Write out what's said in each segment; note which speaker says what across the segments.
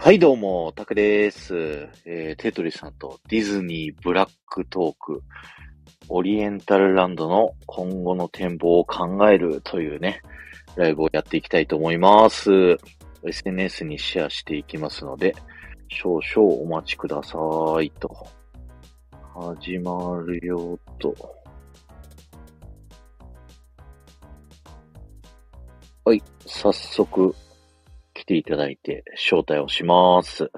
Speaker 1: はい、どうも、タクです。えー、テトリさんとディズニーブラックトーク、オリエンタルランドの今後の展望を考えるというね、ライブをやっていきたいと思います。SNS にシェアしていきますので、少々お待ちくださいと。始まるよと。はい、早速、来ていただいて招待をします。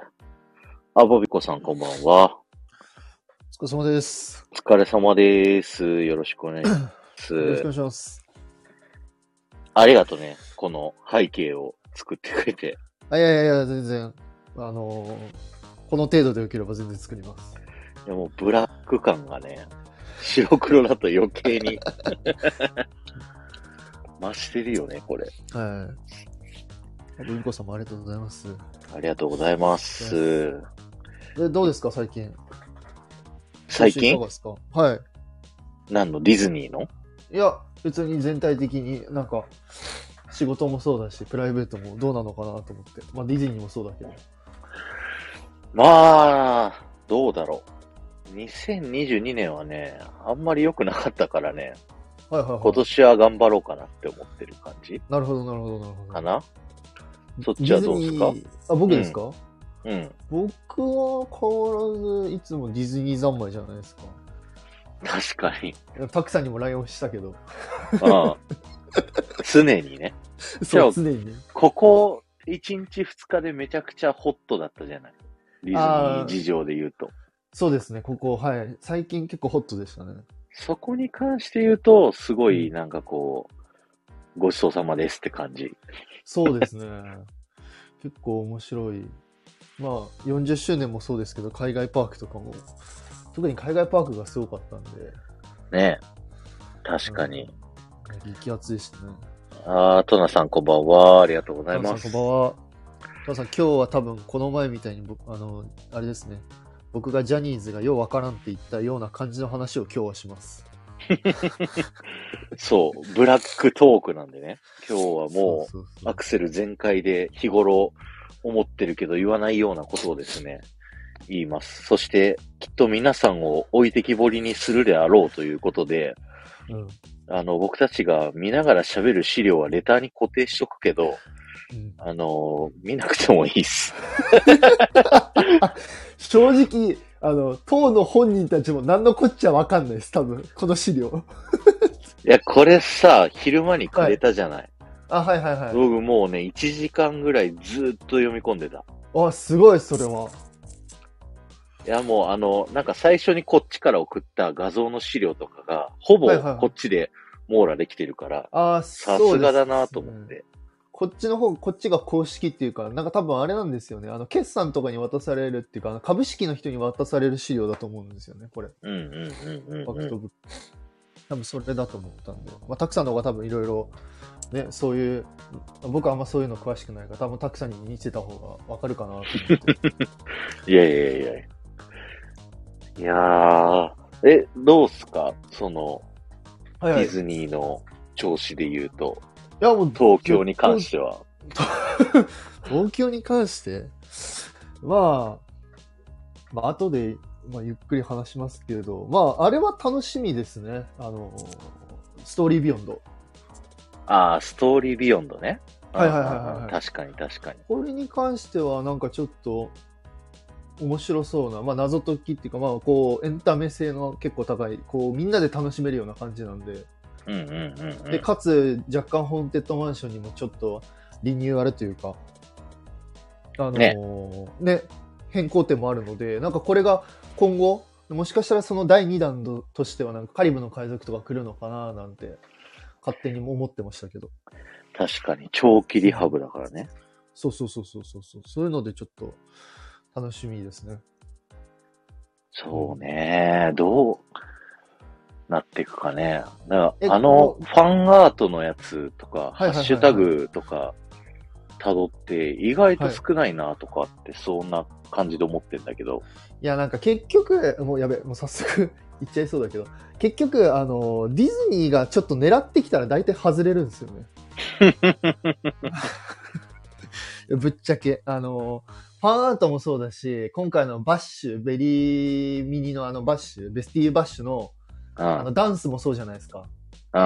Speaker 1: あ、ボビコさんこんばんは。
Speaker 2: お疲れ様です。
Speaker 1: お疲れ様です。よろしくお願いしま
Speaker 2: よろしくお
Speaker 1: す
Speaker 2: 願い。します。
Speaker 1: ありがとうね。この背景を作ってくれて。
Speaker 2: あ、いやいやいや、全然、あのーこの程度でよければ全然作ります。
Speaker 1: いやもうブラック感がね、白黒だと余計 に増してるよね、これ。
Speaker 2: はい。あと、ゆりこさんもありがとうございます。
Speaker 1: ありがとうございます。
Speaker 2: え、どうですか、最近。
Speaker 1: 最
Speaker 2: 調子いか
Speaker 1: 近
Speaker 2: がですかは
Speaker 1: 何のディズニーの
Speaker 2: い。いや、別に全体的になんか、仕事もそうだし、プライベートもどうなのかなと思って。まあ、ディズニーもそうだけど。
Speaker 1: まあ、どうだろう。2022年はね、あんまり良くなかったからね。
Speaker 2: はいはいはい。
Speaker 1: 今年は頑張ろうかなって思ってる感じ
Speaker 2: なるほど、なるほど、なるほど。
Speaker 1: かなそっちはどうですか
Speaker 2: ディズニーあ、僕ですか、
Speaker 1: うん。
Speaker 2: 僕は変わらず、いつもディズニー三昧じゃないですか。
Speaker 1: 確かに。
Speaker 2: たくさんにも LINE をした けど、
Speaker 1: うん。常にね。じゃ
Speaker 2: そ
Speaker 1: あ
Speaker 2: う、常にね。
Speaker 1: ここ1日2日でめちゃくちゃホットだったじゃない。ディズニ
Speaker 2: あ
Speaker 1: ー
Speaker 2: ー
Speaker 1: 事情で言うと。
Speaker 2: そうですね、ここ、はい。最近結構ホットでしたね。
Speaker 1: そこに関して言うと、すごいなんかこう、ごちそうさまですって感じ。
Speaker 2: そうですね。結構面白い。まあ、40周年もそうですけど、海外パークとかも、特に海外パークがすごかったんで。
Speaker 1: ね確かに。
Speaker 2: うん。激アツでしたね。
Speaker 1: あー、トナさんこんばんは。ありがとうござい
Speaker 2: さ
Speaker 1: ま
Speaker 2: ん、こ
Speaker 1: す
Speaker 2: んば。んは。トナさん、今日は多分この前みたいに僕、あの、あれですね。僕がジャニーズがようわからんって言ったような感じの話を今日はします。
Speaker 1: そう、ブラックトークなんでね。今日はもう、
Speaker 2: そうそうそう
Speaker 1: アクセル全開で日頃思ってるけど言わないようなことをですね、言います。そして、きっと皆さんを置いてきぼりにするであろうということで、
Speaker 2: うん
Speaker 1: あの、僕たちが見ながら喋る資料はレターに固定しとくけど、
Speaker 2: うん
Speaker 1: あの、見なくてもいいっす。
Speaker 2: 正直、あの、当の本人たちも何のこっちゃわかんないです、多分。この資料。
Speaker 1: いや、これさ、昼間にくれたじゃない。
Speaker 2: あ、はいはいはい。
Speaker 1: 僕もうね、1時間ぐらいずーっと読み込んでた。
Speaker 2: あ、すごい、それは。
Speaker 1: いや、もうあの、なんか最初にこっちから送った画像の資料とかが、ほぼ
Speaker 2: はいはいはい
Speaker 1: こっちで網羅できてるから、
Speaker 2: あ、
Speaker 1: さ
Speaker 2: そう
Speaker 1: す
Speaker 2: で
Speaker 1: が
Speaker 2: す
Speaker 1: だなと思っ。て。
Speaker 2: こっちの方、こっちが公式っていうか、なんか多分あれなんですよね。あの、決算とかに渡されるっていうか、あの株式の人に渡される資料だと思うんですよね、これ。
Speaker 1: うんうんうん
Speaker 2: フ
Speaker 1: うん
Speaker 2: ァク
Speaker 1: う
Speaker 2: ト
Speaker 1: ん。
Speaker 2: ブック。多分それだと思ったんで。まあ、たくさんの方が多分いろいろ、ね、そういう、僕はあんまそういうの詳しくないから、多分たくさんに似てた方がわかるかなと思 って。
Speaker 1: いやいやいやいや。いやー、え、どうっすかその、デ
Speaker 2: はいはい
Speaker 1: ィ。ズニーの調子で言うと、
Speaker 2: いや、もう
Speaker 1: 東京に関しては。
Speaker 2: 東京に関してまあ、まあ後で、まあ、ゆっくり話しますけれど、まあ、あれは楽しみですね。あの、ストーリービヨンド。
Speaker 1: あー、ストーリービヨンドね。
Speaker 2: はいはいはいはいはい
Speaker 1: うんうんうん確かに確かに。
Speaker 2: これに関しては、なんかちょっと、面白そうな、まあ、謎解きっていうか、まあ、こう、エンタメ性の結構高い、こう、みんなで楽しめるような感じなんで、
Speaker 1: うんうんうん、うん。
Speaker 2: で、かつ、若干ホーンテッドマンションにもちょっとリニューアルというか、あのーね変更点もあるので、なんかこれが今後、もしかしたらその第2弾ととしては、なんかカリブの海賊とか来るのかななんて、勝手にも思ってましたけど。
Speaker 1: 確かに、長期リハブだからね。
Speaker 2: そうそうそうそうそうそう。そういうのでちょっと楽しみですね。
Speaker 1: そうね。どうなっていくかね。だか
Speaker 2: え
Speaker 1: らあの
Speaker 2: こ、
Speaker 1: ファンアートのやつとか、
Speaker 2: はいはいはいはい
Speaker 1: ハッシュタグとか、辿って、意外と少ないなとかって、そんな感じで思ってんだけど。
Speaker 2: いや、なんか結局、もうやべ、もう早速 言っちゃいそうだけど、結局、あの、ディズニーがちょっと狙ってきたら大体外れるんですよね。ぶっちゃけ、あの、ファンアートもそうだし、今回のバッシュ、ベリーミニのあのバッシュ、ベスティーバッシュの
Speaker 1: う
Speaker 2: あ
Speaker 1: ん。
Speaker 2: のダンスもそうじゃないですか。
Speaker 1: う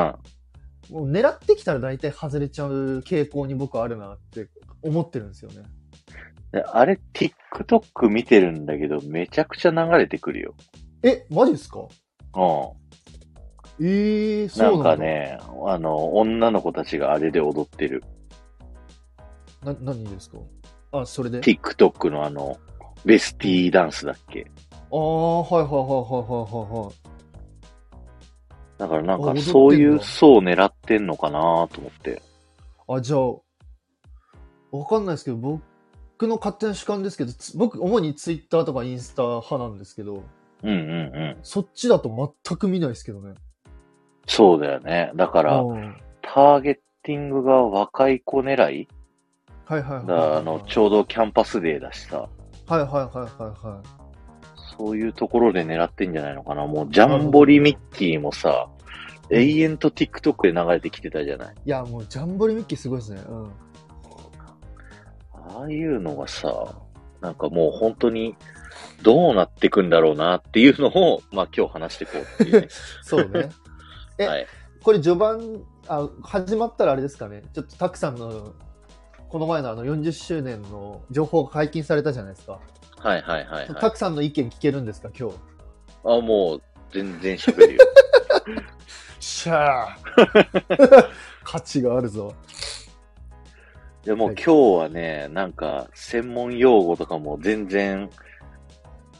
Speaker 1: ん。
Speaker 2: もう狙ってきたら大体外れちゃう傾向に僕はあるなって思ってるんですよね。
Speaker 1: であれ、TikTok 見てるんだけど、めちゃくちゃ流れてくるよ。
Speaker 2: え、マジですか
Speaker 1: う
Speaker 2: ええー、
Speaker 1: ん。な
Speaker 2: そ
Speaker 1: ん
Speaker 2: うな
Speaker 1: か
Speaker 2: んだ。
Speaker 1: ね、あの、女の子たちがあれで踊ってる。
Speaker 2: な、何ですかあ、それで。
Speaker 1: TikTok のあの、ベスティーダンスだっけ
Speaker 2: ああ、はいはいはいはいはいはいはい。
Speaker 1: だからなん
Speaker 2: あ
Speaker 1: か
Speaker 2: 踊ってんだ
Speaker 1: そういう層を狙ってんのかなと思って。
Speaker 2: あ、じゃあ、わかんないですけど、僕の勝手な主観ですけど、つ僕、主にツイッターとかインスタ派なんですけど、
Speaker 1: うんうんうん。
Speaker 2: そっちだと全く見ないですけどね。
Speaker 1: そうだよね。だから、
Speaker 2: うんはい
Speaker 1: ターゲッティングが若い子狙い
Speaker 2: はいはいは
Speaker 1: だか
Speaker 2: い
Speaker 1: らあの、ちょうどキャンパスデーだしさ、
Speaker 2: はいはいはいはいはい。
Speaker 1: そういうところで狙ってんじゃないのかな。もう、ジャンボリミッキーもさ、永遠と TikTok で流れてきてたじゃない。
Speaker 2: いや、もうジャンボリミッキーすごいですね。うん。
Speaker 1: ああいうのがさ、なんかもう本当にどうなってくんだろうなっていうのを、まあ今日話していこうっていうね。
Speaker 2: そうね。 え
Speaker 1: はい。
Speaker 2: これ序盤、あ、始まったらあれですかね。ちょっとたくさんの、この前のあの40周年の情報が解禁されたじゃないですか。
Speaker 1: はいはいはい、は
Speaker 2: た
Speaker 1: い。
Speaker 2: くさんの意見聞けるんですか、今日。
Speaker 1: あ、もう全然喋るよ。
Speaker 2: しゃあ 価値があるぞ。
Speaker 1: でもう今日はね、なんか専門用語とかも全然、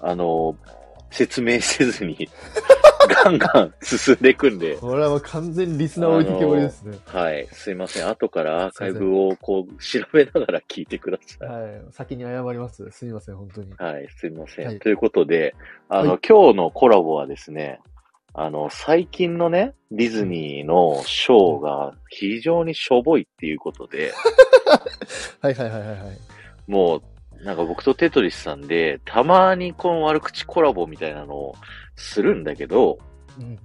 Speaker 1: あの、説明せず に、ガンガン進んでいくんで、
Speaker 2: これはもう完全にリスナー置いてけぼりですね。
Speaker 1: はい、すいません。後からアーカイブをこう調べながら聞いてください。
Speaker 2: はい。先に謝ります。すみません、本当に。
Speaker 1: はい、すいません。
Speaker 2: はい
Speaker 1: ということで、あの、
Speaker 2: はい
Speaker 1: 今日のコラボはですね、あの、最近のね、ディズニーのショーが非常にしょぼいっていうことで、
Speaker 2: はいはいはいはいはい。
Speaker 1: もう、なんか僕とテトリスさんで、たまにこの悪口コラボみたいなのをするんだけど、
Speaker 2: うん。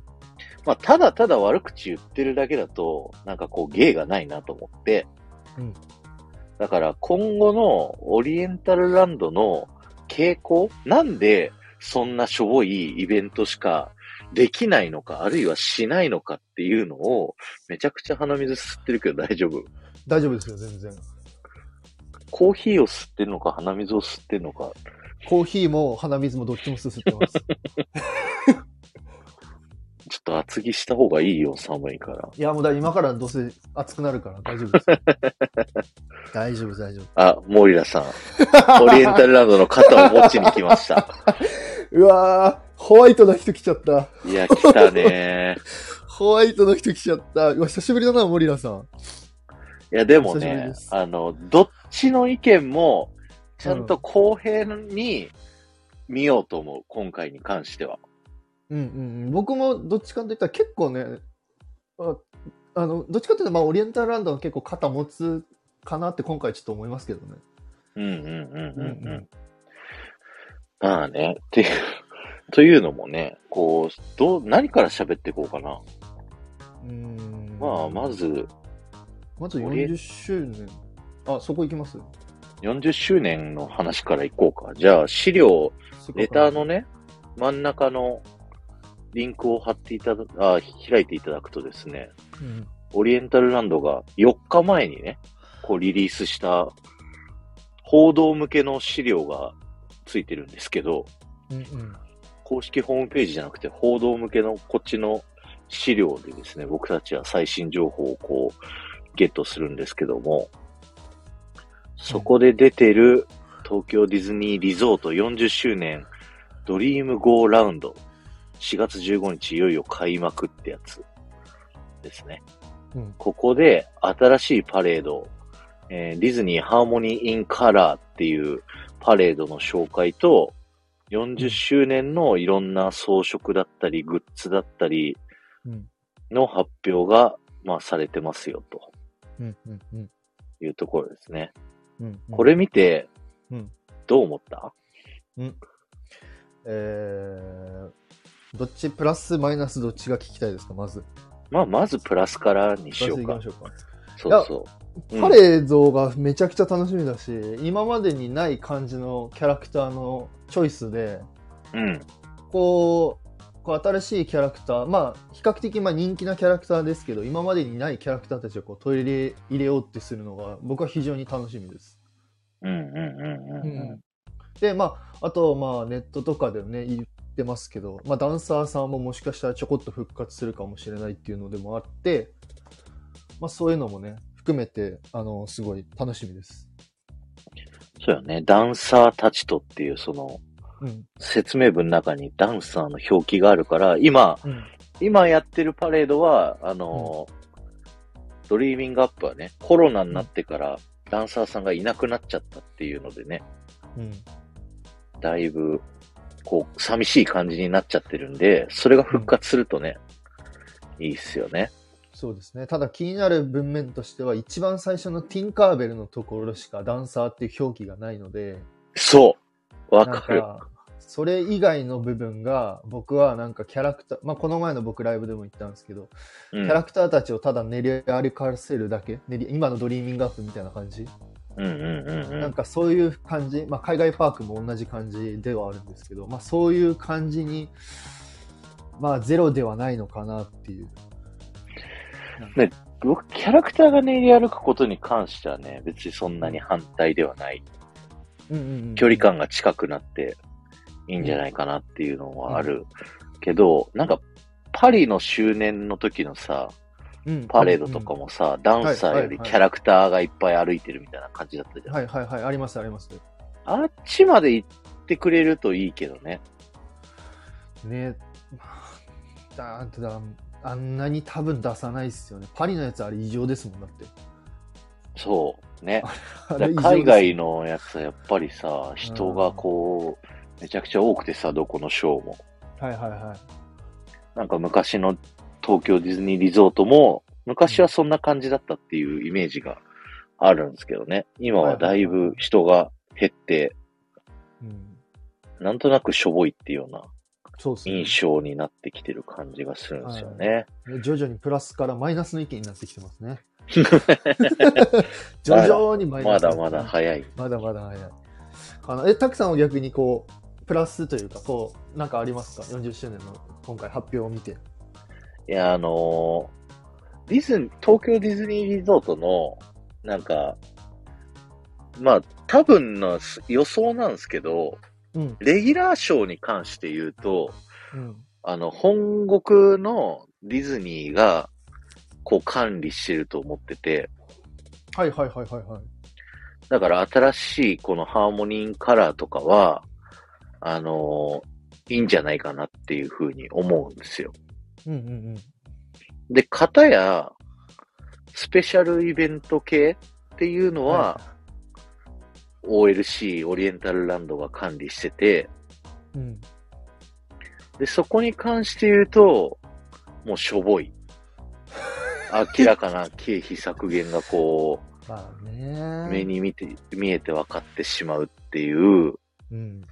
Speaker 1: まあ、ただただ悪口言ってるだけだと、なんかこう芸がないなと思って、
Speaker 2: うん
Speaker 1: だから今後のオリエンタルランドの傾向、なんでそんなしょぼいイベントしかできないのか、あるいはしないのかっていうのを、めちゃくちゃ鼻水吸ってるけど大丈夫。
Speaker 2: 大丈夫ですよ、全然。
Speaker 1: コーヒーを吸ってるのか、鼻水を吸ってるのか。
Speaker 2: コーヒーも鼻水もどっちもすすって ます。
Speaker 1: ちょっと厚着した方がいいよ、寒いから。
Speaker 2: いや、もうだ今からどうせ暑くなるから大丈夫 ですよ。大丈夫、大丈
Speaker 1: あ、モリラさん。オリエンタルランドの肩を持ちに来ました。
Speaker 2: 夫。うわー、ホワイトな人来ちゃった。
Speaker 1: いや、来たね
Speaker 2: ホワイトの人来ちゃった。うわ、久しぶりだな、モリラさん。
Speaker 1: いや、でも
Speaker 2: お久しぶり
Speaker 1: ね
Speaker 2: で、す
Speaker 1: あの、どっちの意見も、ちゃんと公平に見ようと思う、今回に関しては。
Speaker 2: うんうんうん。僕もどっちかといったら結構ね、ああの、どっちかというと、まあ、オリエンタルランドは結構肩持つかなって今回ちょっと思いますけどね。
Speaker 1: うんうんうんうん
Speaker 2: う
Speaker 1: うん。
Speaker 2: うん
Speaker 1: まあね、っていう、というのもね、こう、どう、何から喋っていこうかな。
Speaker 2: うーん。
Speaker 1: まあ、ま。ず、
Speaker 2: まず
Speaker 1: オリエ
Speaker 2: 40周年。あ、そこ行きます
Speaker 1: 40周年の話からいこうか。じゃあ、資料、
Speaker 2: そこから
Speaker 1: レターのね、真ん中のリンクを貼っていただ、あ、開いていただくとですね、
Speaker 2: うん
Speaker 1: オリエンタルランドが4日前にね、こうリリースした報道向けの資料がついてるんですけど、
Speaker 2: うんうん。
Speaker 1: 公式ホームページじゃなくて報道向けのこっちの資料でですね、僕たちは最新情報をこうゲットするんですけども、そこで出てる東京ディズニーリゾート40周年ドリームゴーラウンド4月15日いよいよ開幕ってやつですね。
Speaker 2: うん
Speaker 1: ここで新しいパレード、えーディズニーハーモニー・イン・カラーっていうパレードの紹介と、40周年のいろんな装飾だったり、グッズだったり
Speaker 2: うん
Speaker 1: の発表が、まあ、されてますよと
Speaker 2: うんうんうん
Speaker 1: いうところですね。
Speaker 2: うん。
Speaker 1: これ見て
Speaker 2: うん、
Speaker 1: どう思った
Speaker 2: えー、どっちプラスマイナスどっちが聞きたいですかまず。
Speaker 1: まあ、まずプラスからに
Speaker 2: プ
Speaker 1: し
Speaker 2: ラ
Speaker 1: よ
Speaker 2: ス
Speaker 1: う
Speaker 2: いき
Speaker 1: か
Speaker 2: まし。ょうか。
Speaker 1: そうそうん
Speaker 2: パレードがめちゃくちゃ楽しみだし、今までにない感じのキャラクターのチョイスで、
Speaker 1: うん。
Speaker 2: こう、こう新しいキャラクター、まあ、比較的まあ人気なキャラクターですけど、今までにないキャラクターたちをこう取り入れ入れようってするのが、僕は非常に楽しみです。
Speaker 1: うんうんうんうんうん。
Speaker 2: で、まあ、あと、まあ、ネットとかでね、言ってますけど、まあ、ダンサーさんももしかしたらちょこっと復活するかもしれないっていうのでもあって、まあ、そういうのもね、含めて、あの、すごい楽しみです。
Speaker 1: そうよね。ダンサーたちとっていう、その、
Speaker 2: うん。
Speaker 1: 説明文の中にダンサーの表記があるから、今、
Speaker 2: うん。
Speaker 1: 今やってるパレードは、あのー、ドリーミングアップはね、コロナになってから、ダンサーさんがいなくなっちゃったっていうのでね、
Speaker 2: うん。
Speaker 1: だいぶ、こう、寂しい感じになっちゃってるんで、それが復活するとね、いいっすよね。
Speaker 2: そうですね。ただ気になる文面としては、一番最初のティンカーベルのところしかダンサーっていう表記がないので、
Speaker 1: そうわ
Speaker 2: なん
Speaker 1: かる。
Speaker 2: か、それ以外の部分が、僕はなんかキャラクター、まあこの前の僕ライブでも言ったんですけ
Speaker 1: う
Speaker 2: ど、キ
Speaker 1: ん
Speaker 2: ャラクターたちをただ練り歩かせるだけ、練り今のドリーミングアップみたいな感じ、
Speaker 1: うんうんうんう
Speaker 2: なん
Speaker 1: ん。
Speaker 2: かそういう感じ、まあ海外パークも同じ感じではあるんですけど、まあそういう感じに、まあゼロではないのかなっていう。
Speaker 1: 僕、キャラクターが練り歩くことに関してはね、別にそんなに反対ではない。
Speaker 2: うんうんうん
Speaker 1: 距離感が近くなっていいんじゃないかなっていうのはあるけど、なんか、パリの周年の時のさ、
Speaker 2: うん
Speaker 1: パレードとかもさ、ダンサーよりキャラクターがいっぱい歩いてるみたいな感じだったじゃん。
Speaker 2: はいはいはい、ありますあります。
Speaker 1: あっちまで行ってくれるといいけどね。
Speaker 2: ね、だってだ、あんなに多分出さないっすよね。パリのやつあれ異常ですもんだって。
Speaker 1: そう。ね。
Speaker 2: あ
Speaker 1: だ
Speaker 2: れ
Speaker 1: か
Speaker 2: 異常
Speaker 1: ら海
Speaker 2: です
Speaker 1: 外のやつはやっぱりさ、人がこう、めちゃくちゃ多くてさ、どこのショーも。
Speaker 2: はいはいはい。
Speaker 1: なんか昔の東京ディズニーリゾートも、昔はそんな感じだったっていうイメージがあるんですけどね。今はだいぶ人が減って、
Speaker 2: うん、
Speaker 1: なんとなくしょぼいっていうような
Speaker 2: そうですね。
Speaker 1: 印象になってきてる感じがするんですよね。
Speaker 2: 徐々にプラスからマイナスの意見になってきてま すね。
Speaker 1: ま
Speaker 2: 徐
Speaker 1: だ
Speaker 2: 々にマイナ
Speaker 1: ま
Speaker 2: ス
Speaker 1: だ
Speaker 2: の意見。
Speaker 1: まだ早い。
Speaker 2: まだまだ早い。あのえ、たくさんは逆にこう、プラスというか、こう、なんかありますか ?40 周年の今回発表を見て。
Speaker 1: いや、あのーディズニー、東京ディズニーリゾートの、なんか、まあ、多分の予想なんですけど、
Speaker 2: うん。
Speaker 1: レギュラーショーに関して言うと、
Speaker 2: うん。
Speaker 1: あの、本国のディズニーが、こう管理してると思ってて、
Speaker 2: はいはいはいはいはい。
Speaker 1: だから新しいこのハーモニーカラーとかは、あのーいいんじゃないかなっていうふうに思うんですよ。
Speaker 2: うんうんうん。
Speaker 1: で、型や、スペシャルイベント系っていうのは、OLC、オリエンタルランドが管理してて、
Speaker 2: い、うん。
Speaker 1: で、そこに関して言うと、もうしょ ぼい。明らかな経費削減がこ
Speaker 2: まあ
Speaker 1: う、
Speaker 2: ね。
Speaker 1: 目に見て、見えて分かってしまうっていう
Speaker 2: うん。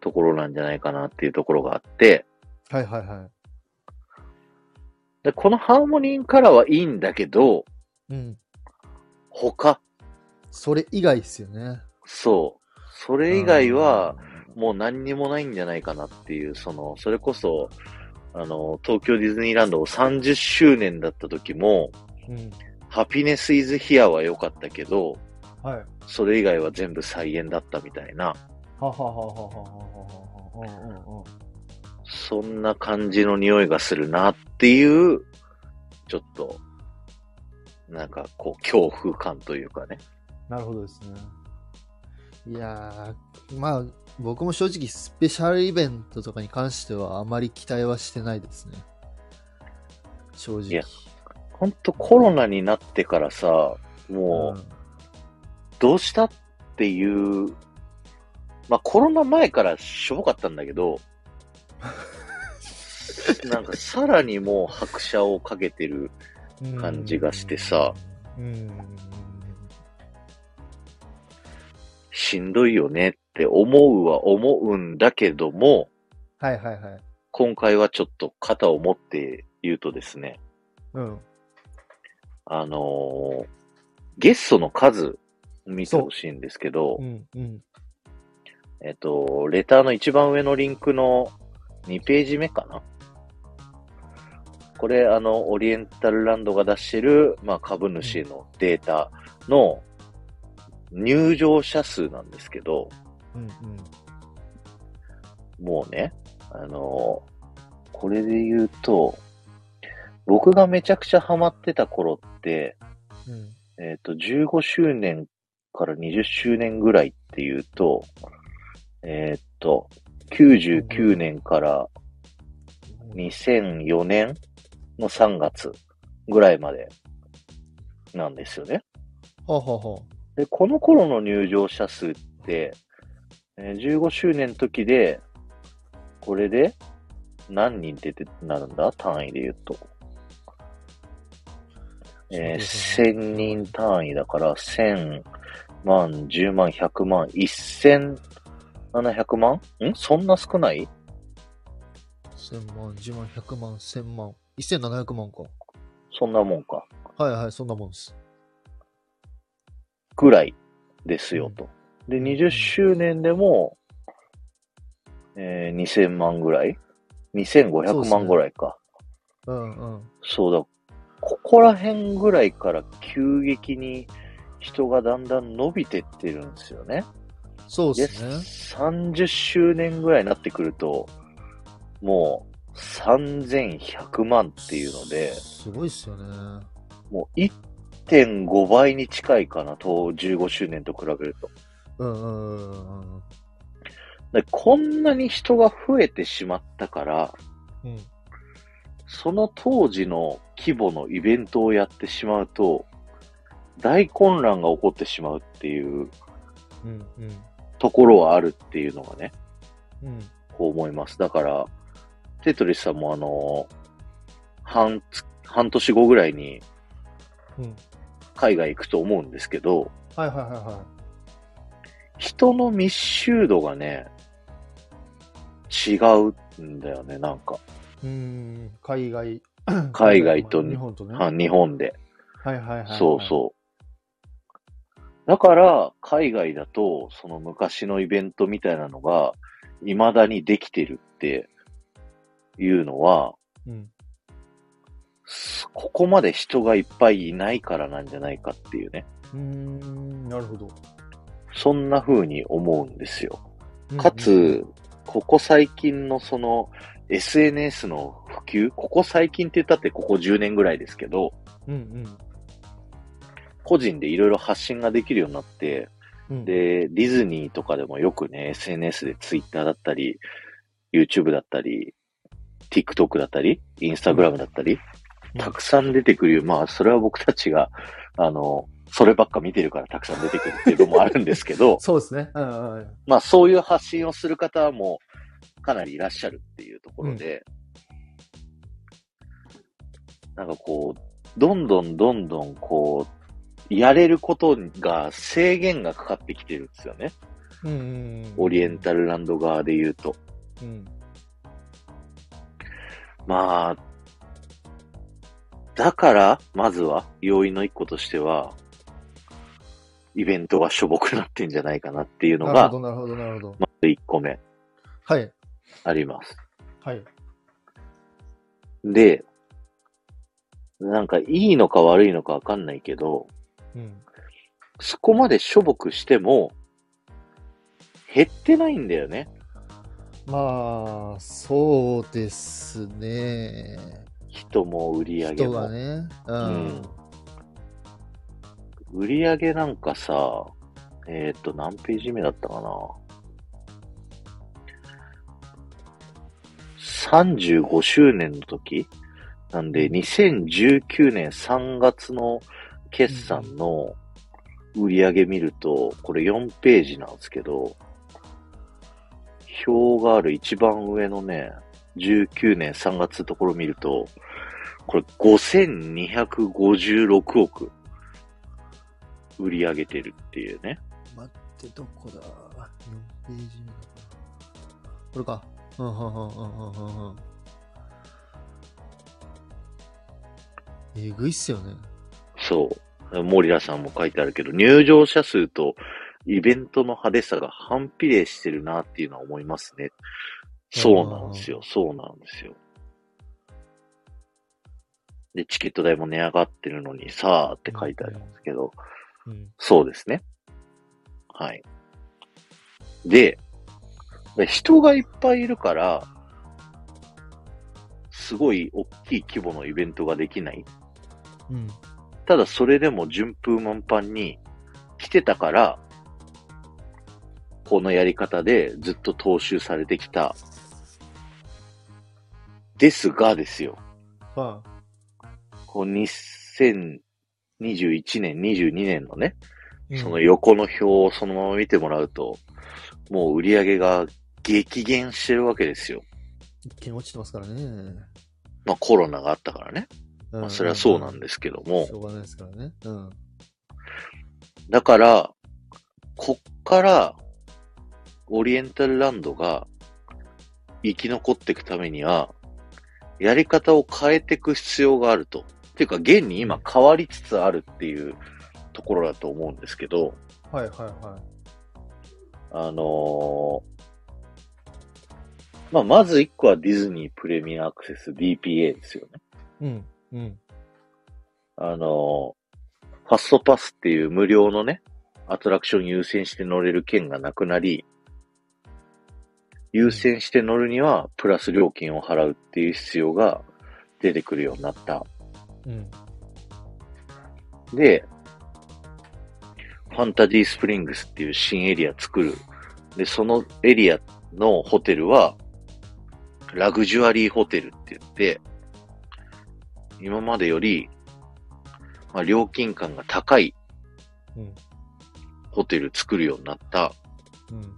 Speaker 1: ところなんじゃないかなっていうところがあって、
Speaker 2: はいはいは
Speaker 1: でこのハーモニーからはいいんだけど、
Speaker 2: い。うん。
Speaker 1: 他、
Speaker 2: それ以外ですよね。
Speaker 1: そう、そ
Speaker 2: そ
Speaker 1: れ以外は、、もう何にもないんじゃないかなっていう、その、それこそ、あの、東京ディズニーランドを30周年だった時も、
Speaker 2: うん。
Speaker 1: ハピネスイズヒアは良かったけど、
Speaker 2: はい。は
Speaker 1: それ以外は全部再演だったみたいな、
Speaker 2: はははははははは。うんうんうん。
Speaker 1: そんな感じの匂いがするなっていう、ちょっと、なんかこう、恐怖感というかね。
Speaker 2: なるほどですね。いやー、まあ、僕も正直スペシャルイベントとかに関してはあまり期待はしてないですね。正直。
Speaker 1: いやほんとコロナになってからさ、もう、どうしたっていう、まあコロナ前からしょぼかったんだけど、なんかさらにもう拍車をかけてる。
Speaker 2: うん
Speaker 1: 感じがしてさ。
Speaker 2: うん。
Speaker 1: しんどいよねって思うは思うんだけども、
Speaker 2: はいはいはい。
Speaker 1: 今回はちょっと肩を持って言うとですね、
Speaker 2: うん。
Speaker 1: あのーゲストの数を見てほしいんですけど
Speaker 2: う、んうん。
Speaker 1: えっと、レターの一番上のリンクの2ページ目かな。これ、あの、オリエンタルランドが出してる、まあ、株主のデータの入場者数なんですけど、
Speaker 2: うんうん。
Speaker 1: もうね、あの、これで言うと、僕がめちゃくちゃハマってた頃って、
Speaker 2: うん
Speaker 1: えっ、と、15周年から20周年ぐらいっていうと、えっ、と、99年から2004年の3月ぐらいまでなんですよね。
Speaker 2: はあ、はあは
Speaker 1: で、この頃の入場者数って、えー15周年の時で、これで何人出てなるんだ単位で言うと。えー、
Speaker 2: そうですね
Speaker 1: 1000人単位だから、1000万、10万、100万、1700万んそんな少ない
Speaker 2: あ。1000万、10万、100万、1000万、1700万か。
Speaker 1: そんなもんか。
Speaker 2: はいはい、そんなもんです。
Speaker 1: ぐらいですよと。で、20周年でも、えー2000万ぐらい ?2500 万ぐらいか。
Speaker 2: うんうん。
Speaker 1: そうだ。ここら辺ぐらいから急激に人がだんだん伸びてってるんですよね。
Speaker 2: そう
Speaker 1: で、
Speaker 2: ですね。
Speaker 1: 30周年ぐらいになってくると、もう3100万っていうので、
Speaker 2: すごいっすよね。
Speaker 1: もう1.5倍に近いかなと、15周年と比べると。
Speaker 2: うんうんうんうん
Speaker 1: でこんなに人が増えてしまったから、
Speaker 2: うん。うん
Speaker 1: その当時の規模のイベントをやってしまうと、大混乱が起こってしまうっていう
Speaker 2: うんうん
Speaker 1: ところはあるっていうのがね、
Speaker 2: うん。
Speaker 1: こう思います。だから、テトリスさんもあの、半つ、半年後ぐらいに
Speaker 2: うん。
Speaker 1: 海外行くと思うんですけど、
Speaker 2: はいはいはいは
Speaker 1: 人の密集度がね、違うんだよね、なんか。
Speaker 2: い。うん。海外。
Speaker 1: 海外と
Speaker 2: 日本とね。
Speaker 1: は日本で。
Speaker 2: はいはいはいはい。
Speaker 1: そうそう。だから、海外だと、その昔のイベントみたいなのが、未だにできてるっていうのは、
Speaker 2: う。うん。
Speaker 1: すここまで人がいっぱいいないからなんじゃないかっていうね。
Speaker 2: うーん、なるほど。
Speaker 1: そんな風に思うんですよ。
Speaker 2: うん
Speaker 1: かつ、、ここ最近のその SNS の普及、ここ最近って言ったってここ10年ぐらいですけど、
Speaker 2: うんうん
Speaker 1: 個人でいろいろ発信ができるようになって、
Speaker 2: うん。
Speaker 1: で、ディズニーとかでもよくね、SNS で Twitter だったり、YouTube だったり、TikTok だったり、Instagram だったり、
Speaker 2: うん、
Speaker 1: たくさん出てくるよ。まあ、それは僕たちが、あの、そればっか見てるからたくさん出てくるっていうのもあるんですけど
Speaker 2: そうですね。うんうんうん。
Speaker 1: まあ、そういう発信をする方もかなりいらっしゃるっていうところで、なんかこう、どんどんどんどんこう、やれることが制限がかかってきてるんですよね。
Speaker 2: うんうんうん
Speaker 1: オリエンタルランド側で言うと。
Speaker 2: うん。
Speaker 1: まあ、だから、まずは、要因の一個としては、イベントがしょぼくなってんじゃないかなっていうの
Speaker 2: なる
Speaker 1: が
Speaker 2: ほ、ど、なるほど、なるほど。
Speaker 1: まず一個目
Speaker 2: はい。
Speaker 1: あります。
Speaker 2: はい。
Speaker 1: で、なんかいいのか悪いのかわかんないけど、
Speaker 2: うん。
Speaker 1: そこまでしょぼくしても、減ってないんだよね。
Speaker 2: まあ、そうですね。
Speaker 1: 人も売り上げ
Speaker 2: 人
Speaker 1: も。
Speaker 2: がね。う
Speaker 1: うん
Speaker 2: ん。
Speaker 1: 売り上げなんかさ、えっ、と、何ページ目だったかな ?35 周年の時なんで、2019年3月の決算の売り上げ見ると、これ4ページなんですけど、表がある一番上のね、19年3月のところ見ると、これ5256億。売り上げてるっていうね。
Speaker 2: 待って、どこだ ?4 ページ目だから。これか。うん、うん、うん、うん、うん、うん。えぐいっすよね。
Speaker 1: そう。モリラさんも書いてあるけど、入場者数とイベントの派手さが反比例してるなっていうのは思いますね。そうなんですよ。そうなんですよ。で、チケット代も値上がってるのにさーって書いてありますけど、
Speaker 2: うん
Speaker 1: そうですね。はい。で、人がいっぱいいるから、すごい大きい規模のイベントができない。
Speaker 2: うん
Speaker 1: ただそれでも順風満帆に来てたから、このやり方でずっと踏襲されてきた。ですがですよ。
Speaker 2: は
Speaker 1: こう2021年、22年のね、
Speaker 2: いうん
Speaker 1: その横の表をそのまま見てもらうと、もう売り上げが激減してるわけですよ。
Speaker 2: 一気に落ちてますからね。
Speaker 1: まあコロナがあったからね。
Speaker 2: ま
Speaker 1: まあそれはそうなんですけども。
Speaker 2: しょうがないですからね。うん。
Speaker 1: だから、こっから、オリエンタルランドが生き残っていくためには、やり方を変えていく必要があると。っていうか、現に今変わりつつあるっていうところだと思うんですけど、
Speaker 2: はいはいは
Speaker 1: あのーまあ、まず一個はディズニープレミアアクセス DPA ですよね。
Speaker 2: い。うん。うん。
Speaker 1: あのーファストパスっていう無料のね、アトラクション優先して乗れる券がなくなり、優先して乗るにはプラス料金を払うっていう必要が出てくるようになった。
Speaker 2: うん。
Speaker 1: で、ファンタジースプリングスっていう新エリア作る。で、そのエリアのホテルは、ラグジュアリーホテルって言って、今までより、まあ、料金感が高い
Speaker 2: うん。
Speaker 1: ホテル作るようになった。
Speaker 2: うん。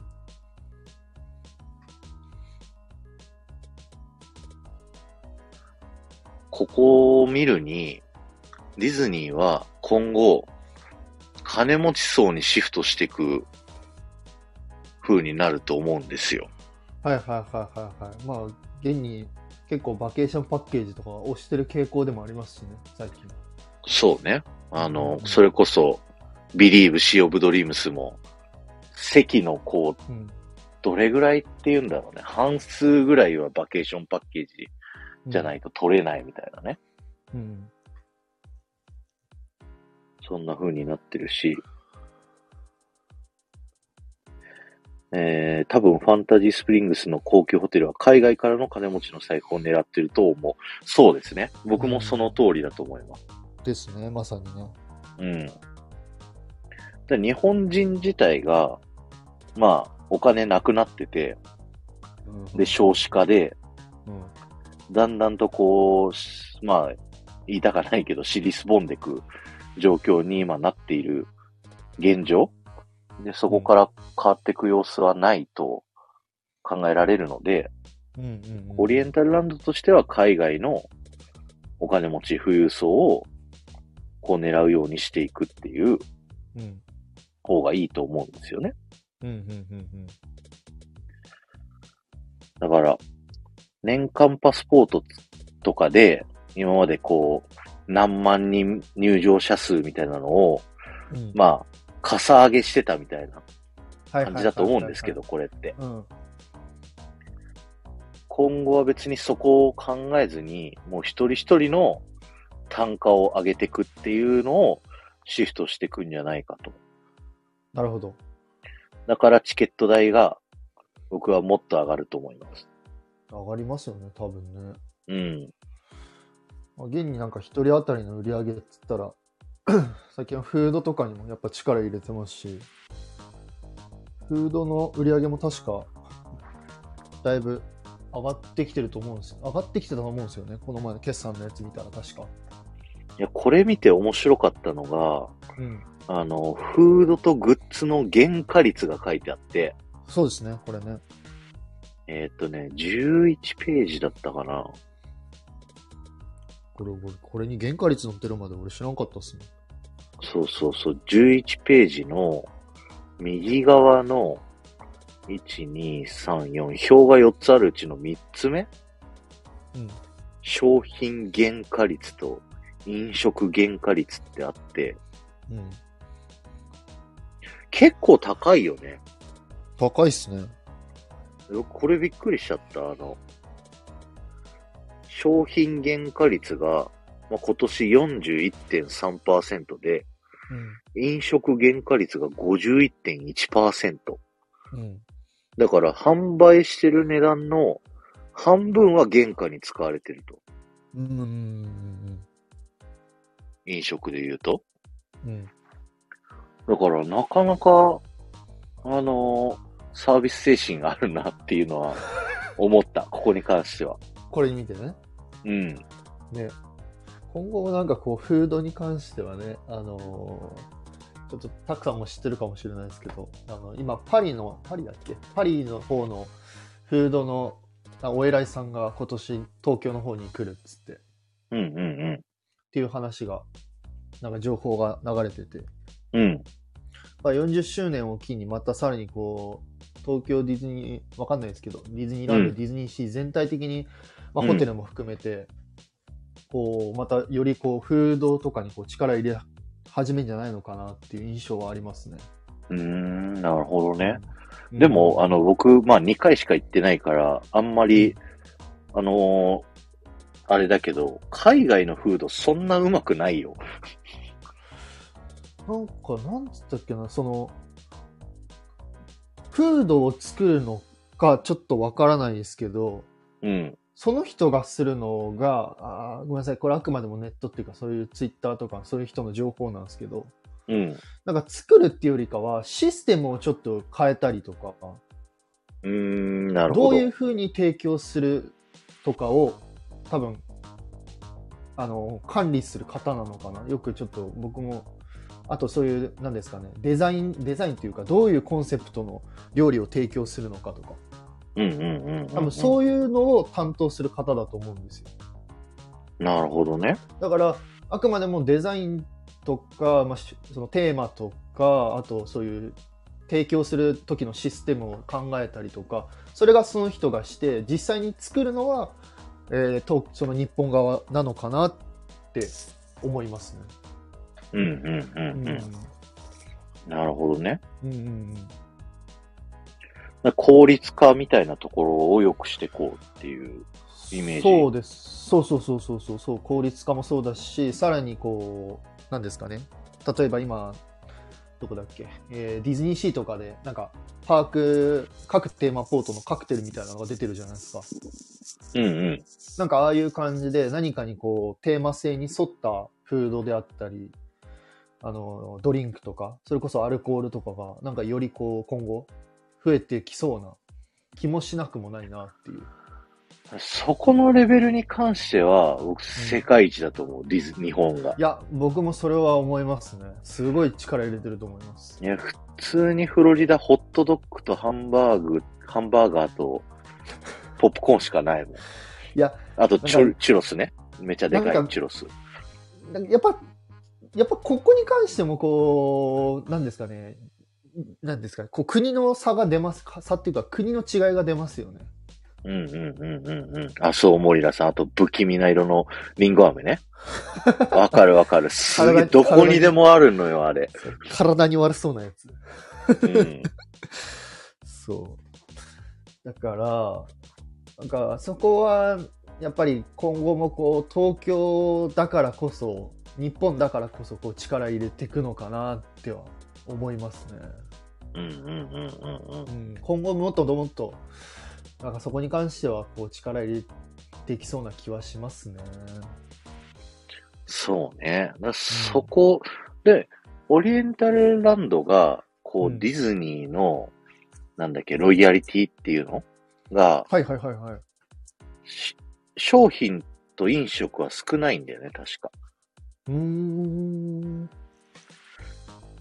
Speaker 1: ここを見るに、ディズニーは今後、金持ち層にシフトしていく風になると思うんですよ。
Speaker 2: はいはいはいはいはい。まあ、現に結構バケーションパッケージとか押してる傾向でもありますしね、最近。
Speaker 1: そうね。あの、それこそ、ビリーブ、シー・オブ・ドリームスも、席のこう、
Speaker 2: うん。。
Speaker 1: どれぐらいって言うんだろうね。半数ぐらいはバケーションパッケージじゃないいと取れないみたいなね。
Speaker 2: うん。
Speaker 1: そんな風になってるし、えー、多分ファンタジースプリングスの高級ホテルは海外からの金持ちの財布を狙ってると思う。そうですね。僕もその通りだと思います。
Speaker 2: ですね、まさにね。
Speaker 1: うん。で日本人自体が、まあ、お金なくなってて、
Speaker 2: うん
Speaker 1: で、少子化で、
Speaker 2: うん。
Speaker 1: だんだんとこうし、まあ、言いたかないけど、尻すぼんでく状況に今なっている現状で、そこから変わっていく様子はないと考えられるので、
Speaker 2: うんうんうん。
Speaker 1: オリエンタルランドとしては海外のお金持ち富裕層をこう狙うようにしていくっていう
Speaker 2: うん。
Speaker 1: 方がいいと思うんですよね。
Speaker 2: うんうんうんうん。
Speaker 1: だから、年間パスポートとかで、今までこう、何万人入場者数みたいなのを、
Speaker 2: うん
Speaker 1: まあ、かさ上げしてたみたいな
Speaker 2: あ
Speaker 1: 感じだと思うんですけど、。これって。
Speaker 2: うん。
Speaker 1: 今後は別にそこを考えずに、もう一人一人の単価を上げていくっていうのをシフトしていくんじゃないかと。
Speaker 2: なるほど。
Speaker 1: だからチケット代が僕はもっと上がると思います。
Speaker 2: 上がりますよね、多分ね。
Speaker 1: うん。
Speaker 2: まあ現になんか一人当たりの売り上げっつったら 最近はフードとかにもやっぱ力入れてますしフードの売り上げも確かだいぶ上がってきてると思うんです上がってきてたと思うんですよねこの前の決算のやつ見たら確か
Speaker 1: いや、これ見て面白かったのが、
Speaker 2: うん
Speaker 1: あの、フードとグッズの原価率が書いてあって、
Speaker 2: そうですねこれね
Speaker 1: えーっとね、11ページだったかな。
Speaker 2: これ俺これに原価率載ってるまで俺知らんかったっすね
Speaker 1: そうそうそう、11ページの右側の1、2、3、4、表が4つあるうちの3つ目
Speaker 2: うん
Speaker 1: 商品原価率と飲食原価率ってあって、
Speaker 2: うん。
Speaker 1: 結構高いよね。
Speaker 2: 高いっすね。
Speaker 1: これびっくりしちゃった。あの、商品原価率が、まあ、今年41.3%で、飲食原価率が51.1%。
Speaker 2: うん。うん。
Speaker 1: だから、販売してる値段の半分は原価に使われてると。
Speaker 2: うんうんうん
Speaker 1: 飲食で言うと。
Speaker 2: うんうん。
Speaker 1: だから、なかなか、あのーサービス精神があるなっていうのは思った。ここに関しては。
Speaker 2: これ見てね。
Speaker 1: うん。
Speaker 2: ね。今後もなんかこう、フードに関してはね、あのーちょっとたくさんも知ってるかもしれないですけど、あの、今、パリの、パリだっけパリの方のフードのあお偉いさんが今年東京の方に来るっつって、っ
Speaker 1: うんうん
Speaker 2: ていう話が、なんか情報が流れてて、
Speaker 1: うん。うん。
Speaker 2: まあ、40周年を機にまたさらにこう東京ディズニーわかんないですけどディズニーランド、
Speaker 1: うん
Speaker 2: ディズニーシー全体的に、まあ、
Speaker 1: うん
Speaker 2: ホテルも含めて、こうまたよりこうフードとかにこう力入れ始めんじゃないのかなっていう印象はありますね。
Speaker 1: うーん、なるほどね。
Speaker 2: うん
Speaker 1: でも、あの、僕、まあ、2回しか行ってないから、あんまり、あのーあれだけど、海外のフードそんなうまくないよ。
Speaker 2: なんかなんつったっけなそのフードを作るのかちょっとわからないですけど
Speaker 1: うん。
Speaker 2: その人がするのがあーごめんなさいこれあくまでもネットっていうかそういうツイッターとかそういう人の情報なんですけど
Speaker 1: うん。
Speaker 2: なんか作るっていうよりかはシステムをちょっと変えたりとか
Speaker 1: うーん、なる
Speaker 2: ど
Speaker 1: ほど。
Speaker 2: ういうふうに提供するとかを多分あの管理する方なのかなよくちょっと僕もあとそういう何ですかねデザインデザインというかどういうコンセプトの料理を提供するのかとか
Speaker 1: うんうんうんうんうん。
Speaker 2: 多分そういうのを担当する方だと思うんですよ
Speaker 1: なるほどね。
Speaker 2: だからあくまでもデザインとか、まあ、しそのテーマとかあとそういう提供する時のシステムを考えたりとかそれがその人がして実際に作るのは、えーとその日本側なのかなって思いますね。
Speaker 1: うんうんう
Speaker 2: うん
Speaker 1: うん。なるほどね。
Speaker 2: うんうん
Speaker 1: 効率化みたいなところを良くしていこうっていう。イメージ
Speaker 2: そうですそうそうそうそうそうそう効率化もそうだしさらにこうなんですかね例えば今どこだっけ、えーディズニーシーとかでなんかパーク各テーマポートのカクテルみたいなのが出てるじゃないですか
Speaker 1: うんうん。
Speaker 2: なんかああいう感じで何かにこうテーマ性に沿ったフードであったりあのドリンクとかそれこそアルコールとかがなんかよりこう今後増えてきそうな気もしなくもないなっていう
Speaker 1: そこのレベルに関しては、僕、世界一だと思う。ディズ、日本が
Speaker 2: い。や、僕もそれは思いますね。すごい力入れてると思います
Speaker 1: い。や、普通にフロリダホットドッグとハンバーグ、ハンバーガーとポップコーンしかないもん。い
Speaker 2: や、
Speaker 1: あとチ
Speaker 2: なん
Speaker 1: ュチュロスね。めちゃでか
Speaker 2: なん
Speaker 1: い
Speaker 2: か
Speaker 1: チュロス。
Speaker 2: なんかやっぱ、やっぱここに関してもこう、なんですかね、なんですかね、こう国の差が出ます、か差っていうか国の違いが出ますよね。
Speaker 1: うんうんうんうんうん。あ、そう、森田さん。あと、不気味な色のリンゴ飴 ね。わかるわかる。すげえ、
Speaker 2: 体に
Speaker 1: どこにでもあるのよ、あ れ。
Speaker 2: 体に悪そうなやつ。
Speaker 1: うん。
Speaker 2: そう。だから、なんかそこは、やっぱり今後もこう、東京だからこそ、日本だからこそこう力入れていくのかなっては思いますね。
Speaker 1: うんうんうんうんうん
Speaker 2: う。ん、今後もっともっとなんかそこに関してはこう力入れてきそうな気はしますね。
Speaker 1: そうね。だそこ、で、オリエンタルランドが、こ
Speaker 2: う
Speaker 1: う、
Speaker 2: ん
Speaker 1: ディズニーの、なんだっけ、ロイヤリティっていうのが、
Speaker 2: はいはいはいはい。
Speaker 1: し商品と飲食は少ないんだよね、確か。
Speaker 2: うーん。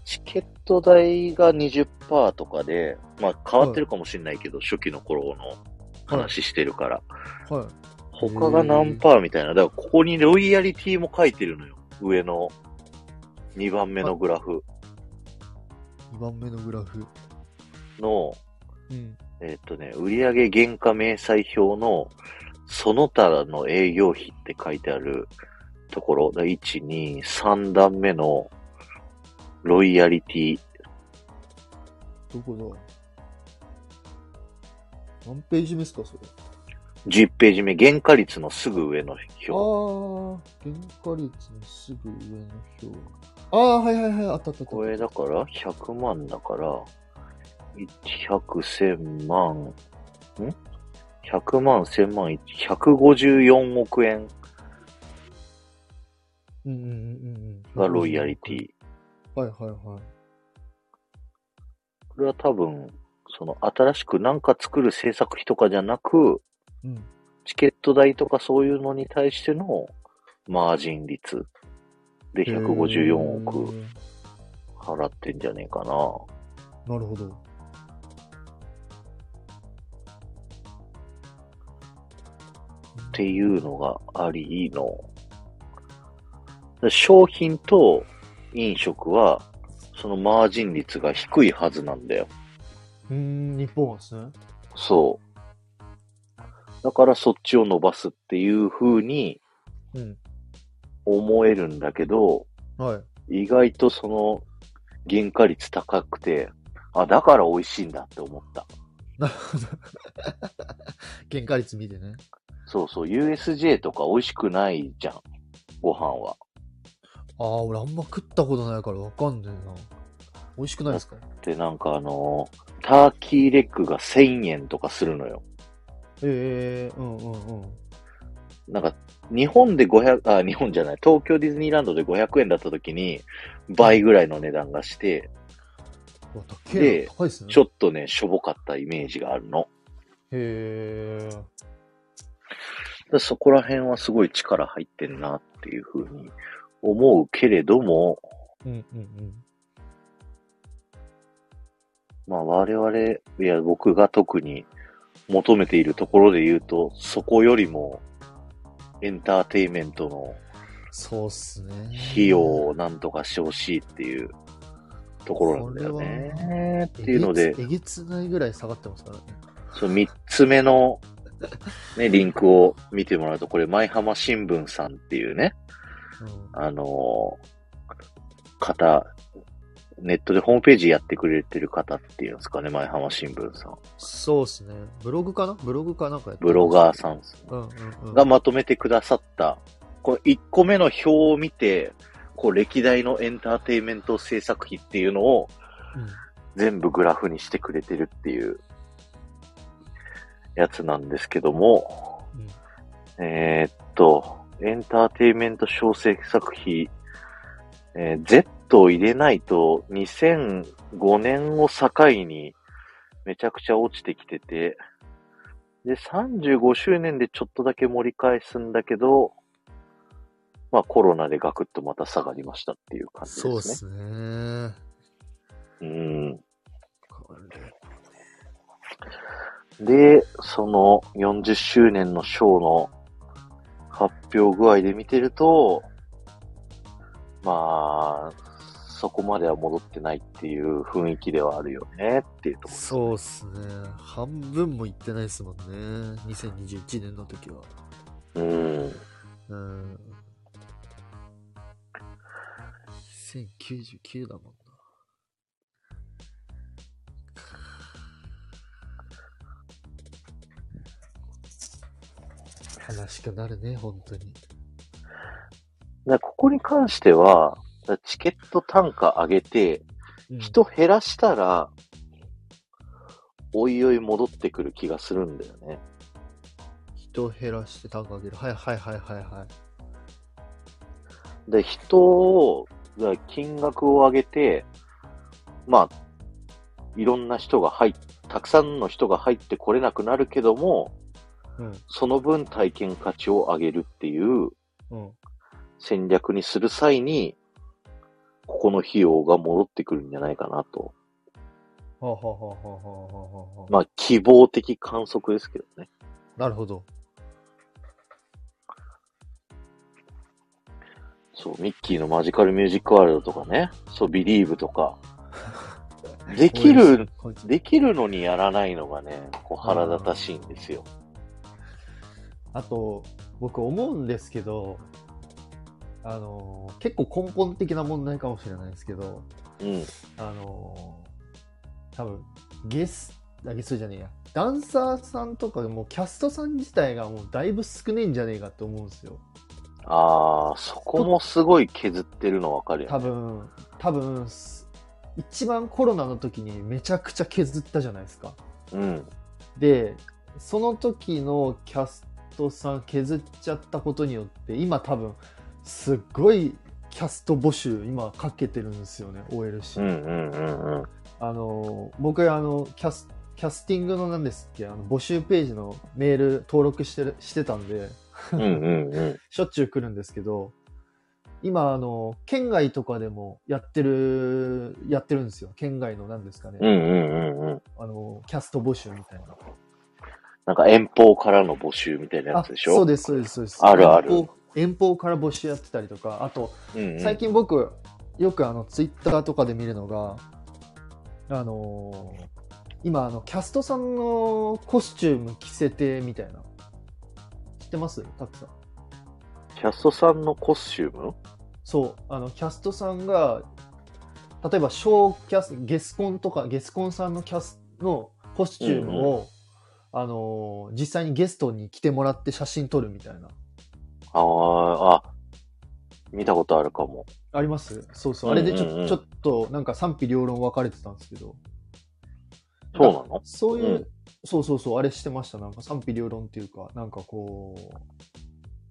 Speaker 1: チケット代が20%とかで、まあ変わってるかもしれないけど、初期の頃の話してるから。
Speaker 2: はい。
Speaker 1: 他が何パーみたいな。だからここにロイヤリティも書いてるのよ。上の2番目のグラフ
Speaker 2: 2番目のグラフ。
Speaker 1: の、
Speaker 2: うん。
Speaker 1: えっとね、売上原価明細表のその他の営業費って書いてあるところ、だ1、2、3段目のロイヤリティ。
Speaker 2: どこだ何ページ目ですか、それ。
Speaker 1: 10ページ目、原価率のすぐ上の
Speaker 2: あ
Speaker 1: 表。
Speaker 2: ー、原価率のすぐ上の表。あー、はいはいはい、あったあったあった。
Speaker 1: これだから、100万だから、100、千万、ん ?100 万、千万、154億円
Speaker 2: うんうんうんうん。
Speaker 1: がロイヤリティ。
Speaker 2: はいはいはい。
Speaker 1: これは多分、その新しくなんか作る制作費とかじゃなく、
Speaker 2: うん。
Speaker 1: チケット代とかそういうのに対してのマージン率で154
Speaker 2: へ
Speaker 1: 億
Speaker 2: ー
Speaker 1: 払ってんじゃねえかな。
Speaker 2: なるほど。
Speaker 1: っていうのがありの。で商品と飲食は、そのマージン率が低いはずなんだよ。
Speaker 2: うーん、日本はですね。
Speaker 1: そう。だからそっちを伸ばすっていう風に
Speaker 2: うん。
Speaker 1: 思えるんだけど、
Speaker 2: はい。
Speaker 1: 意外とその原価率高くて、あ、だから美味しいんだって思った。
Speaker 2: なるほど。原価率見てね。
Speaker 1: そうそう、USJ とか美味しくないじゃん。ご飯は。
Speaker 2: ああ、俺あんま食ったことないからわかんねえな。美味しくないですか
Speaker 1: で、なんかあのーターキーレッグが1000円とかするのよ。
Speaker 2: ええうんうんうん。
Speaker 1: なんか、日本で500、あ、日本じゃない、東京ディズニーランドで500円だった時に、倍ぐらいの値段がして、
Speaker 2: うわ、高い
Speaker 1: で
Speaker 2: な。高いですね。
Speaker 1: ちょっとね、しょぼかったイメージがあるの。
Speaker 2: へえ。
Speaker 1: でそこら辺はすごい力入ってんなっていうふうに思うけれども、
Speaker 2: うんうんうん。
Speaker 1: まあ我々、いや僕が特に求めているところで言うと、そこよりもエンターテインメントの
Speaker 2: そうっすね。
Speaker 1: 費用をなんとかしてほしいっていうところなんだよ
Speaker 2: こ
Speaker 1: ね。っ
Speaker 2: えげつ
Speaker 1: ていうので、
Speaker 2: えげつないぐらい下がってますからね。
Speaker 1: その3つ目の、ね、リンクを見てもらうと、これ、舞浜新聞さんっていうね、
Speaker 2: うん。
Speaker 1: あのー方、ネットでホームページやってくれてる方っていうんですかね、舞浜新聞さん。
Speaker 2: そうっすね。ブログかなブログかなんかやって
Speaker 1: ブロガーさんですね
Speaker 2: ー。うんうんうん。
Speaker 1: がまとめてくださった、これ1個目の表を見て、こう歴代のエンターテインメント制作費っていうのを
Speaker 2: うん
Speaker 1: 全部グラフにしてくれてるっていうやつなんですけども、
Speaker 2: うん
Speaker 1: えーっと、エンターテインメント小制作費、えー Z を入れないと2005年を境にめちゃくちゃ落ちてきてて、で、35周年でちょっとだけ盛り返すんだけど、まあコロナでガクッとまた下がりましたっていう感じですね。
Speaker 2: そうっすね。
Speaker 1: うん。
Speaker 2: これ
Speaker 1: で、その40周年のショーの発表具合で見てると、まあ、そこまでは戻ってないっていう雰囲気ではあるよねっていうとこ
Speaker 2: そうっすね。半分もいってないですもんね。2021年の時は。
Speaker 1: ろ。うん。
Speaker 2: うん。1099だもんな。悲しくなるね、本当に。
Speaker 1: だからここに関しては、だからチケット単価上げて、人減らしたら、おいおい戻ってくる気がするんだよね。
Speaker 2: 人減らして単価上げる。はいはいはいはいはい。
Speaker 1: で、人を、だから金額を上げて、まあ、いろんな人が入っ、たくさんの人が入ってこれなくなるけども、
Speaker 2: うん。
Speaker 1: その分体験価値を上げるっていう
Speaker 2: うん。
Speaker 1: 戦略にする際に、ここの費用が戻ってくるんじゃないかなと。
Speaker 2: はあ、はあはあはあはあはあはあ
Speaker 1: まあ、希望的観測ですけどね。
Speaker 2: なるほど。
Speaker 1: そう、ミッキーのマジカルミュージックワールドとかね、そう、ビリーブとか。できる、
Speaker 2: こいつ
Speaker 1: できるのにやらないのがね、こう腹立たしいんですよ。
Speaker 2: あと、僕思うんですけど、あのー結構根本的な問題かもしれないですけど、
Speaker 1: うん。
Speaker 2: あのー多分ゲスあゲストじゃねえやダンサーさんとかもうキャストさん自体がもうだいぶ少ねえんじゃねえかと思うんですよ
Speaker 1: ああ、そこもすごい削ってるのわかるよ、
Speaker 2: 多
Speaker 1: ね。
Speaker 2: 分多分す一番コロナの時にめちゃくちゃ削ったじゃないですか
Speaker 1: うん。
Speaker 2: でその時のキャストさん削っちゃったことによって今多分すっごいキャスト募集今かけてるんですよね OLC、
Speaker 1: うんうんうんうん。
Speaker 2: あの僕あのキャスキャスティングの何ですっけあの募集ページのメール登録してるしてたんで
Speaker 1: うんうんうん。
Speaker 2: しょっちゅう来るんですけど今あの県外とかでもやってるやってるんですよ県外の何ですかね、
Speaker 1: うんうんうんうん。
Speaker 2: あのキャスト募集みたいな
Speaker 1: なんか遠方からの募集みたいなやつでしょ
Speaker 2: そうですそうですそうです
Speaker 1: あるある
Speaker 2: 遠方遠方から募集やってたりとかあと
Speaker 1: うんうん、
Speaker 2: 最近僕、よくあのツイッターとかで見るのがあのー今あのキャストさんのコスチューム着せてみたいな知ってますたくさん
Speaker 1: キャストさんのコスチューム
Speaker 2: そうあのキャストさんが例えばショーキャスゲスコンとかゲスコンさんのキャスのコスチュームを、あのー実際にゲストに着てもらって写真撮るみたいな
Speaker 1: ああ、あ、見たことあるかも。
Speaker 2: ありますそうそうあれでちょ,、
Speaker 1: うんうんうん
Speaker 2: ちょっとなんか賛否両論分かれてたんですけど
Speaker 1: そうなの
Speaker 2: そういう、
Speaker 1: うん
Speaker 2: そうそうそう、あれしてました。なんか賛否両論っていうか、なんかこう、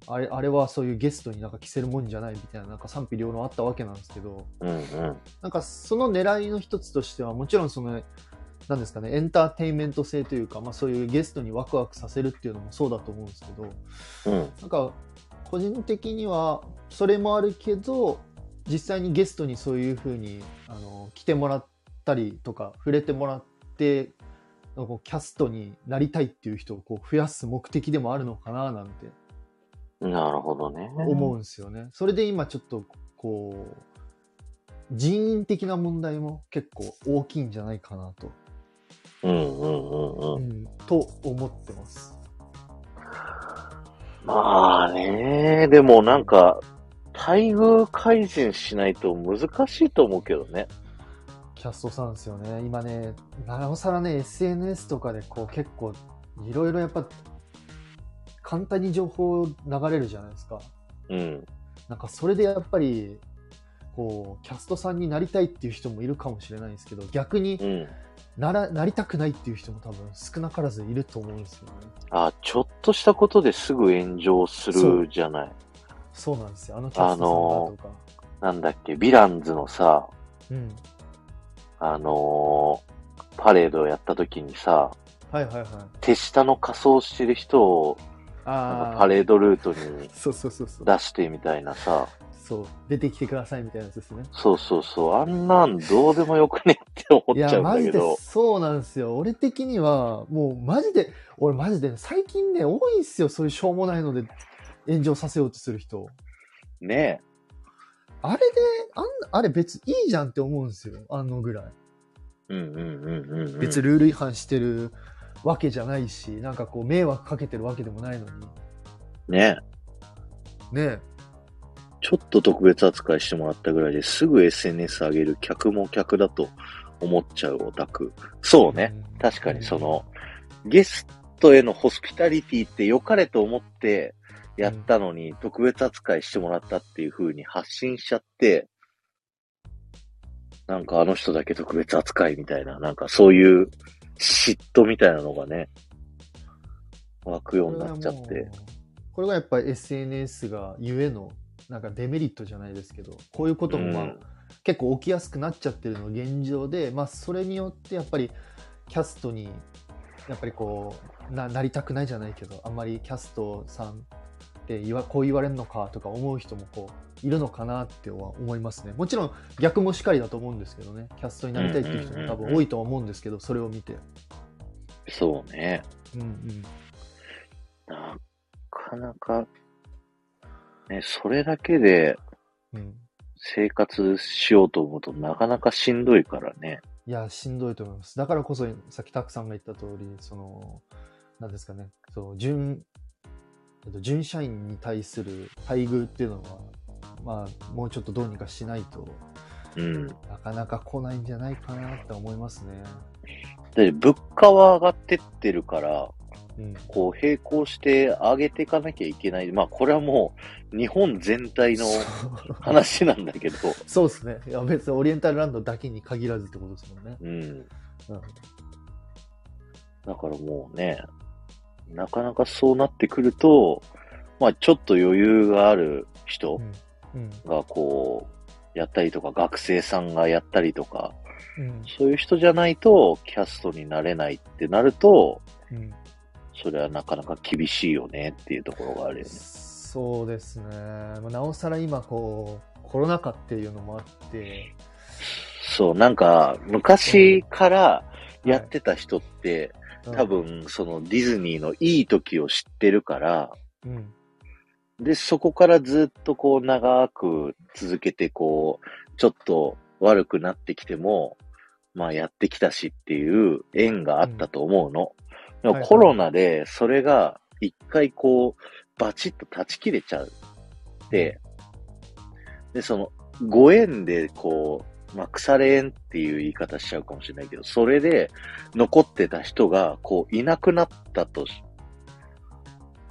Speaker 2: あれあれはそういうゲストになんか着せるもんじゃないみたいな、なんか賛否両論あったわけなんですけど、
Speaker 1: うんうん。
Speaker 2: なんかその狙いの一つとしては、もちろんその、なんですかね、エンターテインメント性というか、まあそういうゲストにワクワクさせるっていうのもそうだと思うんですけど、
Speaker 1: うん。
Speaker 2: なんか個人的にはそれもあるけど実際にゲストにそういうふうにあの来てもらったりとか触れてもらってなんかこうキャストになりたいっていう人をこう増やす目的でもあるのかななんて
Speaker 1: なるほどね。
Speaker 2: 思うんですよね。それで今ちょっとこう人員的な問題も結構大きいんじゃないかなと、
Speaker 1: うんうんうん
Speaker 2: う
Speaker 1: うん。
Speaker 2: ん、と思ってます。
Speaker 1: まあね、でもなんか、待遇改善しないと難しいと思うけどね。
Speaker 2: キャストさんですよね。今ね、なおさらね、SNS とかでこう結構、いろいろやっぱ、簡単に情報流れるじゃないですか。
Speaker 1: うん。
Speaker 2: なんかそれでやっぱり、こう、キャストさんになりたいっていう人もいるかもしれないですけど、逆に
Speaker 1: うん。
Speaker 2: ならなりたくないっていう人も多分少なからずいると思うんですよね。
Speaker 1: あ、ちょっとしたことですぐ炎上す
Speaker 2: そう
Speaker 1: るじゃない。
Speaker 2: そうなんですよ。あのキャストさんだとか。
Speaker 1: なんだっけ、ヴィランズのさ、
Speaker 2: うん。
Speaker 1: あのーパレードをやった時にさ、
Speaker 2: はいはいはい。
Speaker 1: 手下の仮装してる人をなん
Speaker 2: あ
Speaker 1: か
Speaker 2: あ。
Speaker 1: パレードルートに
Speaker 2: そうそうそうそう。
Speaker 1: 出してみたいなさ、
Speaker 2: そう。出てきてくださいみたいなやつですね。
Speaker 1: そうそうそう、あんなんどうでもよくねって思っ
Speaker 2: い
Speaker 1: ちゃ
Speaker 2: や、
Speaker 1: うん
Speaker 2: マ
Speaker 1: だ
Speaker 2: ジ
Speaker 1: け
Speaker 2: で
Speaker 1: ど、
Speaker 2: そうなんですよ。俺的には、もうマジで、俺マジで、最近ね、多いんすよ。そういうしょうもないので炎上させようとする人。
Speaker 1: ね
Speaker 2: あれで、あんあれ別いいじゃんって思うんですよ。あのぐらい。
Speaker 1: え。うんうんうんうん、うん。
Speaker 2: 別ルール違反してるわけじゃないし、なんかこう迷惑かけてるわけでもないのに。
Speaker 1: ねえ。
Speaker 2: ね
Speaker 1: ちょっと特別扱いしてもらったぐらいですぐ SNS 上げる客も客だと思っちゃうオタク。そうね。。確かにその、ゲストへのホスピタリティって良かれと思ってやったのに、特別扱いしてもらったっていう風に発信しちゃって、なんかあの人だけ特別扱いみたいな、なんかそういう嫉妬みたいなのがね、湧くようになっちゃっ
Speaker 2: これ
Speaker 1: て
Speaker 2: はも。う。これがやっぱり SNS がゆえの、なんかデメリットじゃないですけど、こういうこともまあ、
Speaker 1: うん
Speaker 2: 結構起きやすくなっちゃってるのが現状で、まあ、それによってやっぱりキャストにやっぱりこうななりたくないじゃないけどあんまりキャストさんって言わこう言われるのかとか思う人もこういるのかなっては思いますねもちろん逆もしかりだと思うんですけどねキャストになりたいっていう人も多分多いとは思うんですけどそれを見て、
Speaker 1: そうね。
Speaker 2: うんうん、
Speaker 1: なかなか、ね、それだけで
Speaker 2: うん、
Speaker 1: 生活しようと思うとなかなかしんどいからね。
Speaker 2: いやしんどいと思いますだからこそさっきたくさんが言った通りそのなんですかねその準えっと準社員に対する待遇っていうのはまあもうちょっとどうにかしないと
Speaker 1: うん。
Speaker 2: なかなか来ないんじゃないかなって思いますね。
Speaker 1: で、物価は上がってってるから、
Speaker 2: うん、
Speaker 1: こう、並行して上げていかなきゃいけない。まあ、これはもう、日本全体の
Speaker 2: そう
Speaker 1: 話なんだけど、
Speaker 2: そうですね。いや別にオリエンタルランドだけに限らずってことですもんね。
Speaker 1: うん。だ
Speaker 2: うん
Speaker 1: からもうね、なかなかそうなってくると、まあ、ちょっと余裕がある人
Speaker 2: うん
Speaker 1: がこう、やったりとか、学生さんがやったりとか、
Speaker 2: うん
Speaker 1: そういう人じゃないと、キャストになれないってなると、
Speaker 2: うん
Speaker 1: それはなかなか厳しいよねっていうところがあるよね。
Speaker 2: そうですね。まあなおさら今こうコロナ禍っていうのもあって、
Speaker 1: そう、なんか、昔からやってた人って、
Speaker 2: うん
Speaker 1: 多、分、そのディズニーのいい時を知ってるから、
Speaker 2: うん、
Speaker 1: で、そこからずっとこう長く続けて、こう、ちょっと悪くなってきても、まあやってきたしっていう縁があったと思うの。
Speaker 2: ん
Speaker 1: で
Speaker 2: はいは
Speaker 1: も
Speaker 2: い
Speaker 1: コロナでそれが一回こう、バチッと断ち切れちゃう。で、で、その、ご縁でこう、まあ、腐れ縁っていう言い方しちゃうかもしれないけど、それで残ってた人が、こう、いなくなったとし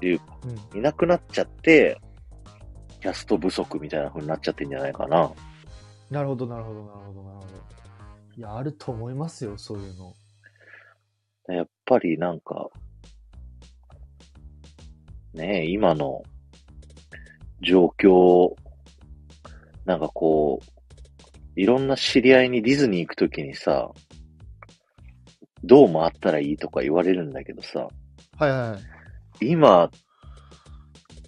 Speaker 2: うん、
Speaker 1: いなくなっちゃって、キャスト不足みたいな風になっちゃってんじゃないかな。
Speaker 2: なるほどなるほどなるほどなるほど。いやあると思いますよそういうの。
Speaker 1: やっぱりなんか、ねえ、今の状況、なんかこう、いろんな知り合いにディズニー行くときにさ、どう回ったらいいとか言われるんだけどさ、
Speaker 2: はいはい。
Speaker 1: 今、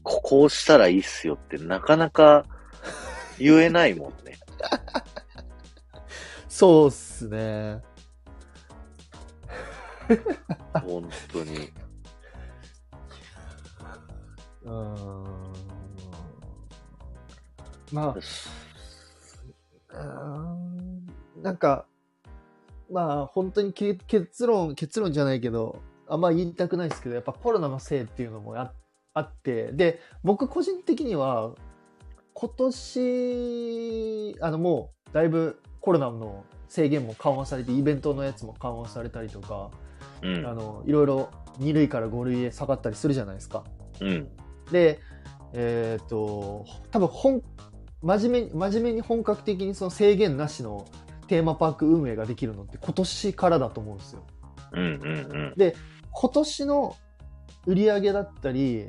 Speaker 1: ここをしたらいいっすよってなかなか言えないもんね。
Speaker 2: そうっすね。
Speaker 1: 本当に。
Speaker 2: うーん。まあ、うーんなんか、まあ本当にけ結論、結論じゃないけど、あんま言いたくないですけど、やっぱコロナのせいっていうのもああって、で、僕個人的には、今年、あのもうだいぶコロナの制限も緩和されて、イベントのやつも緩和されたりとか、
Speaker 1: うん
Speaker 2: あ。のいろいろ2類から5類へ下がったりするじゃないですか。
Speaker 1: うん。
Speaker 2: で、えっ、と、多分本、真面目に、真面目に本格的にその制限なしのテーマパーク運営ができるのって今年からだと思うんですよ。
Speaker 1: うんうん
Speaker 2: 今年の売り上げだったり、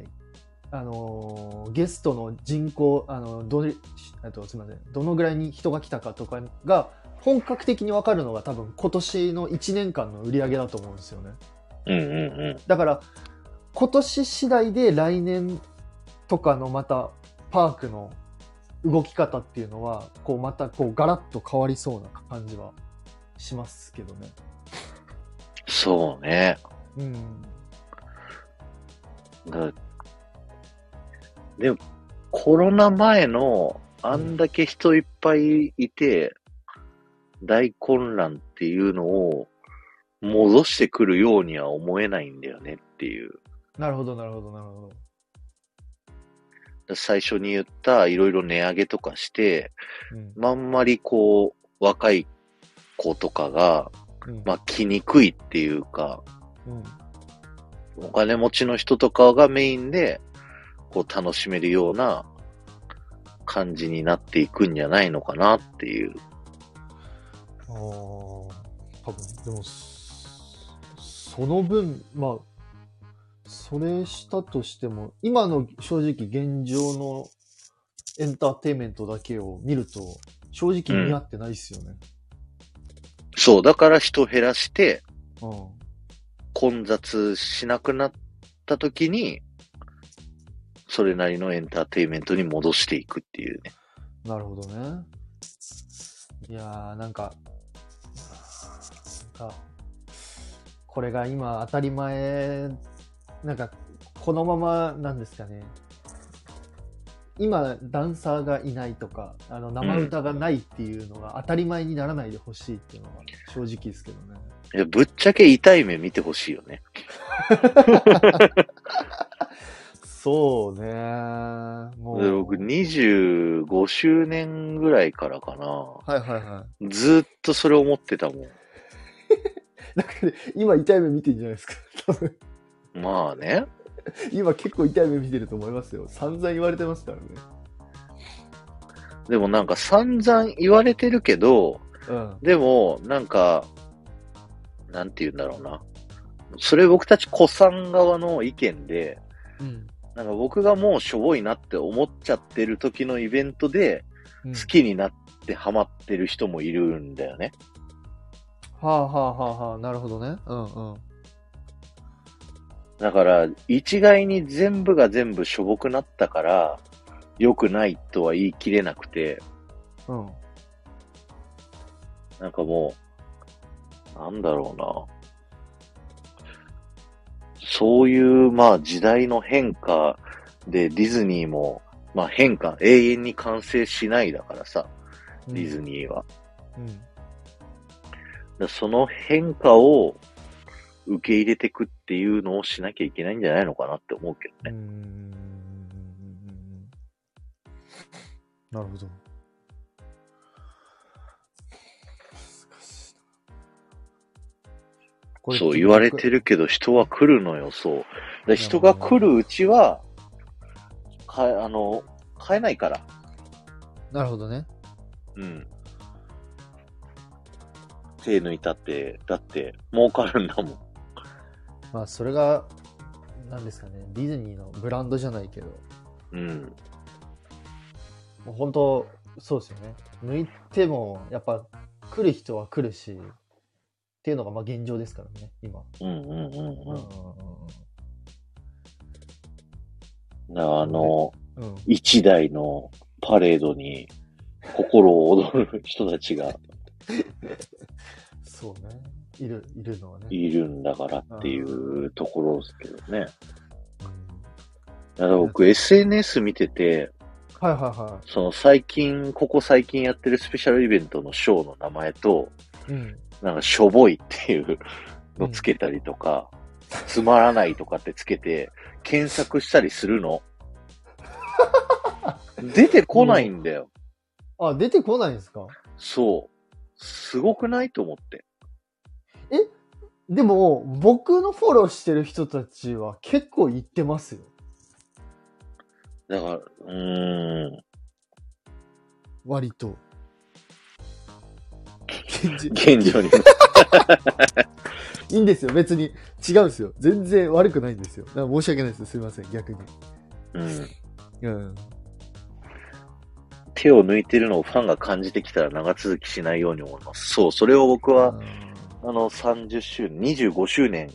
Speaker 2: あのーゲストの人口、あのどれえっとすみません、どのぐらいに人が来たかとかが本格的に分かるのが多分今年の1年間の売り上げだと思うんですよね。
Speaker 1: うん。うんうんうん。
Speaker 2: だから今年次第で来年とかのまたパークの動き方っていうのはこうまたこうガラッと変わりそうな感じはしますけどね。
Speaker 1: そうね。
Speaker 2: うん、
Speaker 1: だでも、コロナ前の、あんだけ人いっぱいいて、大混乱っていうのを、戻してくるようには思えないんだよねっていう。
Speaker 2: なるほどなるほどなるほど。
Speaker 1: 最初に言った、いろいろ値上げとかして、
Speaker 2: うん
Speaker 1: まああんまりこう、若い子とかが、
Speaker 2: うん
Speaker 1: まあ、来にくいっていうか、
Speaker 2: うん
Speaker 1: お金持ちの人とかがメインで、こう楽しめるような感じになっていくんじゃないのかなっていう。
Speaker 2: ああ、多分でも、そその分、まあ、それしたとしても、今の正直現状のエンターテインメントだけを見ると、正直似合ってないですよね。
Speaker 1: そう、だから人減らして
Speaker 2: うん。
Speaker 1: 混雑しなくなった時に、それなりのエンターテインメントに戻していくっていうね。
Speaker 2: なるほどね。いやー、なんか、なんか、これが今当たり前、なんか、このままなんですかね。今、ダンサーがいないとか、あの生歌がないっていうのが当たり前にならないでほしいっていうのが正直ですけどね。
Speaker 1: いやぶっちゃけ痛い目見てほしいよね。
Speaker 2: そうね。も
Speaker 1: で僕、25周年ぐらいからかな。
Speaker 2: はいはいは
Speaker 1: ずっとそれ思ってたもん。
Speaker 2: い。だから、今痛い目見てるんじゃないですか。多分
Speaker 1: まあね。
Speaker 2: 今結構痛い目見てると思いますよ。散々言われてますからね。
Speaker 1: でもなんか散々言われてるけど、
Speaker 2: うん。
Speaker 1: でも、なんか、なんて言うんだろうな。それ僕たち子さん側の意見で、
Speaker 2: うん。
Speaker 1: なんか僕がもうしょぼいなって思っちゃってる時のイベントで、
Speaker 2: うん
Speaker 1: 好きになってハマってる人もいるんだよね。
Speaker 2: はあはあはあはあ、なるほどね。うんうん。
Speaker 1: だから、一概に全部が全部しょぼくなったから、良くないとは言い切れなくて、
Speaker 2: うん。
Speaker 1: なんかもう、なんだろうな。そういう、まあ時代の変化でディズニーも、まあ変化、永遠に完成しないだからさ、
Speaker 2: うん
Speaker 1: ディズニーは。
Speaker 2: うん。
Speaker 1: だその変化を受け入れてくっていうのをしなきゃいけないんじゃないのかなって思うけど
Speaker 2: うー
Speaker 1: ね。
Speaker 2: んなるほど。難しいなこ
Speaker 1: そう言われて
Speaker 2: る。
Speaker 1: るけど人は来るのよ、そう。で人が来るうちは、かえ、あの、変えないから。
Speaker 2: なるほどね。
Speaker 1: うん。手抜いたって、だって、儲かるんだもん。
Speaker 2: まあ、それが、なんですかね、ディズニーのブランドじゃないけど、
Speaker 1: うん。
Speaker 2: もう本当、そうですよね。抜いても、やっぱ、来る人は来るし、っていうのがまあ現状ですからね、今。
Speaker 1: うんうんうん
Speaker 2: う
Speaker 1: うんん。だからあの、
Speaker 2: うんうん。
Speaker 1: 一台のパレードに心を踊る人たちが
Speaker 2: そうね。いる、いるのはね。
Speaker 1: いるんだからっていうところですけどね。
Speaker 2: う
Speaker 1: だ
Speaker 2: ん
Speaker 1: から僕 SNS 見てて、
Speaker 2: はいはいは
Speaker 1: その最近、ここ最近やってるスペシャルイベントのショーの名前と、
Speaker 2: い。うん。
Speaker 1: なんかしょぼいっていうのつけたりとか、つまらないとかってつけて、検索したりするの。出てこないんだよ。
Speaker 2: あ、出てこないんですか
Speaker 1: そう。すごくないと思って。
Speaker 2: でも、僕のフォローしてる人たちは結構行ってますよ。
Speaker 1: だから、うーん。
Speaker 2: 割と。全然
Speaker 1: 現状に。
Speaker 2: いいんですよ、別に。違うんですよ。全然悪くないんですよ。だから申し訳ないです。すいません、逆に。
Speaker 1: うん。
Speaker 2: うん。
Speaker 1: 手を抜いてるのをファンが感じてきたら長続きしないように思います。そう、それを僕は、あの、30周年、25周年、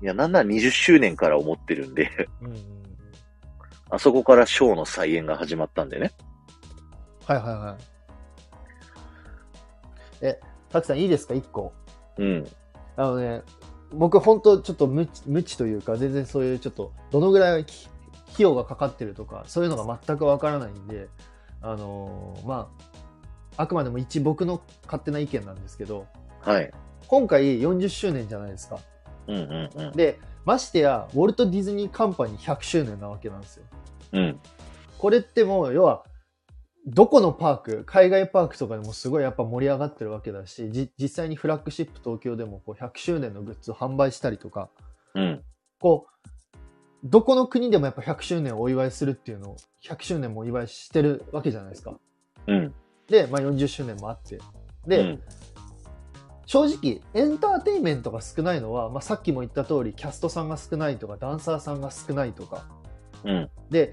Speaker 1: いや、なんなら20周年から思ってるんで、
Speaker 2: うん。
Speaker 1: あそこからショーの再演が始まったんでね。
Speaker 2: はいはいはい。え、たくさんいいですか、1個。
Speaker 1: うん。
Speaker 2: あのね、僕本当ちょっと無知無知というか、全然そういうちょっと、どのぐらいき費用がかかってるとか、そういうのが全くわからないんで、あのーまあ、あくまでも一僕の勝手な意見なんですけど、
Speaker 1: はい。
Speaker 2: 今回40周年じゃないですか。
Speaker 1: うんうんうん。
Speaker 2: で、ましてや、ウォルト・ディズニー・カンパニー100周年なわけなんですよ。
Speaker 1: うん。
Speaker 2: これってもう、要は、どこのパーク、海外パークとかでもすごいやっぱ盛り上がってるわけだし、じ実際にフラッグシップ東京でもこう100周年のグッズを販売したりとか、
Speaker 1: うん。
Speaker 2: こう、どこの国でもやっぱ100周年をお祝いするっていうのを、100周年もお祝いしてるわけじゃないですか。
Speaker 1: うん。
Speaker 2: で、まあ40周年もあって。で、
Speaker 1: うん、
Speaker 2: 正直、エンターテインメントが少ないのは、まあさっきも言った通り、キャストさんが少ないとか、ダンサーさんが少ないとか。
Speaker 1: うん。
Speaker 2: で、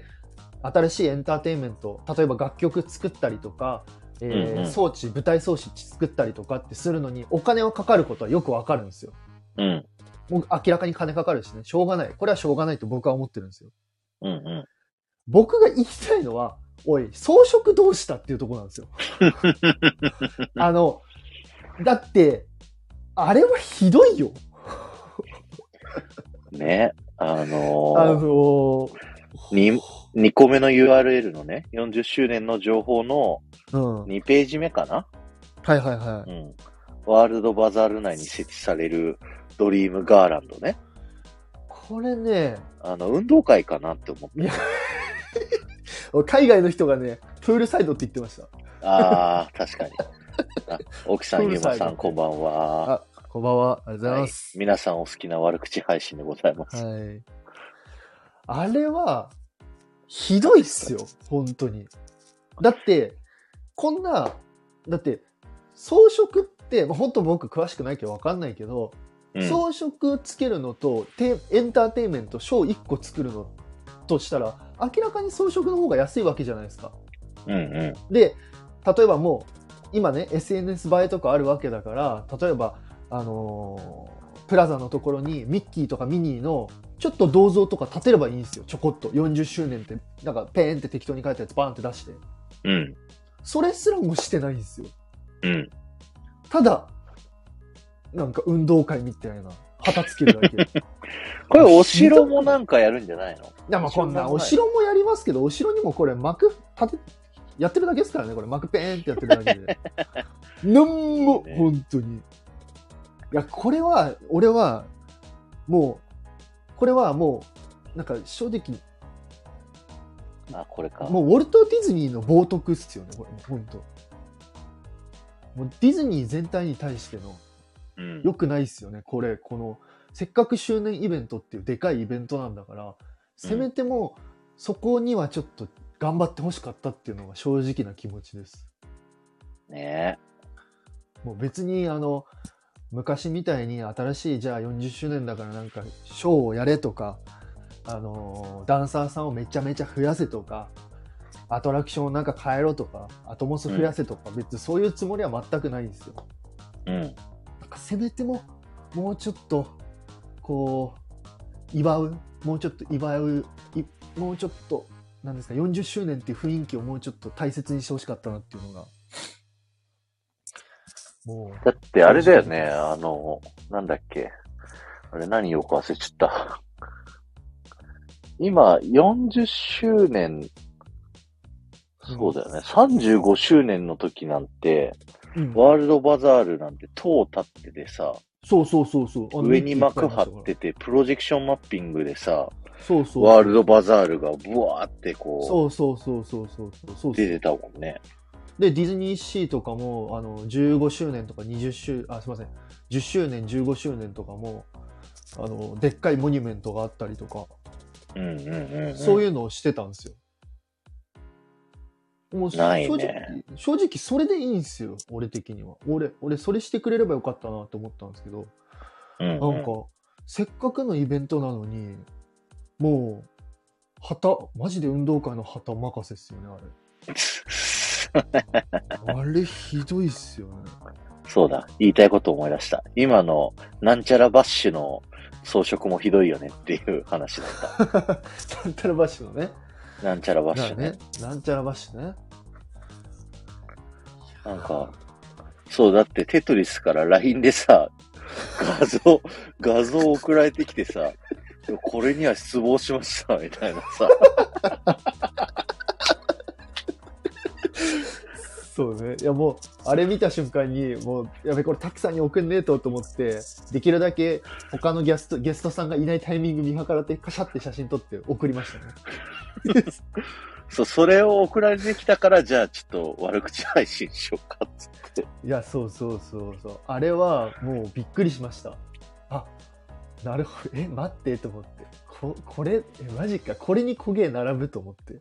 Speaker 2: 新しいエンターテインメント、例えば楽曲作ったりとか、えー
Speaker 1: うんうん
Speaker 2: 装置、舞台装置作ったりとかってするのに、お金はかかることはよくわかるんですよ。
Speaker 1: うん。
Speaker 2: もう明らかに金かかるしね、しょうがない。これはしょうがないと僕は思ってるんですよ。
Speaker 1: うん。うん。
Speaker 2: 僕が言いたいのは、おい、装飾どうしたっていうところなんで すよ。あの、だって、あれはひどいよ。
Speaker 1: ね。あの
Speaker 2: あ
Speaker 1: ー、
Speaker 2: の
Speaker 1: に2個目の URL のね、40周年の情報の
Speaker 2: うん。はい
Speaker 1: 2ページ目かな
Speaker 2: はいは
Speaker 1: う
Speaker 2: い。
Speaker 1: ん。ワールドバザール内に設置されるドリームガーランドね。
Speaker 2: ここれね、
Speaker 1: あの、運動会かなって思っ
Speaker 2: いや海外の人がね、プールサイドって言ってました。
Speaker 1: た。ああ、確かに。あ奥さん、
Speaker 2: プー
Speaker 1: ゆ
Speaker 2: ル
Speaker 1: う
Speaker 2: サイド
Speaker 1: まさん、こんばんは。
Speaker 2: あ、こんばんは。ありがとうございます。
Speaker 1: 皆さんお好きな悪口配信でございます。
Speaker 2: はい。あれは、ひどいっすよ。本当に。だって、こんな、だって、装飾って、まあ、本当僕詳しくないけどわかんないけど、
Speaker 1: うん、
Speaker 2: 装飾つけるのとテエンターテインメントショー1個作るのとしたら明らかに装飾の方が安いわけじゃないですか。
Speaker 1: うん、うん。
Speaker 2: で例えばもう今ね SNS 映えとかあるわけだから例えば、あのープラザのところにミッキーとかミニーのちょっと銅像とか建てればいいんですよちょこっと40周年ってなんかペーンって適当に書いたやつバーンって出して
Speaker 1: うん、
Speaker 2: それすらもしてないんですよ
Speaker 1: うん。
Speaker 2: ただなんか運動会みたいな旗つけるだけ
Speaker 1: これ、お城もなんかやるんじゃないの
Speaker 2: いやまあこんなお
Speaker 1: お城
Speaker 2: 城もやりますけどお城にもこれ幕立てやってるだけですからねこれ幕ペーンってやってるだけでなんも
Speaker 1: いいね
Speaker 2: 本当にいやこれは俺はもうこれはもうなんか正直
Speaker 1: あ、これか。
Speaker 2: もうウォルト・ディズニーの冒涜っすよねこれ本当もうディズニー全体に対しての
Speaker 1: うん、
Speaker 2: 良くないっすよねこれこのせっかく周年イベントっていうでかいイベントなんだからせめてもそこにはちょっと頑張ってほしかったっていうのが正直な気持ちです
Speaker 1: ね
Speaker 2: もう別にあの昔みたいに新しいじゃあ40周年だからなんかショーをやれとかあのダンサーさんをめちゃめちゃ増やせとかアトラクションをなんか変えろとかアトモス増やせとか、別にそういうつもりは全くないんですよ
Speaker 1: うん。
Speaker 2: なんかせめてももうちょっとこう祝うもうちょっと祝ういもうちょっとなんですか40周年っていう雰囲気をもうちょっと大切にしてほしかったなっていうのがもう
Speaker 1: だって、あれだよね、あの、なんだっけ。あれ、何よく忘れちゃった。今、40周年、そうだよね。35周年の時なんて、
Speaker 2: うん
Speaker 1: ワールドバザールなんて塔立っててさ、
Speaker 2: そうそうそうそうあの
Speaker 1: 上に幕
Speaker 2: ミッキー
Speaker 1: 張
Speaker 2: いぱいいま
Speaker 1: って
Speaker 2: した
Speaker 1: て、プロジェクションマッピングでさ、
Speaker 2: からそうそう
Speaker 1: ワールドバザールがブワーってこ
Speaker 2: そうそうそうそうそうそうそう
Speaker 1: う、出てたもんね。
Speaker 2: で、ディズニーシーとかも、あの、15周年とか20周、あ、すいません、10周年、15周年とかも、あの、でっかいモニュメントがあったりとか、
Speaker 1: うんうんうん、うん。
Speaker 2: そう
Speaker 1: う。
Speaker 2: いうのをしてたんですよ。もう、
Speaker 1: ない
Speaker 2: 正
Speaker 1: ね
Speaker 2: 直、正直それでいいんですよ、俺的には。俺、俺、それしてくれればよかったなって思ったんですけど、
Speaker 1: うん
Speaker 2: なんか、せっかくのイベントなのに、もう、旗、マジで運動会の旗任せっすよね、あれ。あれ、ひどいっすよね。
Speaker 1: そうだ。言いたいことを思い出した。今の、なんちゃらバッシュの装飾もひどいよねっていう話だっ
Speaker 2: なんちゃらバッシュのね。
Speaker 1: た。なんちゃらバッシュね。
Speaker 2: なんちゃらバッシュね。
Speaker 1: なんか、そう、だってテトリスから LINE でさ、画像、画像送られてきてさ、いやこれには失望しました、みたいなさ。
Speaker 2: そうね。いやもう、あれ見た瞬間に、もう、やべ、これたくさんに送んねえとと思って、できるだけ他のゲスト、ゲストさんがいないタイミング見計らって、カシャって写真撮って送りましたね。
Speaker 1: そう、それを送られてきたから、じゃあちょっと悪口配信しようかっつって。
Speaker 2: いや、そうそうそうそう。あれは、もうびっくりしました。あ、なるほど。え、待って、と思って。こ、これ、え、マジか。これに焦げ並ぶと思って。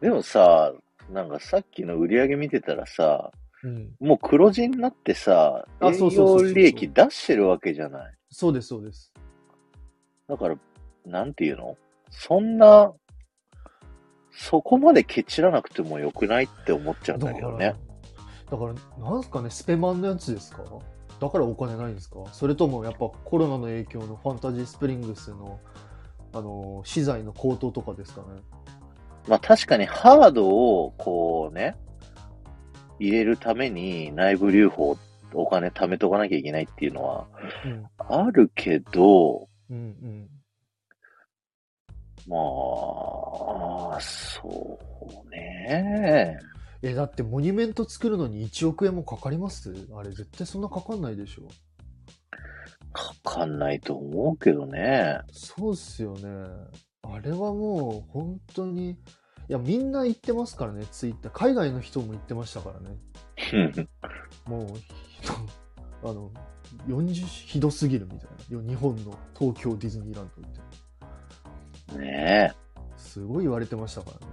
Speaker 1: でもさ、なんかさっきの売り上げ見てたらさ、
Speaker 2: うん。
Speaker 1: もう黒字になってさ、
Speaker 2: あそ
Speaker 1: 営
Speaker 2: うそうそ
Speaker 1: 業
Speaker 2: うそう
Speaker 1: 利益出してるわけじゃない。
Speaker 2: そうです、そうです。
Speaker 1: だから、なんていうのそんな、そこまでケチらなくてもよくないって思っちゃうんだけどね。
Speaker 2: だから。だから、なんすかね、スペマンのやつですかだからお金ないんですかそれともやっぱコロナの影響のファンタジースプリングスの、あのー資材の高騰とかですかね。
Speaker 1: まあ確かにハードをこうね、入れるために内部留保、お金貯めとかなきゃいけないっていうのはあるけど、
Speaker 2: うん。うん
Speaker 1: まあ、そうね。
Speaker 2: うん。え、だってモニュメント作るのに1億円もかかりますあれ絶対そんなかかんないでしょ。
Speaker 1: かかんないと思うけどね。
Speaker 2: そうっすよね。あれはもう本当に、いや、みんな行ってますからね、ツイッター。海外の人も行ってましたからね。もう、ひ どあの、40、ひどすぎるみたいな。よ日本の東京ディズニーランドみたい
Speaker 1: ね
Speaker 2: な。すごい言われてましたからね。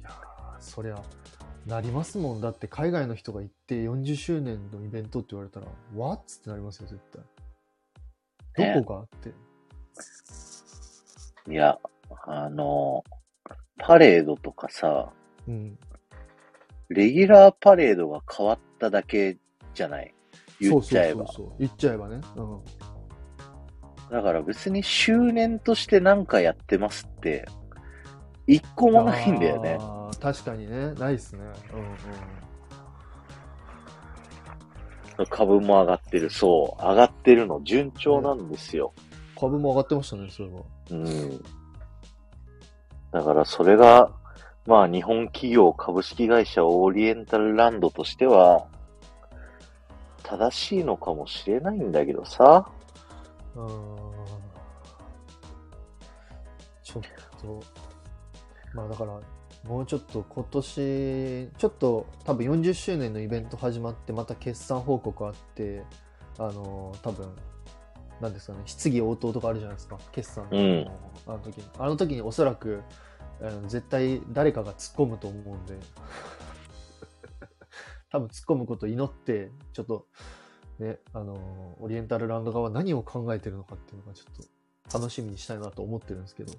Speaker 2: いやーそりゃ、なりますもん。だって海外の人が行って40周年のイベントって言われたら、わっつってなりますよ、絶対。
Speaker 1: ね
Speaker 2: どこかって。
Speaker 1: え。いや、あの、パレードとかさ、
Speaker 2: うん。
Speaker 1: レギュラーパレードが変わっただけじゃない。言っちゃえば。
Speaker 2: そうそうそうそう言っちゃえばね。うん。
Speaker 1: だから別に周年として何かやってますって、一個もないんだよね。
Speaker 2: あー。確かにね、ないっすね。うんうん。
Speaker 1: 株も上がってる。そう。上がってるの。順調なんですよ。
Speaker 2: 株も上がってましたね、それは。
Speaker 1: うん。だからそれが、まあ日本企業株式会社オリエンタルランドとしては、正しいのかもしれないんだけどさ。
Speaker 2: うーん。ちょっと、まあだから、もうちょっと今年、ちょっと多分40周年のイベント始まって、また決算報告あって、あの、多分、なんですかね、質疑応答とかあるじゃないですか、決算の、
Speaker 1: うん
Speaker 2: あの時に。あの時におそらく、あの絶対誰かが突っ込むと思う んで、多分突っ込むことを祈って、ちょっと、ね、あのーオリエンタルランド側は何を考えてるのかっていうのがちょっと楽しみにしたいなと思ってるんですけど。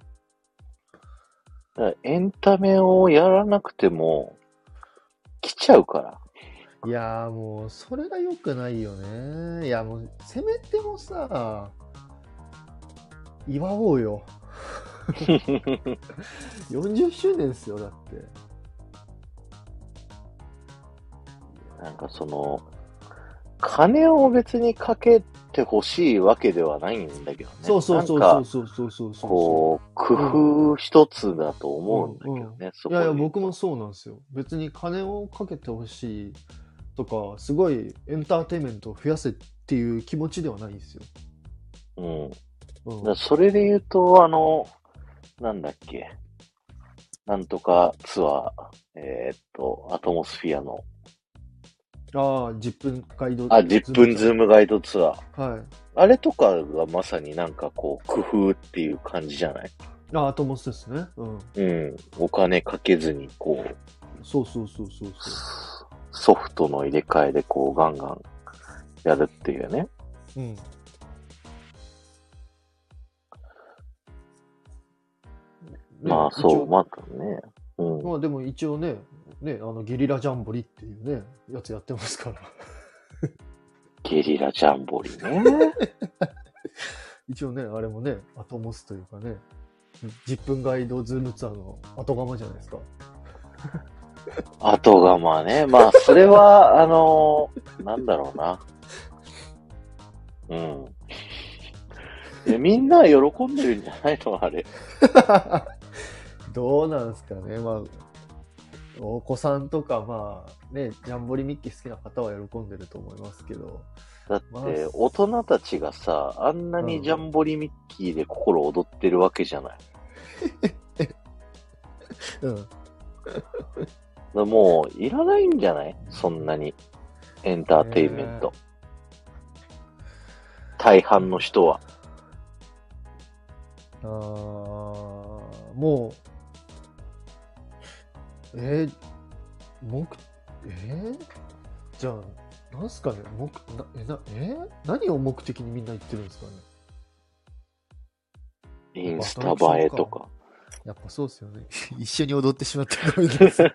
Speaker 1: だからエンタメをやらなくても、来ちゃうから。
Speaker 2: いやーもう、それが良くないよね。いやもう、せめてもさ、祝おうよ。40周年ですよ、だって。
Speaker 1: なんかその、金を別にかけてほしいわけではないんだけどね。
Speaker 2: そうそうそうそうそうそうそうそう。
Speaker 1: こう、工夫一つだと思うんだけどね、そ
Speaker 2: い
Speaker 1: こに
Speaker 2: やいや、僕もそうなんですよ。別に金をかけてほしいとか、すごいエンターテインメントを増やせっていう気持ちではないんですよ。
Speaker 1: うん。だ
Speaker 2: うん
Speaker 1: からそれで言うと、あの、なんだっけ。なんとかツアー、えーっと、アトモスフィアの、
Speaker 2: ああ、10分ガイド。
Speaker 1: あ、10分ズームガイドツアー。
Speaker 2: はい。
Speaker 1: あれとかがまさになんかこう、工夫っていう感じじゃない
Speaker 2: ああ、トモスですね。うん。
Speaker 1: うん。お金かけずに、こう、
Speaker 2: そうそうそう そうそ
Speaker 1: ソフトの入れ替えでこうガンガンやるっていうね。
Speaker 2: う。うん。
Speaker 1: まあ
Speaker 2: ね
Speaker 1: そう、
Speaker 2: 一応
Speaker 1: またね。うん。
Speaker 2: まあでも一応ね、ね、あのゲリラジャンボリっていうね、やつやってますから。
Speaker 1: ゲリラジャンボリね。
Speaker 2: 一応ね、あれもね、後モスというかね、10分ガイドズームツアーの後釜じゃないですか。
Speaker 1: あとがまあね、まあそれは、 あのーなんだろうな。うん。いやみんな喜んでるんじゃないのあれ。
Speaker 2: どうなんですかね、まあ、お子さんとか、まあ、ね、ジャンボリミッキー好きな方は喜んでると思いますけど、
Speaker 1: だって
Speaker 2: まあ、
Speaker 1: 大人たちがさ、あんなにジャンボリミッキーで心躍ってるわけじゃない。だか
Speaker 2: うん、
Speaker 1: らもう、いらないんじゃないそんなに。エンターテインメント。大半の人は。
Speaker 2: あーもう、えー、目、えー、じゃあ、なんすかね、目、な、え、な、えー何を目的にみんな言ってるんですかね。
Speaker 1: インスタ映えとか。
Speaker 2: やっぱそうですよね。 一緒に踊ってしまったごめんなさい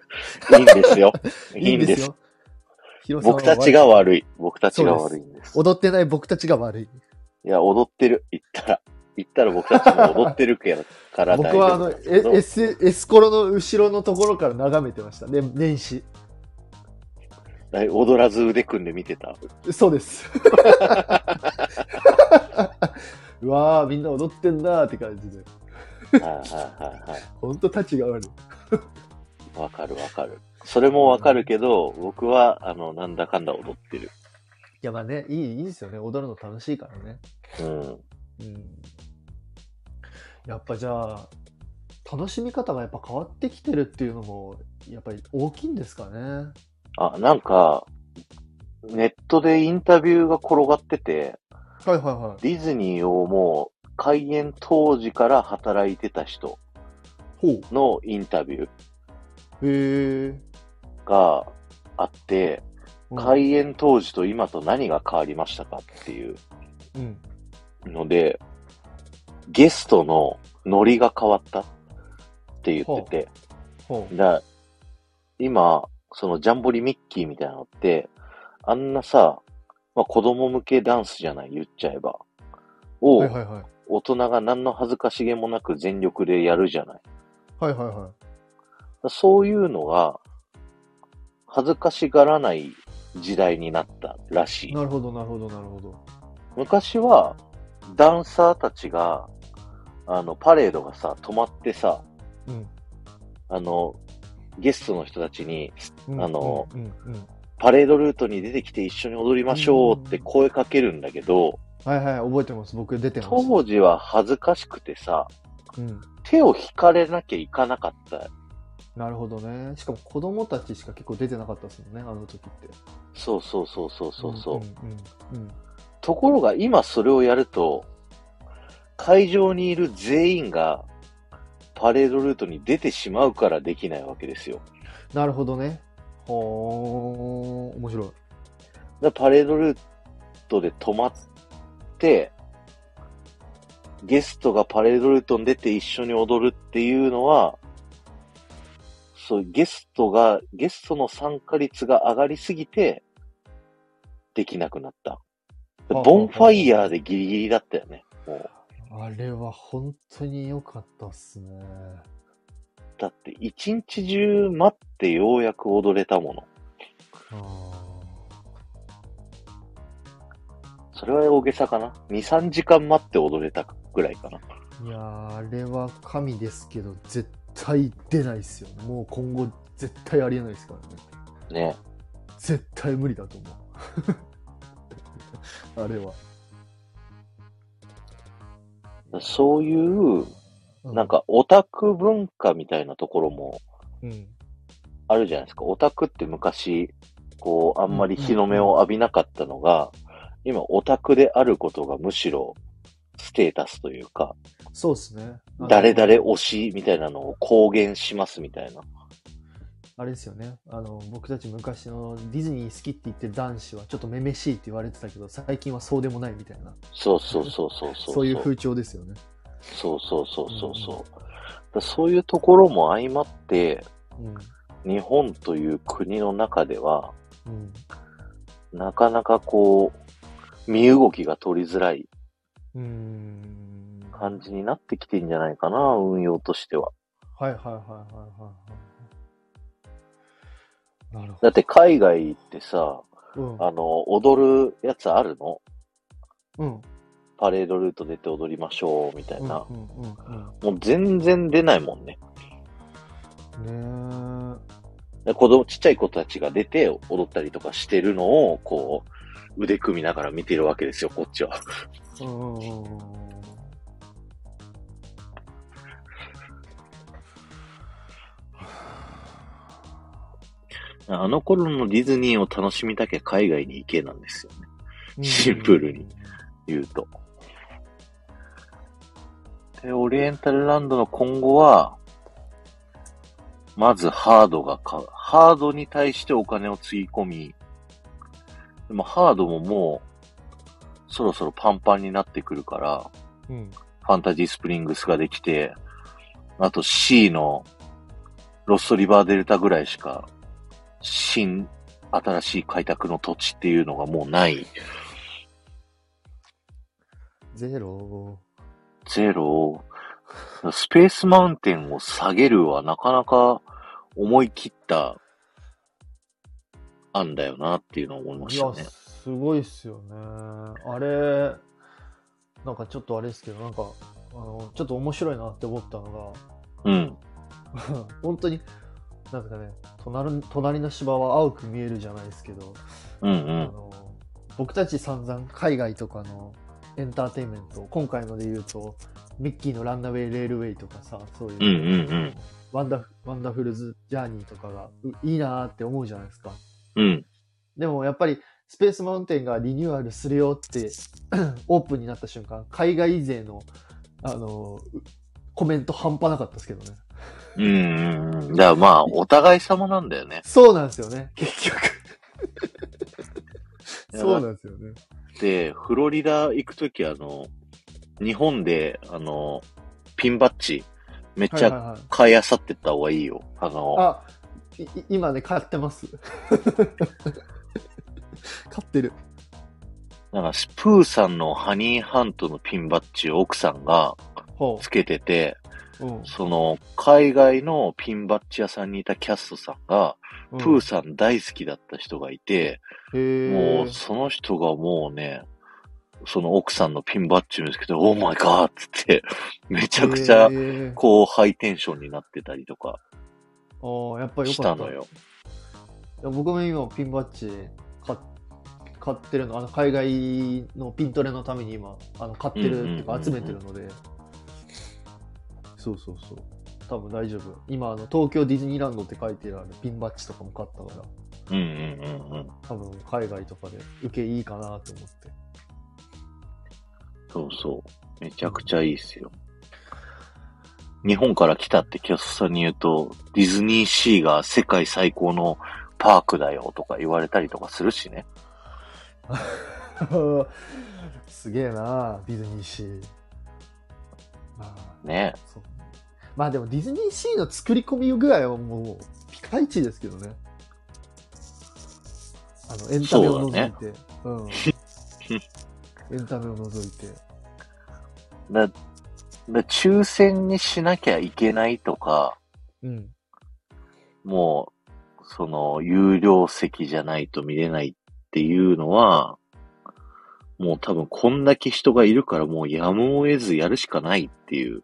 Speaker 1: いいんです よ。いいんです。
Speaker 2: 広
Speaker 1: 僕たちが
Speaker 2: 悪い。
Speaker 1: 悪い。僕たちが悪いんです。
Speaker 2: 踊ってない僕たちが悪い。
Speaker 1: いや、踊ってる。言ったら、言ったら僕たちも踊ってるけどから大
Speaker 2: 僕
Speaker 1: 丈
Speaker 2: はあ
Speaker 1: 夫なん
Speaker 2: の
Speaker 1: ですけど。
Speaker 2: エエス、エスコロの後ろのところから眺めてました。ね、年始。
Speaker 1: はい踊らず腕組んで見てた。
Speaker 2: そうです。 うわー、みんな踊ってんだーって感じで。
Speaker 1: はいはいはいは
Speaker 2: ほんとたちが悪い。
Speaker 1: い。わかるわかる。それもわかるけど、僕は、あの、なんだかんだ踊ってる。
Speaker 2: や、まあね、いい、いいですよね。踊るの楽しいからね。
Speaker 1: うん。
Speaker 2: うん。やっぱじゃあ、楽しみ方がやっぱ変わってきてるっていうのも、やっぱり大きいんですかね。
Speaker 1: あ、なんか、ネットでインタビューが転がってて、
Speaker 2: はいはいはい。
Speaker 1: ディズニーをもう開園当時から働いてた人
Speaker 2: ほ
Speaker 1: のインタビュ
Speaker 2: う。へえ。
Speaker 1: ーがあって、
Speaker 2: うん
Speaker 1: 開園当時と今と何が変わりましたかっていう
Speaker 2: うん。
Speaker 1: ので、ゲストのノリが変わったって言ってて、
Speaker 2: ほう。
Speaker 1: だ今、そのジャンボリミッキーみたいなのって、あんなさ、まあ、子供向けダンスじゃない、言っちゃえば。を、
Speaker 2: はいはいはい。
Speaker 1: 大人が何の恥ずかしげもなく全力でやるじゃない。
Speaker 2: はいはいは
Speaker 1: そういうのが、恥ずかしがらない時代になったらし
Speaker 2: い。
Speaker 1: い
Speaker 2: な。るほどなるほどなるほど。
Speaker 1: 昔は、ダンサーたちが、あの、パレードがさ、止まってさ、
Speaker 2: うん。
Speaker 1: あの、ゲストの人たちに、
Speaker 2: うん
Speaker 1: あの、
Speaker 2: うんうんうん。
Speaker 1: パレードルートに出てきて一緒に踊りましょうって声かけるんだけど、
Speaker 2: はいはい、覚えてます。僕出てます。
Speaker 1: 当時は恥ずかしくてさ、
Speaker 2: うん。
Speaker 1: 手を引かれなきゃいかなかった。
Speaker 2: なるほどね。しかも子供たちしか結構出てなかったですもんね、あの時って。
Speaker 1: そうそうそうそうそうそう。
Speaker 2: うんうんうん
Speaker 1: ところが今それをやると、会場にいる全員がパレードルートに出てしまうからできないわけですよ。
Speaker 2: なるほどね。ほー、面白い。
Speaker 1: だからパレードルートで止まって、ゲストがパレードルートに出て一緒に踊るっていうのは、そう、ゲストが、ゲストの参加率が上がりすぎて、できなくなった。で
Speaker 2: はあはあはあ
Speaker 1: ボンファイヤーでギリギリだったよね。もう
Speaker 2: あれは本当に良かったっすね。
Speaker 1: だって一日中待ってようやく踊れたもの。
Speaker 2: あ
Speaker 1: それは大げさかな。2、3時間待って踊れたぐらいかな。
Speaker 2: ーいやー、あれは神ですけど、絶対出ないっすよね。もう今後、絶対ありえないですからね。
Speaker 1: ね。
Speaker 2: 絶対無理だ と思う。あれは。
Speaker 1: そういう、
Speaker 2: う
Speaker 1: なん、かオタク文化みたいなところも
Speaker 2: うん。
Speaker 1: あるじゃないですか。オタクって昔、こう、あんまり日の目を浴びなかったのが、今オタクであることがむしろステータスというか、
Speaker 2: そうっすね。あの
Speaker 1: 誰々推しみたいなのを公言しますみたいな。
Speaker 2: あれですよねあの僕たち昔のディズニー好きって言ってる男子はちょっとめめしいって言われてたけど最近はそうでもないみたいな
Speaker 1: そうそうそうそうそ。
Speaker 2: そうういう風潮ですよね。
Speaker 1: そうそうそうそうそう。
Speaker 2: うん
Speaker 1: だからそういうところも相まって、
Speaker 2: うん
Speaker 1: 日本という国の中では、
Speaker 2: うん
Speaker 1: なかなかこう、身動きが取りづらいう
Speaker 2: ーんはい
Speaker 1: 感じになってきてんじゃないかな、運用としては。
Speaker 2: はいはいはいはいはいなるほ
Speaker 1: だって海外行ってさ、
Speaker 2: ど
Speaker 1: あの、踊るやつあるの
Speaker 2: うんうん
Speaker 1: パレードルート出て踊りましょう、みたい
Speaker 2: うん
Speaker 1: な。
Speaker 2: うんうん
Speaker 1: もう全然出ないもんね。
Speaker 2: うんね
Speaker 1: で子供、ちっちゃい子たちが出て踊ったりとかしてるのを、こう、腕組みながら見てるわけですよ、こっちは。
Speaker 2: えうんうんうんうん
Speaker 1: あの頃のディズニーを楽しみたきゃ海外に行けなんですよね。シンプルに言うと。で、オリエンタルランドの今後は、まずハードがか、ハードに対してお金をつぎ込み、でもハードももう、そろそろパンパンになってくるから、
Speaker 2: うん
Speaker 1: ファンタジースプリングスができて、あと C のロストリバーデルタぐらいしか、新、新しい開拓の土地っていうのがもうない。
Speaker 2: ゼロ
Speaker 1: ゼロ。スペースマウンテンを下げるはなかなか思い切った案だよなっていうのを思いま
Speaker 2: い
Speaker 1: した
Speaker 2: や、
Speaker 1: ね。
Speaker 2: すごいっすよね。あれ、なんかちょっとあれですけど、なんか、あの、ちょっと面白いなって思ったの
Speaker 1: うん。
Speaker 2: が、 本当に、なんかね、隣隣の芝は青く見えるじゃないですけど、
Speaker 1: うんう
Speaker 2: あ
Speaker 1: ん。
Speaker 2: の、僕たち散々海外とかのエンターテインメント今回ので言うとミッキーのランナウェイ・レールウェイとかさそう
Speaker 1: うんう
Speaker 2: いうん
Speaker 1: うん。
Speaker 2: ワンダフワンダフルズ・ジャーニーとかがういいなーって思うじゃないですか
Speaker 1: うん。
Speaker 2: でもやっぱりスペースマウンテンがリニューアルするよって オープンになった瞬間海外勢のあのうコメント半端なかったですけどね
Speaker 1: うんうんうん。だからまあ、お互い様なんだよね。
Speaker 2: そうなんですよね結局そうなんですよね
Speaker 1: で、フロリダ行くときあの、日本で、あの、ピンバッジ、めっ
Speaker 2: はい
Speaker 1: ち
Speaker 2: はい
Speaker 1: ゃ
Speaker 2: はい
Speaker 1: 買いあさってった方がいいよ。あの、
Speaker 2: あ、いい今ね、買って ます。買ってる。
Speaker 1: なんかスプーさんのハニーハントのピンバッジを奥さんが
Speaker 2: ほ
Speaker 1: つけてて、
Speaker 2: う。うん。
Speaker 1: その、海外のピンバッジ屋さんにいたキャストさんが、
Speaker 2: プ
Speaker 1: プーさん大好きだった人がいて、も
Speaker 2: へ
Speaker 1: うその人がもうね、その奥さんのピンバッジ見つけて、オーマイガーっつって、めちゃくちゃ
Speaker 2: え、ー、
Speaker 1: こう、ハイテンションになってたりとか
Speaker 2: あーやっぱよかった。
Speaker 1: したのよ。
Speaker 2: いや僕も今、ピンバッジ買っ買ってるの、あの海外のピントレのために今、あの買ってるっていう
Speaker 1: うんうんうんう
Speaker 2: か
Speaker 1: ん
Speaker 2: 集めてるので。そうそうそう。多分大丈夫。今、あの東京ディズニーランドって書いてあるピンバッジとかも買ったから、
Speaker 1: うんうんうんうん。
Speaker 2: 多分海外とかで受けいいかなと思って。
Speaker 1: そうそう。めちゃくちゃいいっすよ。日本から来たってキャストさんに言うと、ディズニーシーが世界最高のパークだよとか言われたりとかするしね。
Speaker 2: すげえなディズニーシー、まあ、
Speaker 1: ね。
Speaker 2: そうまあでもディズニーシーの作り込み具合はもうピカイチですけどねあのエンタメを除いてう、ん、エンタメを除いて
Speaker 1: だ、だ抽選にしなきゃいけないとか、
Speaker 2: うん
Speaker 1: もう、その、有料席じゃないと見れないっていうのは、もう多分こんだけ人がいるからもうやむを得ずやるしかないっていう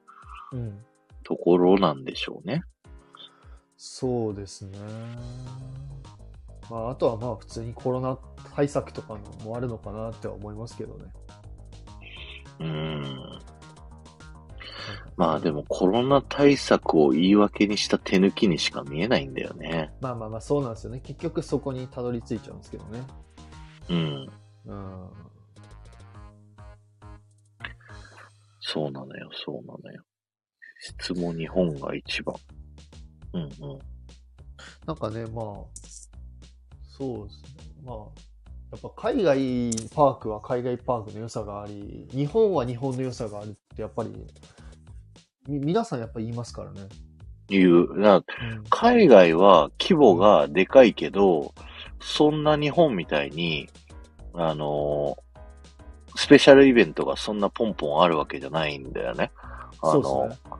Speaker 2: うん
Speaker 1: ところなんでしょうね。
Speaker 2: そうですねまああとはまあ普通にコロナ対策とかのもあるのかなっては思いますけどね
Speaker 1: うーん。まあでもコロナ対策を言い訳にした手抜きにしか見えないんだよね。
Speaker 2: まあまあまあそうなんですよね結局そこにたどり着いちゃうんですけどね
Speaker 1: うん。
Speaker 2: うん
Speaker 1: そうなのよ、そうなのよ。質も日本が一番。うんうん。
Speaker 2: なんかね、まあ、そうですね。まあ、やっぱ海外パークは海外パークの良さがあり、日本は日本の良さがあるって、やっぱり、み皆さんやっぱ言いますからね。
Speaker 1: いう、な海外は規模がでかいけど、そんな日本みたいに、あのースペシャルイベントがそんなポンポンあるわけじゃないんだよね。あ
Speaker 2: そ
Speaker 1: の
Speaker 2: うですね。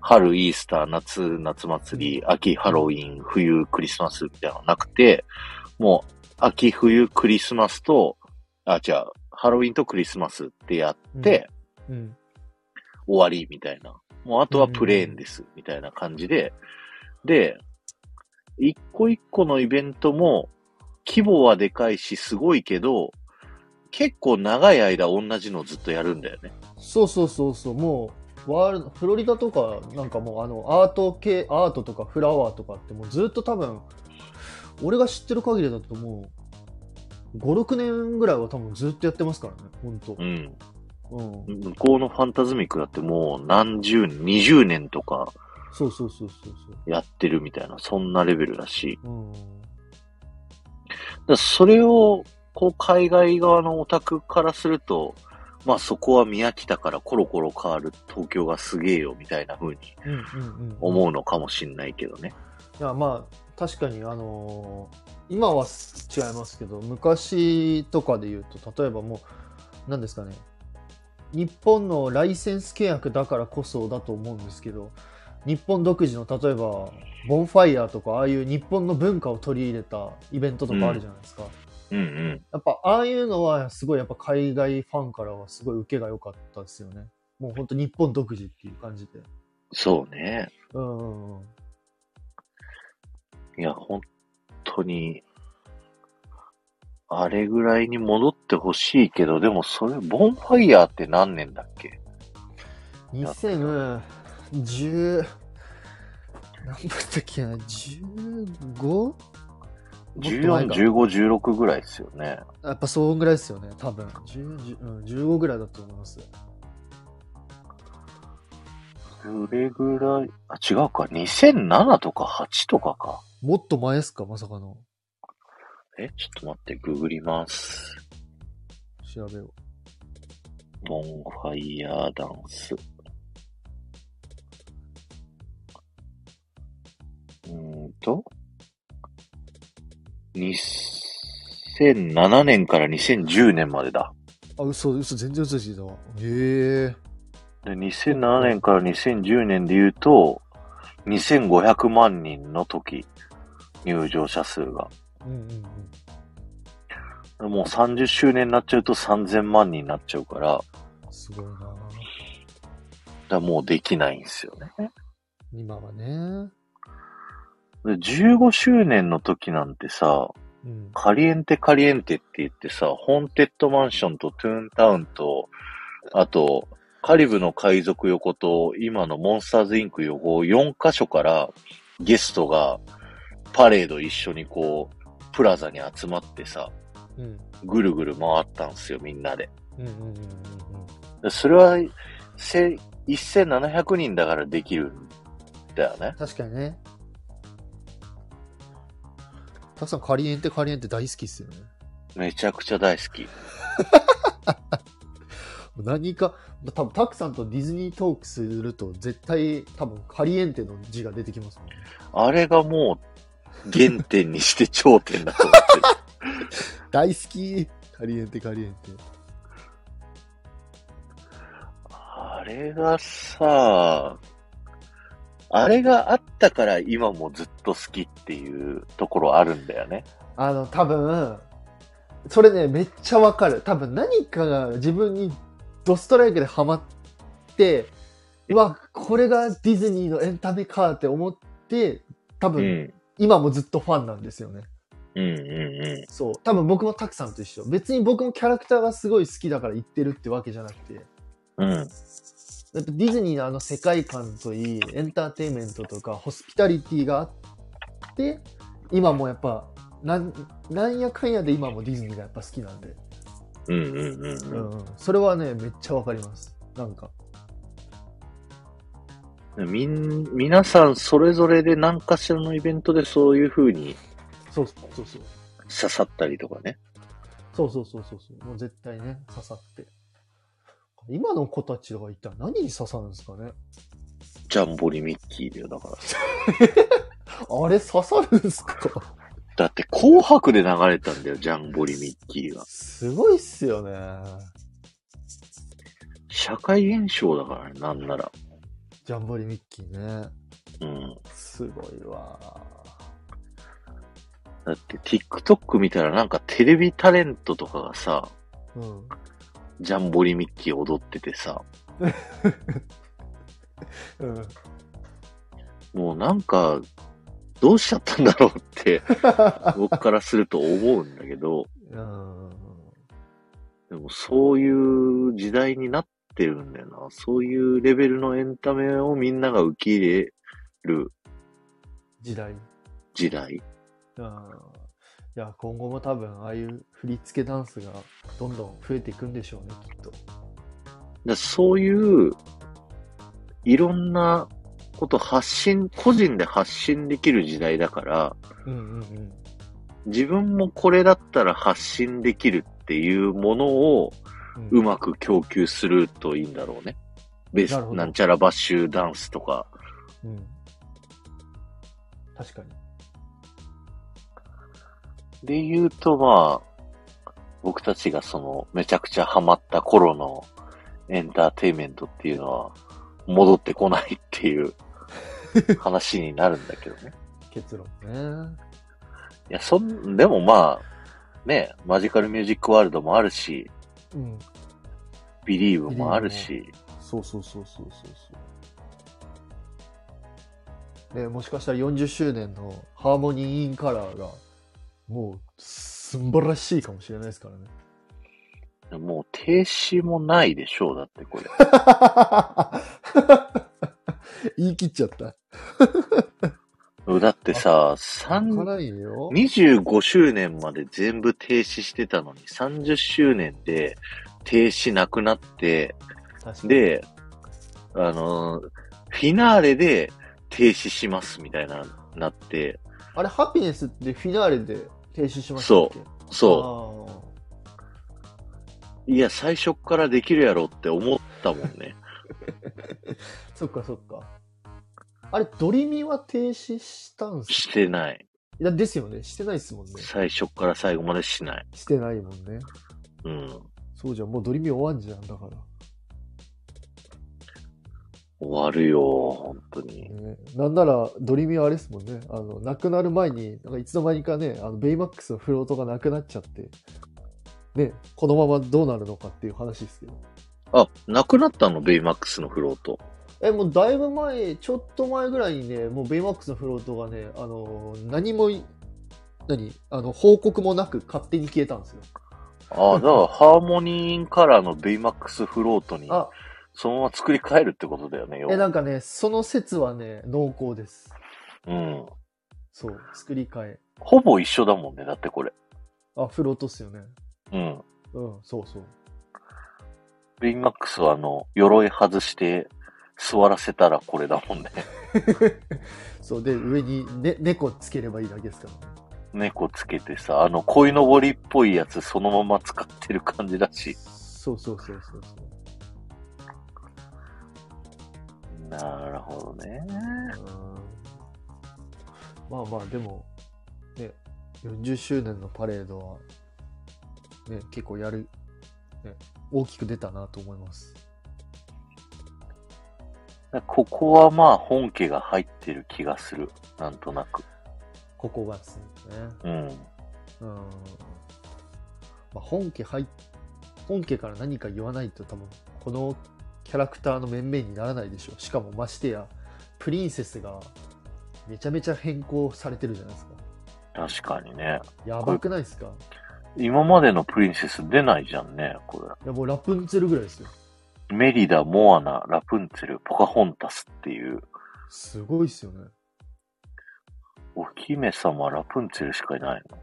Speaker 1: 春、イースター、夏、夏祭り、秋、ハロウィン、冬、クリスマスみたいなのなくて、もう、秋、冬、クリスマスと、あ、違う、ハロウィンとクリスマスってやって、
Speaker 2: うん、
Speaker 1: 終わりみたいな。もうあとはプレーンです、みたいな感じで。で、一個一個のイベントも、規模はでかいし、すごいけど、結構長い間同じのずっとやるんだよね。
Speaker 2: そうそうそうそう、もう、ワールド、フロリダとか、なんかもう、あの、アート系、アートとかフラワーとかって、もうずっと多分、俺が知ってる限りだともう、5、6年ぐらいは多分ずっとやってますからね、ほんと
Speaker 1: う。ん。
Speaker 2: うん。
Speaker 1: 向こうのファンタズミックだってもう何十年、二十年とか
Speaker 2: そうそうそうそうそう。
Speaker 1: やってるみたいな、そんなレベルだし。
Speaker 2: うん、
Speaker 1: だからそれを、こう、海外側のオタクからすると、まあそこは見飽きたからコロコロ変わる東京がすげえよみたいな風に
Speaker 2: うんうんうん、
Speaker 1: 思うのかもしんないけどね。
Speaker 2: いやまあ確かにあのー今は違いますけど昔とかで言うと例えばもう何ですかね日本のライセンス契約だからこそだと思うんですけど日本独自の例えばボンファイヤーとかああいう日本の文化を取り入れたイベントとかあるじゃないですか、
Speaker 1: うんうん。
Speaker 2: やっぱああいうのはすごいやっぱ海外ファンからはすごい受けが良かったですよねもうほんと日本独自っていう感じで
Speaker 1: そうね。
Speaker 2: うんうんうん
Speaker 1: いや、本当に、あれぐらいに戻ってほしいけど、でもそれ、ボンファイヤーって何年だっけ
Speaker 2: 2010何だったっけな 15?
Speaker 1: 14、15、16ぐらいですよね。
Speaker 2: やっぱそんぐらいですよね多分10 10うん15ぐらいだと思います
Speaker 1: どれぐらい、あ、違うか、2007とか8とかか。
Speaker 2: もっと前ですかまさかの
Speaker 1: え、ちょっと待って、ググります。
Speaker 2: 調べを
Speaker 1: ボンファイヤーダンス。うーんと、2007年から2010年までだ。
Speaker 2: あ嘘嘘全然嘘ついてたわへえ
Speaker 1: で、2007年から2010年で言うと、2500万人の時、入場者数が。
Speaker 2: うんうんうん
Speaker 1: もう30周年になっちゃうと3000万人になっちゃうから、だか
Speaker 2: すごいな
Speaker 1: らもうできないんですよね。
Speaker 2: 今はね
Speaker 1: で15周年の時なんてさ、
Speaker 2: うん
Speaker 1: カリエンテカリエンテって言ってさ、ホーンテッドマンションとトゥーンタウンと、あと、カリブの海賊横と、今のモンスターズインク横を4カ所からゲストがパレード一緒にこう、プラザに集まってさ、
Speaker 2: うん
Speaker 1: ぐるぐる回ったんすよ、みんなで。
Speaker 2: うんうんうんうんうん
Speaker 1: でそれは、せ1700人だからできるんだよね。
Speaker 2: 確かにねたくさんカリエンテカリエンテ大好きっすよね
Speaker 1: めちゃくちゃ大好き。
Speaker 2: 何か多分タクさんとディズニートークすると絶対多分カリエンテの字が出てきますもんね
Speaker 1: あれがもう、原点にして頂点だと思 ってる。
Speaker 2: 大好きカリエンテカリエンテ
Speaker 1: あれがさ、あれがあったから今もずっと好きっていうところあるんだよね。
Speaker 2: あの多分それねめっちゃわかる多分何かが自分にドストライクでハマってうわこれがディズニーのエンタメかって思って多
Speaker 1: う
Speaker 2: 分、
Speaker 1: ん。
Speaker 2: 今もずっとファンなんですよね
Speaker 1: うんうんう
Speaker 2: そう多分僕もタクさんと一緒別に僕もキャラクターがすごい好きだから言ってるってわけじゃなくて
Speaker 1: ん。うん。
Speaker 2: だってディズニーのあの世界観といいエンターテインメントとかホスピタリティがあって今もやっぱなんなんやかんやで今もディズニーがやっぱ好きなんで、
Speaker 1: うんうんうん
Speaker 2: う
Speaker 1: うん
Speaker 2: んうんそれはねめっちゃわかりますなんか
Speaker 1: うん。みん、皆さんそれぞれで何かしらのイベントでそういう風に
Speaker 2: そうそうそう
Speaker 1: 刺さったりとかね。
Speaker 2: そうそうそうそうそうもう絶対ね刺さって今の子たちが一体何に刺さるんですかね
Speaker 1: ジャンボリミッキーだよ、だから。
Speaker 2: あれ刺さるんですか
Speaker 1: だって紅白で流れたんだよ、ジャンボリミッキーが。
Speaker 2: すごいっすよね。
Speaker 1: 社会現象だからね、なんなら。
Speaker 2: ジャンボリミッキーね。
Speaker 1: うん。
Speaker 2: すごいわ。
Speaker 1: だって TikTok 見たらなんかテレビタレントとかがさ、
Speaker 2: うん。
Speaker 1: ジャンボリミッキー踊っててさ、
Speaker 2: うん。
Speaker 1: もうなんか、どうしちゃったんだろうって、僕からすると思うんだけど、
Speaker 2: うん。
Speaker 1: でもそういう時代になってるんだよな。そういうレベルのエンタメをみんなが受け入れる
Speaker 2: 時代。
Speaker 1: 時代。
Speaker 2: うん。いや、今後も多分、ああいう振り付けダンスがどんどん増えていくんでしょうね、きっと。
Speaker 1: だそういう、いろんなこと発信、個人で発信できる時代だから、
Speaker 2: うんうんうん。
Speaker 1: 自分もこれだったら発信できるっていうものをうまく供給するといいんだろうね。ベス
Speaker 2: なるほど
Speaker 1: なんちゃらバッシュダンスとか。
Speaker 2: うん。確かに。
Speaker 1: で言うとまあ、僕たちがそのめちゃくちゃハマった頃のエンターテインメントっていうのは戻ってこないっていう 話になるんだけどね。
Speaker 2: 結論ね。
Speaker 1: いや、そん、でもまあ、ね、マジカルミュージックワールドもあるし、
Speaker 2: うん。
Speaker 1: ビリーブもあるし、
Speaker 2: そうそうそうそうそうそう。ね、もしかしたら40周年のハーモニー・イン・カラーがもうすんばらしいかもしれないですからね。
Speaker 1: もう停止もないでしょう、だってこれ。
Speaker 2: 言い切っちゃった。
Speaker 1: だってさ、三
Speaker 2: 辛いよ。
Speaker 1: 25周年まで全部停止してたのに、30周年で停止なくなって、
Speaker 2: 確かに、
Speaker 1: で、あのー、フィナーレで停止しますみたいな、なって、
Speaker 2: あれ、ハピネスってフィナーレで停止しましたっけ。
Speaker 1: そうう。いや、最初っからできるやろって思ったもんね。
Speaker 2: あーそっかそっか。あれ、ドリミは停止したんす
Speaker 1: してない。
Speaker 2: いやですよね。してないですもんね。
Speaker 1: 最初っから最後までしない。
Speaker 2: してないもんね。
Speaker 1: うん。
Speaker 2: そうじゃん、もうドリミ終わんじゃん、だから。
Speaker 1: 終わるよ、本当に。
Speaker 2: ねなんなら、ドリミはあれですもんね。あの、亡くなる前に、なんかいつの間にかね、あのベイマックスのフロートがなくなっちゃって、ね、このままどうなるのかっていう話ですけど。
Speaker 1: あ、なくなったのベイマックスのフロート。
Speaker 2: え、もうだいぶ前、ちょっと前ぐらいにね、もうベイマックスのフロートがね、あの、何もい、何あの、報告もなく勝手に消えたんですよ。
Speaker 1: ああ、だからハーモニーカラーのベイマックスフロートに、
Speaker 2: あ、
Speaker 1: そのまま作り変えるってことだよね、要は
Speaker 2: え、なんかね、その説はね、濃厚です。
Speaker 1: うん。
Speaker 2: そう、作り替え。
Speaker 1: ほぼ一緒だもんね、だってこれ。
Speaker 2: あ、フロートっすよね。
Speaker 1: うん。
Speaker 2: うん、そうそう。
Speaker 1: ベイマックスはあの、鎧外して座らせたらこれだもんね。
Speaker 2: そう、で、上に、ね、猫つければいいだけですからね。
Speaker 1: 猫つけてさ、あの、鯉のぼりっぽいやつそのまま使ってる感じだし。
Speaker 2: そうそうそうそうそう。
Speaker 1: なるほどね。
Speaker 2: まあまあでも、ね、40周年のパレードは、ね、結構やる、ね、大きく出たなと思います。
Speaker 1: ここはまあ本家が入ってる気がする。なんとなく。
Speaker 2: ここがですね。
Speaker 1: うん。
Speaker 2: うん。まあ、本家入っ、本家から何か言わないと多分、このキャラクターの面々にならないでしょう。しかもましてや、プリンセスがめちゃめちゃ変更されてるじゃないですか。
Speaker 1: 確かにね。
Speaker 2: やばくないですか
Speaker 1: 今までのプリンセス出ないじゃんね、こ
Speaker 2: いやもうラプンツェルぐらいですよ。
Speaker 1: れ。メリダ、モアナ、ラプンツェル、ポカホンタスっていう、
Speaker 2: すごいっすよね。
Speaker 1: お姫様、ラプンツェルしかいないの。
Speaker 2: い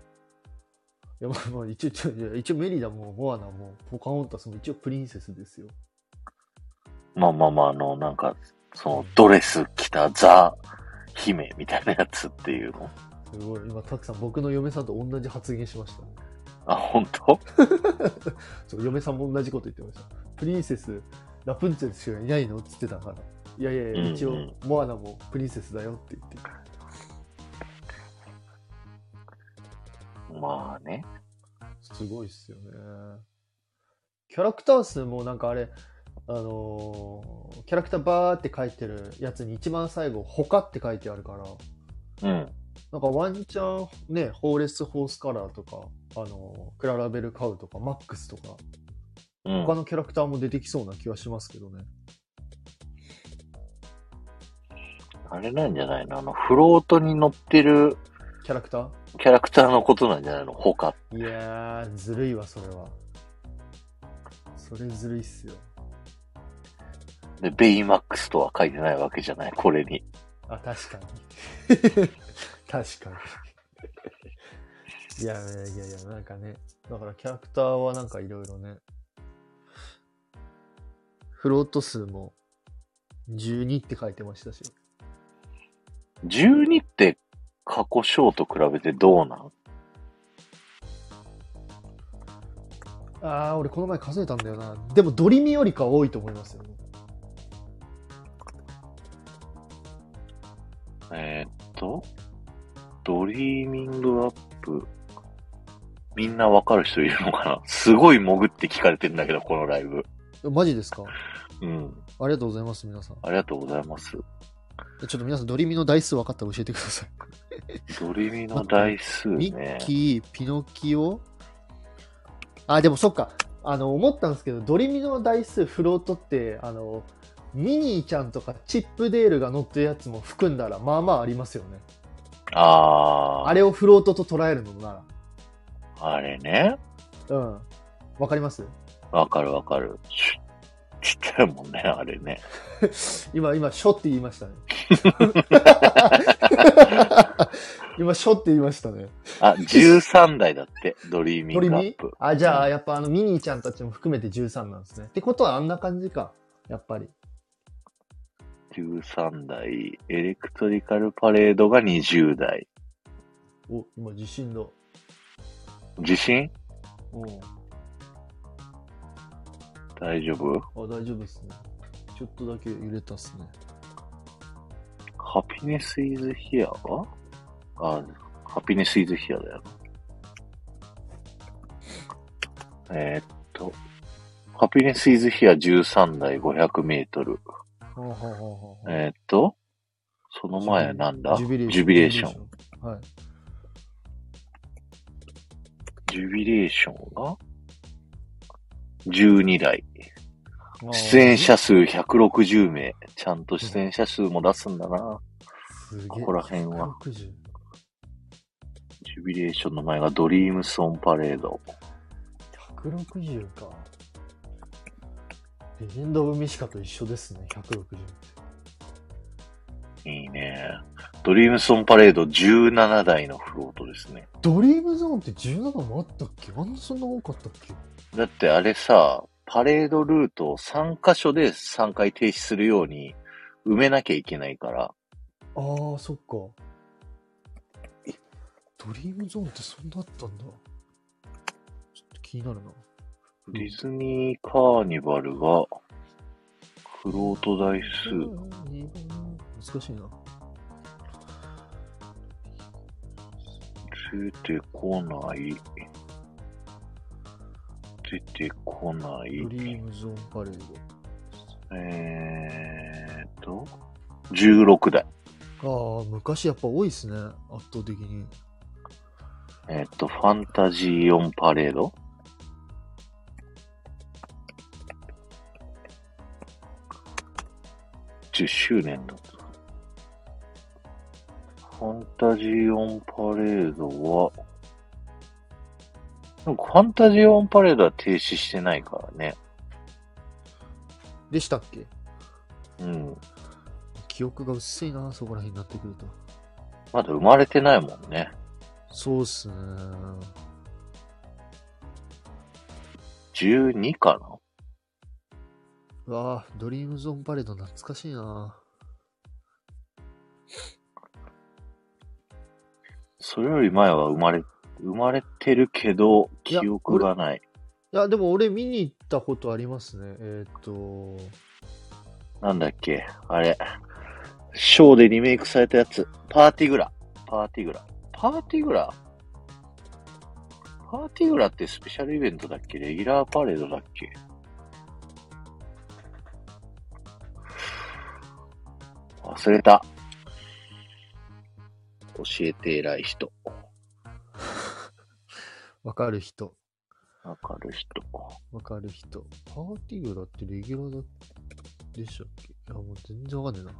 Speaker 2: や、まあまあ、一応ちょ、いや一応メリダもモアナもポカホンタスも一応プリンセスですよ。
Speaker 1: まあまあまあ、あの、なんか、その、ドレス着たザ、姫みたいなやつっていうの。
Speaker 2: すごい。今、たくさん僕の嫁さんと同じ発言しましたね。
Speaker 1: あ、本当
Speaker 2: そう、嫁さんも同じこと言ってました。プリンセス、ラプンツェルしかいないのって言ってたから。いやいやいや、一
Speaker 1: う
Speaker 2: 応
Speaker 1: んうん
Speaker 2: モアナもプリンセスだよって言って。
Speaker 1: まあね。
Speaker 2: すごいっすよね。キャラクター数もなんかあれ、あのーキャラクターバーって書いてるやつに一番最後、他って書いてあるから。
Speaker 1: うん。
Speaker 2: なんかワンチャンね、ホーレス・ホースカラーとか、あの、クララベル・カウとか、マックスとか、
Speaker 1: うん
Speaker 2: 他のキャラクターも出てきそうな気はしますけどね。
Speaker 1: あれなんじゃないのあの、フロートに乗ってる
Speaker 2: キャラクタ
Speaker 1: キャラクターのことなんじゃないの他。
Speaker 2: ーいやー、ずるいわ、それは。それずるいっすよ。
Speaker 1: で、ベイマックスとは書いてないわけじゃない、これに。
Speaker 2: あ、確かに。 確かに。いやいやいやいや、なんかね、だからキャラクターはなんかいろいろね、フロート数も12って書いてましたし。
Speaker 1: 12って過去章と比べてどうなん
Speaker 2: ああ、俺この前数えたんだよな。でもドリミよりかは多いと思いますよね。
Speaker 1: えーっと、ドリーミングアップ。みんなわかる人いるのかな すごい潜って聞かれてんだけど、このライブ。
Speaker 2: マジですか
Speaker 1: うん。
Speaker 2: ありがとうございます、皆さん。
Speaker 1: ありがとうございます。
Speaker 2: ちょっと皆さん、ドリミの台数分かったら教えてください。
Speaker 1: ドリミの台数
Speaker 2: ミ
Speaker 1: ね
Speaker 2: ッ。キー、ピノキオ。あ、でもそっか。あの、思ったんですけど、ドリミの台数フロートって、あの、ミニーちゃんとかチップデールが乗ってるやつも含んだら、まあまあありますよね。
Speaker 1: あー。
Speaker 2: あれをフロートと捉えるのなら。
Speaker 1: あれね。
Speaker 2: うん。わかります
Speaker 1: わかるわかる。シュッちっちゃいもんね、あれね。
Speaker 2: 今、今、書って言いま したね。今、書って言いましたね。
Speaker 1: あ、13台だって、ドリーミン
Speaker 2: 鳥
Speaker 1: グア
Speaker 2: に
Speaker 1: ップ。
Speaker 2: あ、じゃ
Speaker 1: う
Speaker 2: あ、
Speaker 1: ん
Speaker 2: やっぱあの、ミニーちゃんたちも含めて13なんですね。ってことはあんな感じか。やっぱり。
Speaker 1: 13台、エレクトリカルパレードが20台。
Speaker 2: お、今、地震だ。
Speaker 1: 地震
Speaker 2: うん。
Speaker 1: 大丈夫
Speaker 2: あ、大丈夫ですね。ちょっとだけ揺れたっすね。
Speaker 1: ハピネスイズヒアはあ、ハピネスイズヒアだよ。えーっと、ハピネスイズヒア13台500メートル。
Speaker 2: はあはあはあはあ
Speaker 1: えーっと、その前なんだ
Speaker 2: ジュビレーション。
Speaker 1: ジュビレーション。
Speaker 2: ン。はい。
Speaker 1: ジュビレーションが12台。
Speaker 2: あー
Speaker 1: 出演者数160名。ちゃんと出演者数も出すんだな。
Speaker 2: すげえ
Speaker 1: ここら辺は
Speaker 2: 160
Speaker 1: ジュビレーションの前がドリームソンパレード。
Speaker 2: 160か。レジェンド・オブ・ミシカと一緒ですね、160。
Speaker 1: いいね。ドリームソンパレード17台のフロートですね。
Speaker 2: ドリームゾーンって17もあったっけあんなそんな多かったっけ
Speaker 1: だってあれさ、パレードルートを3箇所で3回停止するように埋めなきゃいけないから、
Speaker 2: ああ、そっか。え、ドリームゾーンってそんなあったんだ。ちょっと気になるな。
Speaker 1: ディズニーカーニバルがフロート台数
Speaker 2: 難しいな。
Speaker 1: 出てこない。出てこない。
Speaker 2: ドリームゾーンパレー
Speaker 1: えーっと、16台。
Speaker 2: ド。ああ、昔やっぱ多いっすね。圧倒的に。
Speaker 1: えーっと、ファンタジーオンパレード10周年だった。ファンタジーオンパレードは、でもファンタジーオンパレードは停止してないからね。
Speaker 2: でしたっけ
Speaker 1: うん。
Speaker 2: 記憶が薄いな、そこら辺になってくると。
Speaker 1: まだ生まれてないもんね。
Speaker 2: そうっすね。
Speaker 1: 12かな
Speaker 2: うわあ、ドリームゾーンパレード懐かしいな。
Speaker 1: それより前は生まれ、生まれてるけど、
Speaker 2: いや
Speaker 1: 記憶がない。
Speaker 2: いや、でも俺見に行ったことありますね。えーっ、と、
Speaker 1: なんだっけあれ。ショーでリメイクされたやつ。パーティグラ。パーティグラ。パーティグラパーティグラってスペシャルイベントだっけレギュラーパレードだっけ忘れた。教えて偉い人。
Speaker 2: わかる人。
Speaker 1: わかる人。
Speaker 2: わかる人。パーティーグラってレギュラーだでしたっけいや、もう全然わかんねえな。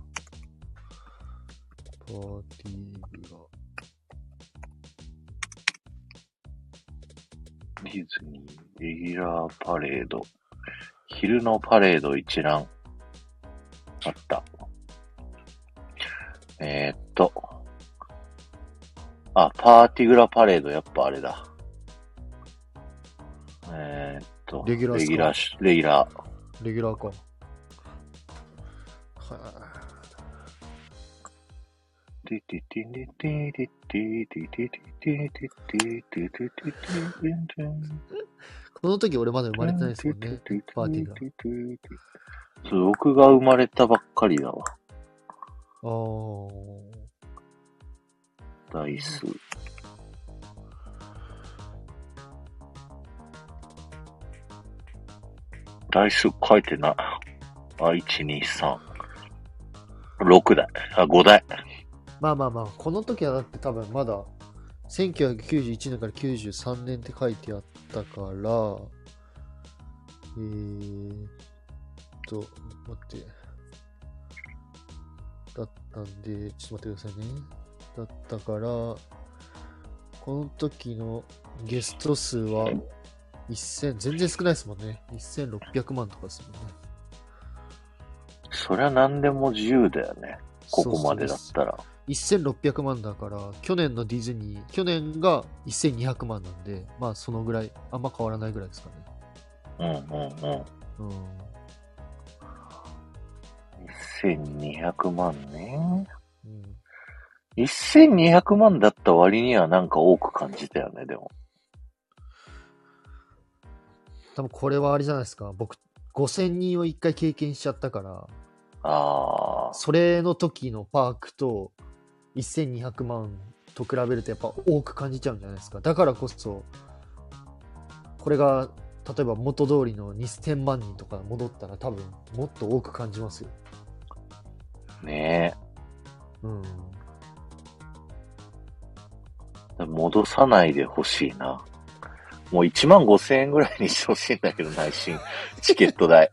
Speaker 2: パーティーグ
Speaker 1: ディズニー、レギュラーパレード、昼のパレード一覧。あった。えー、っと。あ、パーティグラパレード、やっぱあれだ。えー、っと、
Speaker 2: レギュラーっ
Speaker 1: レ
Speaker 2: すか
Speaker 1: ギュラーし、レギュラー。
Speaker 2: ラ。レギュラーか。は
Speaker 1: ティティティティティティティティティティティティティティティティティティ
Speaker 2: あ、この時俺まだ生まれてないですもんね。パーティーが。
Speaker 1: そう、僕が生まれたばっかりだわ。
Speaker 2: あー。
Speaker 1: ダイス。ダイス書いてない。あ、1、2、3。6台。あ、5台。
Speaker 2: まあまあまあ、この時はだって多分まだ、1991年から93年って書いてあったから、えーっと、待って。だったんで、ちょっと待ってくださいね。だったから、この時のゲスト数は1000、全然少ないですもんね。1600万とかですもんね。
Speaker 1: そりゃ何でも自由だよね。ここまでだったら。
Speaker 2: 1600万だから、去年のディズニー、去年が1200万なんで、まあそのぐらい、あんま変わらないぐらいですかね。
Speaker 1: うんうんうん。
Speaker 2: うん。
Speaker 1: 1200万ね。
Speaker 2: うん、
Speaker 1: 1200万だった割にはなんか多く感じたよね、でも。
Speaker 2: 多分これはあれじゃないですか。僕、5000人を一回経験しちゃったから、
Speaker 1: あ
Speaker 2: それの時のパークと1200万と比べるとやっぱ多く感じちゃうんじゃないですか。だからこそ、これが例えば元通りの2000万人とか戻ったら多分もっと多く感じますよ。
Speaker 1: あ、ね
Speaker 2: うん。
Speaker 1: え。戻さないでほしいな。もう1万5千円ぐらいにしてほしいんだけど、内心。 チケット代。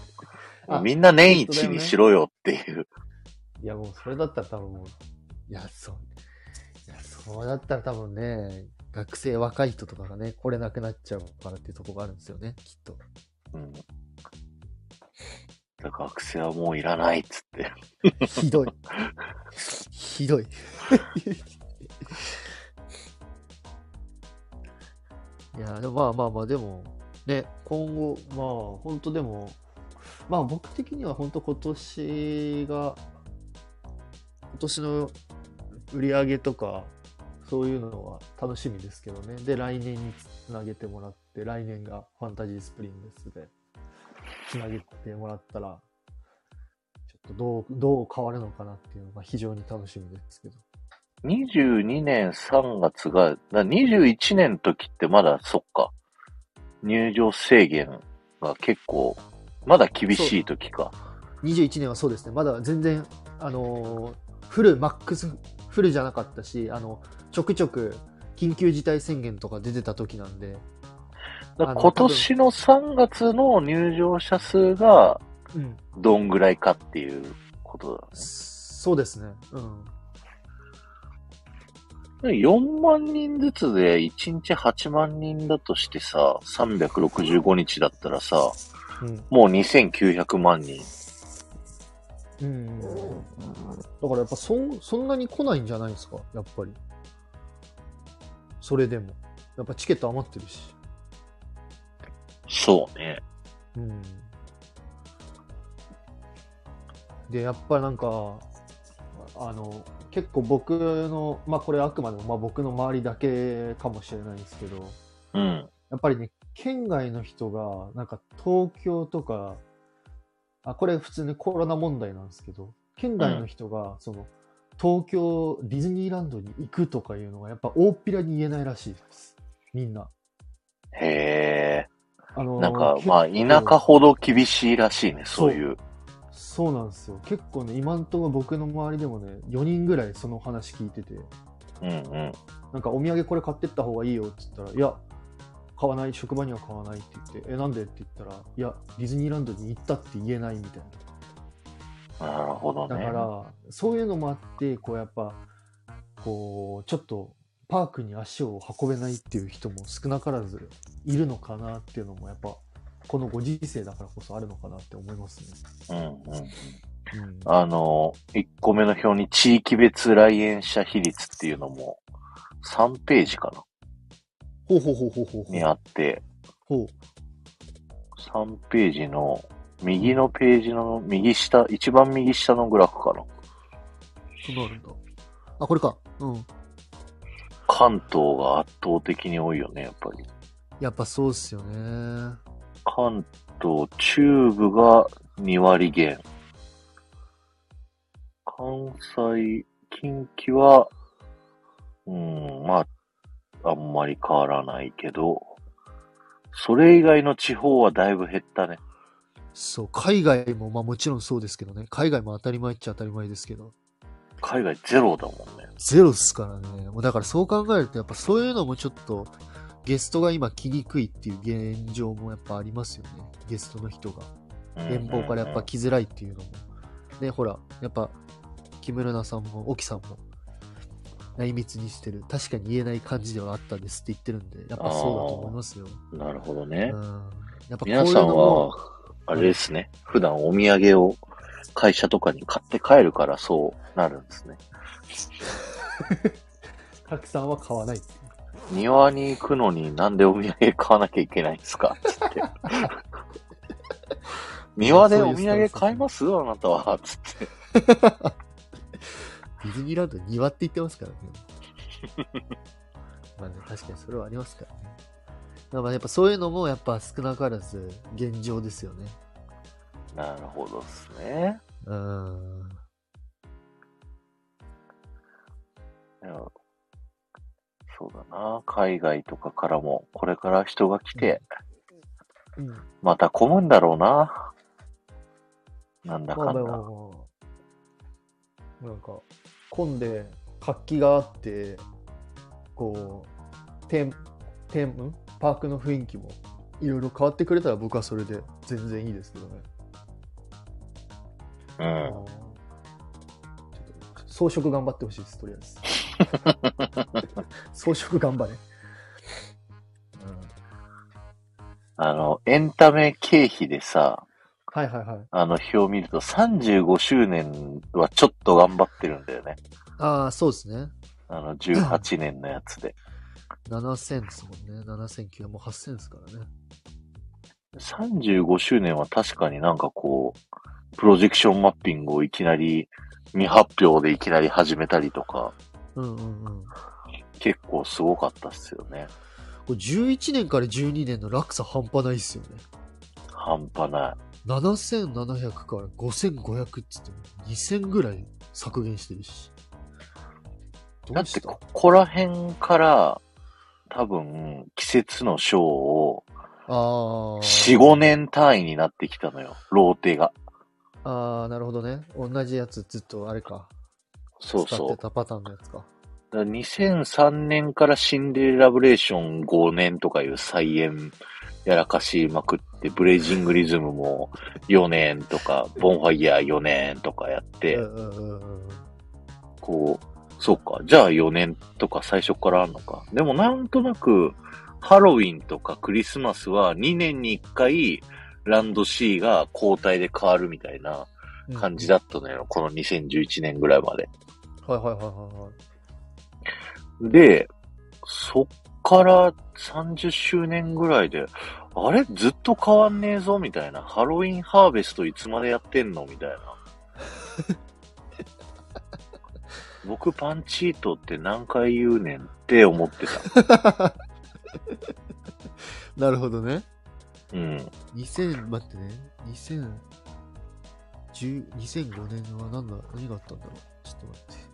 Speaker 2: あ
Speaker 1: みんな年一にしろよっていう。
Speaker 2: いやもうそれだったら多分もう、いや、そう、いや、そうだったら多分ね、学生若い人とかがね、来れなくなっちゃうからっていうとこがあるんですよね、きっと。
Speaker 1: うん。だから学生はもういらないっつって。
Speaker 2: ひどい。ひどい。 いや、でもまあまあまあ、でも、ね、今後、まあ、本当でも、まあ僕的には本当今年が、今年の売り上げとか、そういうのは楽しみですけどね。で、来年につなげてもらって、来年がファンタジースプリングスで、つなげてもらったら、ちょっとどう、どう変わるのかなっていうのが非常に楽しみですけど。
Speaker 1: 22年3月が、だから21年の時ってまだ、そっか、入場制限が結構、まだ厳しい時か。
Speaker 2: 21年はそうですね、まだ全然、あのーフル、マックスフルじゃなかったし、あの、ちょくちょく緊急事態宣言とか出てた時なんで、
Speaker 1: だから今年の3月の入場者数が
Speaker 2: うん、
Speaker 1: どんぐらいかっていうことだ
Speaker 2: そうですね、うん。
Speaker 1: ね。4万人ずつで1日8万人だとしてさ、365日だったらさ、
Speaker 2: うん、
Speaker 1: もう2900万人。
Speaker 2: うん、だからやっぱそんそんなに来ないんじゃないですかやっぱりそれでもやっぱチケット余ってるし
Speaker 1: そうね。
Speaker 2: うんでやっぱなんかあの結構僕のまあこれあくまでもまあ僕の周りだけかもしれないですけど
Speaker 1: うん。
Speaker 2: やっぱりね県外の人がなんか東京とかあこれ普通にコロナ問題なんですけど県外の人がその東京ディズニーランドに行くとかいうのがやっぱ大っぴらに言えないらしいですみんな。
Speaker 1: へ
Speaker 2: あの
Speaker 1: え。
Speaker 2: ー
Speaker 1: なんか、まあ、
Speaker 2: 結
Speaker 1: 田
Speaker 2: 構
Speaker 1: 舎ほど厳しいらしいね、そういう。
Speaker 2: そうなんですよ結構ね今んとこ僕の周りでもね4人ぐらいその話聞いてて
Speaker 1: うんうん。
Speaker 2: なんかお土産これ買ってった方がいいよって言ったらいや買わない職場には買わないって言ってえなんでって言ったらいやディズニーランドに行ったって言えないみたいな
Speaker 1: なるほど
Speaker 2: だ
Speaker 1: ね。
Speaker 2: から、そういうのもあって、こうやっぱ、こう、ちょっと、パークに足を運べないっていう人も少なからずいるのかなっていうのも、やっぱ、このご時世だからこそあるのかなって思います
Speaker 1: うんうん。
Speaker 2: ね。
Speaker 1: あの、1個目の表に地域別来園者比率っていうのも、3ページか
Speaker 2: ほうほうほうほうほう
Speaker 1: な
Speaker 2: ほう。
Speaker 1: にあって、
Speaker 2: ほ
Speaker 1: 3ページの、右のページの右下、一番右下のグラフかな。
Speaker 2: う。そうなるんだ。あ、これか。うん。
Speaker 1: 関東が圧倒的に多いよね、やっぱり。
Speaker 2: やっぱそうっすよね。
Speaker 1: 関東、中部が2割減。関西、近畿は、うん、まあ、あんまり変わらないけど、それ以外の地方はだいぶ減ったね。
Speaker 2: そう、海外も、まあもちろんそうですけどね。海外も当たり前っちゃ当たり前ですけど。
Speaker 1: 海外ゼロだもんね。
Speaker 2: ゼロっすからね。もうだからそう考えると、やっぱそういうのもちょっと、ゲストが今来にくいっていう現状もやっぱありますよね。ゲストの人が。
Speaker 1: うん
Speaker 2: 遠方からやっぱ来づらいっていうのも。ね、ほら、やっぱ、木村奈さんも、沖さんも、内密にしてる確かに言えない感じではあったんですって言ってるんでやっぱそうだと思いますよ、
Speaker 1: なるほどね
Speaker 2: う。ん、やっぱこういうの
Speaker 1: 皆さんは
Speaker 2: も、
Speaker 1: あれですね。普段お土産を会社とかに買って帰るからそうなるんですね。
Speaker 2: 賀来さんは買わないっていう
Speaker 1: 庭に行くのになんでお土産買わなきゃいけ ないんですかつって。庭でお土産買いますあなたは。つって。
Speaker 2: ディズニーランド庭って言ってますからね。 まあね、確かにそれはありますからね。だからやっぱそういうのもやっぱ少なからず現状ですよね。
Speaker 1: なるほどですね。
Speaker 2: うーん。
Speaker 1: いやそうだな。海外とかからもこれから人が来て、
Speaker 2: うん。
Speaker 1: また混むんだろうな。なんだ
Speaker 2: ま
Speaker 1: か
Speaker 2: あまあ
Speaker 1: ん
Speaker 2: まあ
Speaker 1: だ。
Speaker 2: まあ。なんか、混んで活気があって、こう、テン、テン、んパークの雰囲気もいろいろ変わってくれたら僕はそれで全然いいですけどね。
Speaker 1: う
Speaker 2: あー
Speaker 1: ん。
Speaker 2: ちょっと装飾頑張ってほしいです、とりあえ ず。装飾頑張れ。うん、
Speaker 1: あの、エンタメ経費でさ、
Speaker 2: はいはいはい。
Speaker 1: あの表を見ると35周年はちょっと頑張ってるんだよね。
Speaker 2: ああ、そうですね。
Speaker 1: あの18年のやつで。
Speaker 2: 7000ですもんね。7900、もう8000ですからね。
Speaker 1: 35周年は確かになんかこう、プロジェクションマッピングをいきなり未発表でいきなり始めたりとか、
Speaker 2: うんうんうん。こ
Speaker 1: 結構すごかったっすよね。
Speaker 2: れ11年から12年の落差半端ないっすよね。
Speaker 1: 半端な
Speaker 2: 7700から5500っつっても2000ぐらい削減してるし。
Speaker 1: い。
Speaker 2: ど
Speaker 1: だ
Speaker 2: う
Speaker 1: っ
Speaker 2: してた
Speaker 1: ここら辺から多分季節のショーを
Speaker 2: あー
Speaker 1: 4、5年単位になってきたのよ。ローテが。
Speaker 2: ああ、なるほどね。同じやつずっとあれか。
Speaker 1: そうそう
Speaker 2: 使って。たパターンのやつか。
Speaker 1: だから2003年からシンデレラブレーション5年とかいう再演やらかしまくって、ブレイジングリズムも4年とか、ボンファイヤー4年とかやって、
Speaker 2: うんうんうんうん
Speaker 1: こう、そうか、じゃあ4年とか最初からあんのか。でもなんとなく、ハロウィンとかクリスマスは2年に1回、ランド C が交代で変わるみたいな
Speaker 2: うん
Speaker 1: 感じだったのよ、この2011年ぐらいまで。
Speaker 2: はいはいはいはいはい。
Speaker 1: で、そっから30周年ぐらいで、あれずっと変わんねえぞみたいな。ハロウィンハーベストいつまでやってんのみたい な。僕パンチートって何回言うねんって思ってた。
Speaker 2: なるほどね。
Speaker 1: うん。
Speaker 2: 2000、待ってね。2010、2005年は何だ、何があったんだろう。ちょっと待って。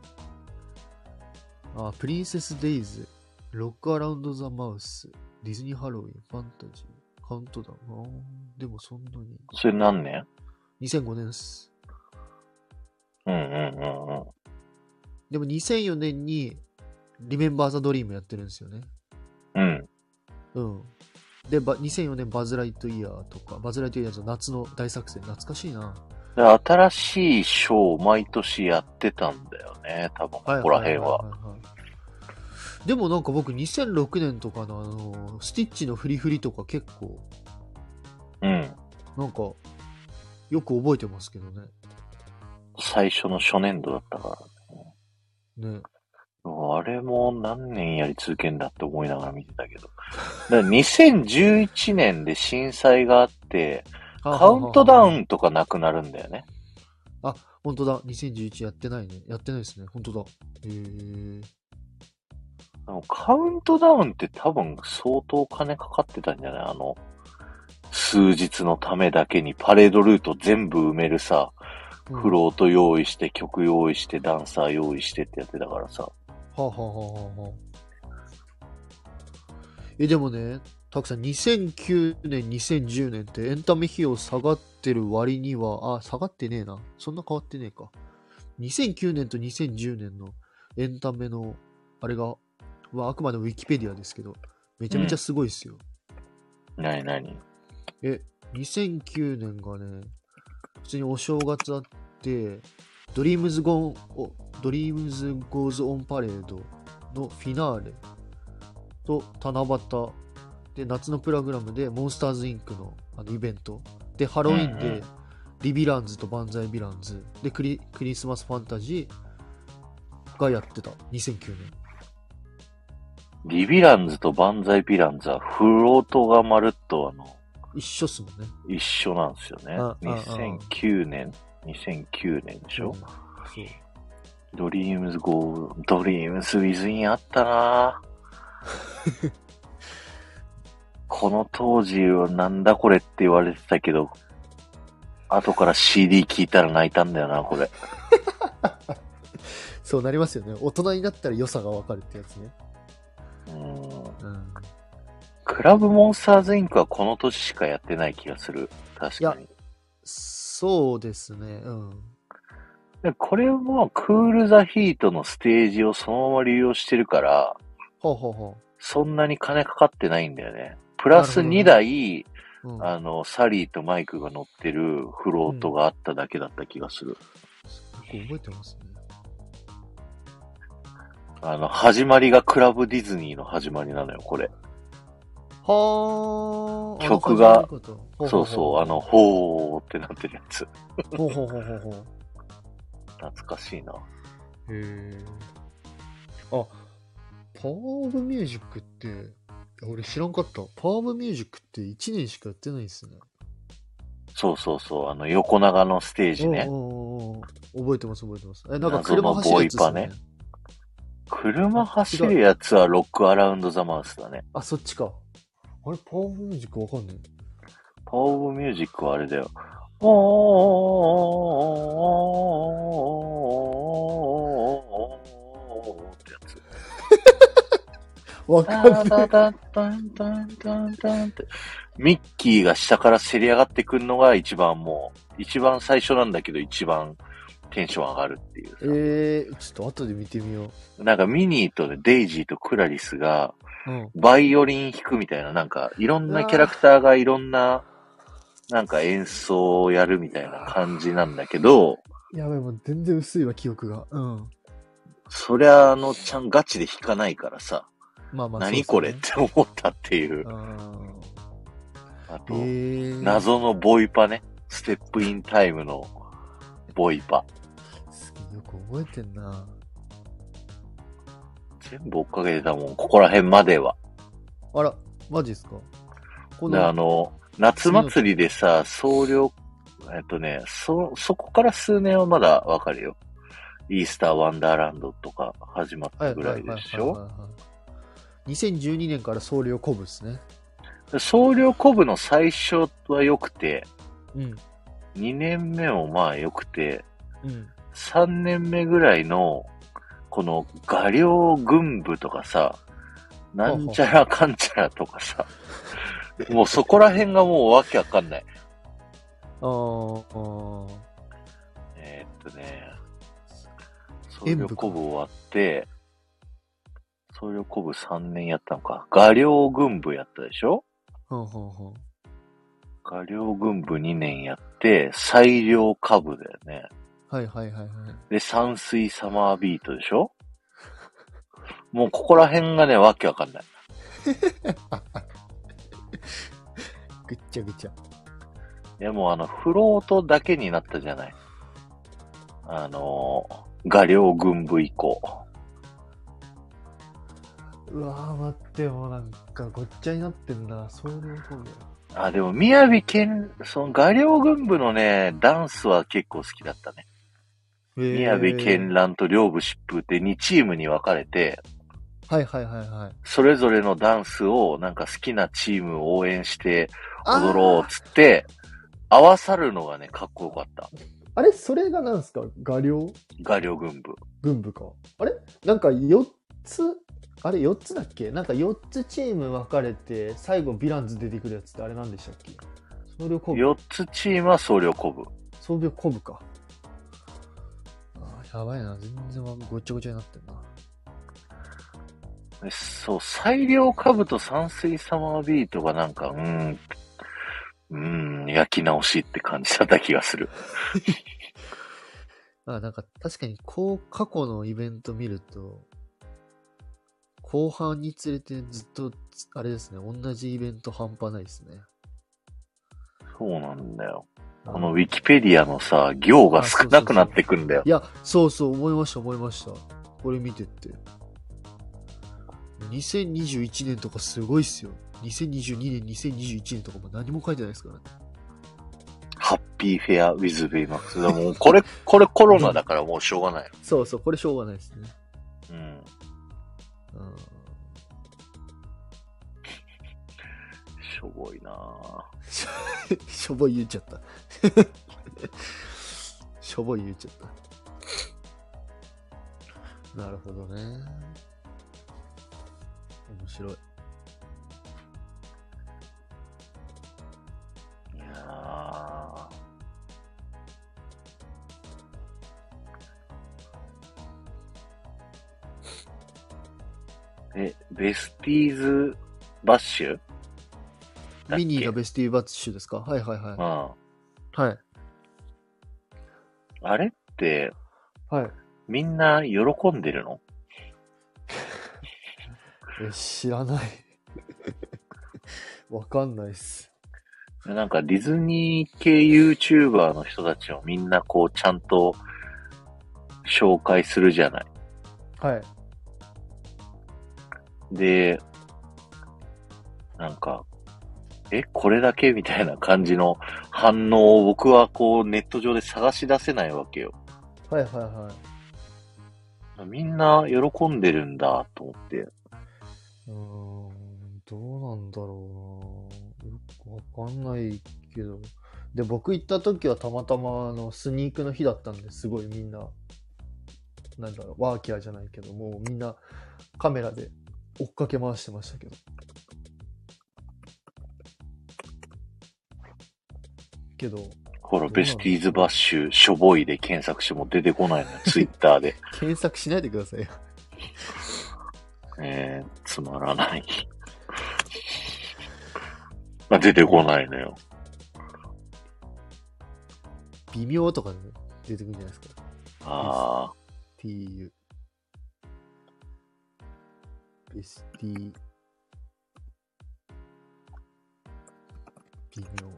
Speaker 2: あー、プリンセス・デイズ、ロック・アラウンド・ザ・マウス、ディズニー・ハロウィン、ファンタジー、カウントダウン。あーでもそんなに。
Speaker 1: それ何年
Speaker 2: 2005年です。
Speaker 1: うんうんうんうん。
Speaker 2: でも2004年に、リメンバー・ザ・ドリームやってるんですよね。
Speaker 1: うん。
Speaker 2: うん。で、ば2004年バズ・ライトイヤーとか、バズ・ライトイヤーの夏の大作戦、懐かしいな。
Speaker 1: で新しいショーを毎年やってたんだよね。多分、ここら辺は。
Speaker 2: はい。でもなんか僕2006年とかのあの、スティッチのフリフリとか結構、
Speaker 1: うん。
Speaker 2: なんか、よく覚えてますけどね。
Speaker 1: 最初の初年度だったから。
Speaker 2: ね。
Speaker 1: あれも何年やり続けんだって思いながら見てたけど。だから2011年で震災があ って、カウントダウ
Speaker 2: ン。
Speaker 1: ンとかなくなるんだよね。
Speaker 2: 本当だ。2011やってないね。やってないですね。本当だ。へえ。
Speaker 1: でもカウントダウンって多分相当金かかってたんじゃないあの、数日のためだけにパレードルート全部埋めるさ、
Speaker 2: うん
Speaker 1: フロート用意して、曲用意して、ダンサー用意してってやってたからさ。
Speaker 2: はあ、はあはあはあはあ、えでもねたくさん2009年2010年ってエンタメ費用下がってる割にはあ下がってねえなそんな変わってねえか2009年と2010年のエンタメのあれが、まあ、あくまでもウィキペディアですけどめちゃめちゃすごいっすよ、
Speaker 1: なになに
Speaker 2: え2009年がね普通にお正月あってドリームズゴーンドリームズ・ゴーズ・オン・パレードのフィナーレと七夕で夏のプログラムでモンスターズ・インクのあのイベントでハロウィン
Speaker 1: うんうん
Speaker 2: でリビランズとバンザイ・ヴィランズでクリクリスマス・ファンタジーがやってた2009年
Speaker 1: リビランズとバンザイビランズはフロートがまるっとあの、
Speaker 2: 一緒っすもんね
Speaker 1: 一緒なんですよね
Speaker 2: あああ。
Speaker 1: 2009年、2009年でし
Speaker 2: う
Speaker 1: ょ
Speaker 2: ん。そう
Speaker 1: ドリームズゴー、ドリームズウィズインあったなぁ この当時はなんだこれって言われてたけど、後から CD 聞いたら泣いたんだよな、これ。
Speaker 2: そうなりますよね大人になったら良さがわかるってやつね
Speaker 1: うん
Speaker 2: うん
Speaker 1: クラブモンスターズインクはこの年しかやってない気がする。確かに。
Speaker 2: そうですねうん
Speaker 1: でこれもクールザヒートのステージをそのまま利用してるから、
Speaker 2: ほうほうほ
Speaker 1: そんなに金かかってないんだよね。プラス
Speaker 2: なるほどね
Speaker 1: 2台、
Speaker 2: う、うん、
Speaker 1: あの、サリーとマイクが乗ってるフロートがあっただけだった気がする。
Speaker 2: よく覚えてますね
Speaker 1: あの、始まりがクラブディズニーの始まりなのよ、これ。
Speaker 2: はあ。
Speaker 1: 曲が
Speaker 2: あの感じのこと
Speaker 1: そうそう、あの、ほーってなってるやつ。
Speaker 2: ほうほうほうほうほうほう。
Speaker 1: 懐かしいな。
Speaker 2: へえ。あ、パワーオブミュージックって、いや俺知らんかった。パワーオブミュージックって1年しかやってないんですね。
Speaker 1: そうそうそう、あの、横長のステージね。
Speaker 2: うんうんうんうん覚えてます覚えてます。え、なんか
Speaker 1: 謎
Speaker 2: 車
Speaker 1: の
Speaker 2: 走るやつですよ
Speaker 1: ボイ
Speaker 2: ね
Speaker 1: パ。車走るやつはロックアラウンドザマウスだね。
Speaker 2: あ、そっちか。あれ、パワーオブミュージックわかんない。
Speaker 1: パワーオブミュージックはあれだよ。ってやつ。
Speaker 2: わ
Speaker 1: タ
Speaker 2: かんない。
Speaker 1: タタタンタンタンタンって。ミッキーが下からせり上がってくるのが一番もう、一番最初なんだけど一番テンション上がるっていうさ。
Speaker 2: えー、ちょっと後で見てみよ
Speaker 1: なんかミニーとねデイジーとクラリスが
Speaker 2: う。うん。
Speaker 1: バイオリン弾くみたいな、なんかいろんなキャラクターがいろんな、なんか演奏をやるみたいな感じなんだけど、
Speaker 2: やばい、もう全然薄いわ、記憶が。うん。
Speaker 1: そりゃあのちゃんガチで弾かないからさ、
Speaker 2: まあまあ、
Speaker 1: 何これっ
Speaker 2: そう
Speaker 1: て思ったっていう
Speaker 2: で。すねうん
Speaker 1: あと、
Speaker 2: えー、
Speaker 1: 謎のボイパね。ステップインタイムのボイパ。
Speaker 2: すげえよく覚えてんな
Speaker 1: 全部追っかけてたもん、ここら辺までは。
Speaker 2: あらマジっすかこ
Speaker 1: で、あの、夏祭りでさ、総量、えっとね、そ、そこから数年はまだわかるよ。イースターワンダーランドとか始まったぐらいでし
Speaker 2: はい
Speaker 1: ょ
Speaker 2: はいはいはいはい2012年から総量鼓舞ですね
Speaker 1: で総量コブの最初は良くて、
Speaker 2: うん
Speaker 1: 2年目もまあ良くて、
Speaker 2: うん
Speaker 1: 3年目ぐらいの、この画量軍部とかさ、なんちゃらかんちゃらとかさ、もうそこら辺がもうわけわかんない。
Speaker 2: あーあー
Speaker 1: えーっとね、総
Speaker 2: 演
Speaker 1: 領
Speaker 2: 武か
Speaker 1: コブ終わって、総領コブ3年やったのか。画量軍部やったでしょ
Speaker 2: はんはんはん
Speaker 1: 画量軍部2年やって、最良下部だよね。
Speaker 2: はいはいはいはい
Speaker 1: で、山水サマービートでしょもうここら辺がね、わけわかんない。
Speaker 2: ぐっちゃぐちゃ
Speaker 1: いやもうあの、フロートだけになったじゃない。あのー、画量軍部以降。
Speaker 2: うわー待ってもうなんかごっちゃになってんな総量鼓舞
Speaker 1: あ、でも、宮城県、その画量軍部のね、ダンスは結構好きだったね。宮城県乱と両部疾風って2チームに分かれて、
Speaker 2: はいはいはいはい
Speaker 1: それぞれのダンスをなんか好きなチームを応援して
Speaker 2: あー
Speaker 1: 踊ろうっつって、合わさるのがね、かっこよかった。
Speaker 2: あれそれがなんすか画量
Speaker 1: 画量軍部。
Speaker 2: 軍部か。あれなんか4つ、あれ4つだっけなんか4つチーム分かれて、最後ヴィランズ出てくるやつってあれなんでしたっけ総量コブ
Speaker 1: 4つチームは総量鼓舞。
Speaker 2: 総量コブか。あーやばいな、全然わごちゃごちゃになってんな。
Speaker 1: でそう、最良下部と山水サマービートがなんか、うーん、うーん、焼き直しって感じだった気がする。
Speaker 2: あなんか確かにこう過去のイベント見ると、後半につれてずっと、あれですね、同じイベント半端ないですね。
Speaker 1: そうなんだよ。このウィキペディアのさ、行が少なくなってくんだよ
Speaker 2: い。や、そうそう、思いました、思いました。これ見てって。2021年とかすごいっすよ。2022年、2021年とかも何も書いてないですからね。
Speaker 1: ハッピーフェアウィズベイマックス。だからもうこれ、これコロナだからもうしょうがない。
Speaker 2: そうそう、これしょうがないですね。
Speaker 1: うん。
Speaker 2: うん
Speaker 1: しょぼいなぁ。
Speaker 2: しょぼい言っちゃった。 しょぼい言っちゃった。なるほどね。面白い。
Speaker 1: いやーえ、ベスティーズバッシュだっけ
Speaker 2: ミニーがベスティーバッシュですかはいはいは
Speaker 1: うん。
Speaker 2: い。はい。
Speaker 1: あれって、
Speaker 2: はい。
Speaker 1: みんな喜んでるの
Speaker 2: え、知らない。 わかんないっす。
Speaker 1: なんかディズニー系 YouTuber の人たちをみんなこうちゃんと紹介するじゃない。
Speaker 2: はい。
Speaker 1: で、なんか、え、これだけみたいな感じの反応を僕はこうネット上で探し出せないわけよ。
Speaker 2: はいはいは
Speaker 1: みんな喜んでるんだと思って。
Speaker 2: い。うーん、どうなんだろうな。よくわかんないけど。で、僕行った時はたまたまあのスニークの日だったんですごいみんな、なんだろう、ワーキャーじゃないけど、もうみんなカメラで追っかけ回してましたけど。けど、
Speaker 1: ほら、
Speaker 2: どうなの
Speaker 1: ベスティーズバッシュ、しょぼいで検索しても出てこないのよ、ツイッターで。
Speaker 2: 検索しないでくださいよ。
Speaker 1: えー、つまらない。まあ、出てこないのよ。
Speaker 2: 微妙とかで出てくるんじゃないですか。
Speaker 1: ああ、
Speaker 2: TU。ST。微妙。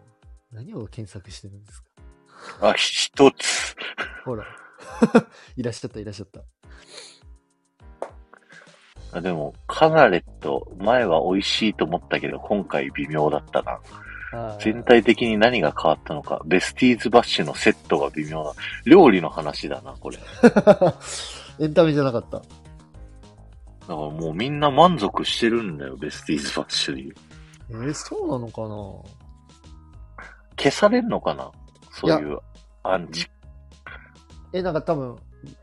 Speaker 2: 何を検索してるんですか
Speaker 1: あ、一つ。
Speaker 2: ほら。 いらっしゃった、いらっしゃった。
Speaker 1: あでも、カナレット、前は美味しいと思ったけど、今回微妙だったな。
Speaker 2: あー
Speaker 1: 全体的に何が変わったのか、ベスティーズバッシュのセットが微妙な。料理の話だな、これ。だか
Speaker 2: エンタメじゃなかった。
Speaker 1: らもうみんな満足してるんだよ、ベスティーズバッシュに。
Speaker 2: えーそうなのかな
Speaker 1: 消されんのかなそういうアンチ。
Speaker 2: え、なんか多分、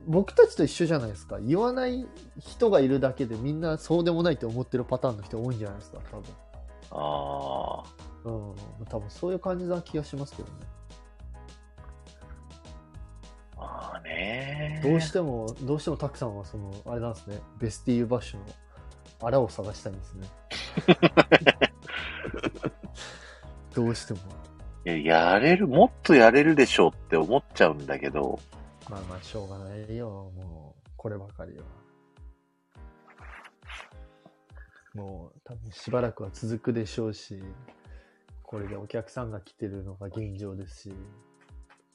Speaker 2: 僕たちと一緒じゃないですか。言わない人がいるだけでみんなそうでもないって思ってるパターンの人多いんじゃないですか、多分。
Speaker 1: ああ。
Speaker 2: うん、多分そういう感じな気がしますけどね。
Speaker 1: まあね
Speaker 2: どうしても、どうしてもたくさんは、その、あれなんですね、ベスティーユバッシュのあらを探したいんですね。どうしても。
Speaker 1: いや、やれる、もっとやれるでしょうって思っちゃうんだけど、
Speaker 2: まあまあ、しょうがないよ、もう、こればかりは。もう、多分しばらくは続くでしょうし、これでお客さんが来てるのが現状ですし、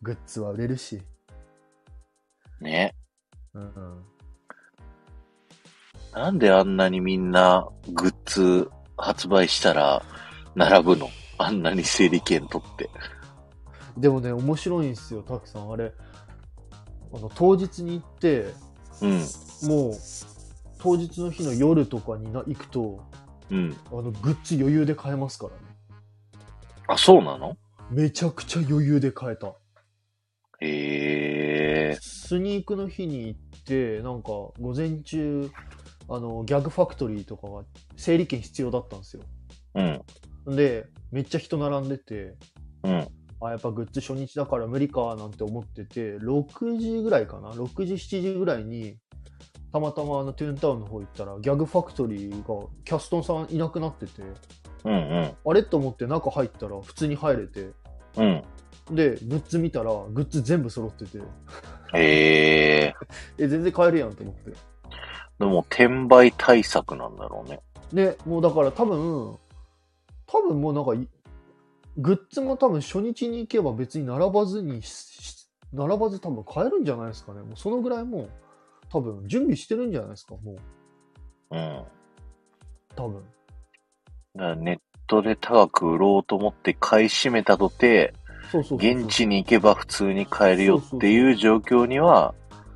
Speaker 2: グッズは売れるし、
Speaker 1: ね。
Speaker 2: うん、
Speaker 1: なんであんなにみんなグッズ発売したら並ぶのあんなに整理券取って。
Speaker 2: でもね、面白いんですよ、たくさん。あれ、あの当日に行って、
Speaker 1: うん、
Speaker 2: もう、当日の日の夜とかにな行くと、
Speaker 1: うん。
Speaker 2: あのグッズ余裕で買えますからね。
Speaker 1: あ、そうなの
Speaker 2: めちゃくちゃ余裕で買えた。
Speaker 1: ええ
Speaker 2: スニークの日に行って、なんか、午前中、あの、ギャグファクトリーとかが整理券必要だったんですよ。
Speaker 1: うん、
Speaker 2: で、めっちゃ人並んでて、
Speaker 1: うん、
Speaker 2: あ、やっぱグッズ初日だから無理かなんて思ってて、6時ぐらいかな ?6 時、7時ぐらいに、たまたまあのトゥーンタウンの方行ったら、ギャグファクトリーがキャストンさんいなくなってて、
Speaker 1: うん、うん、
Speaker 2: あれと思って中入ったら普通に入れて、
Speaker 1: うん。
Speaker 2: で、グッズ見たら、グッズ全部揃ってて、
Speaker 1: ええ
Speaker 2: え、全然買えるやんと思って。
Speaker 1: でも、転売対策なんだろうね。
Speaker 2: で、もうだから多分、多分もうなんかい、グッズも多分初日に行けば別に並ばずにし、し並ばず多分買えるんじゃないですかね。もうそのぐらいもう、多分準備してるんじゃないですか、も
Speaker 1: う
Speaker 2: う、
Speaker 1: ん。
Speaker 2: 多分。
Speaker 1: だからネットで高く売ろうと思って買い占めたとて、
Speaker 2: そうそうそうそう。
Speaker 1: 現地に行けば普通に買えるよっていう状況には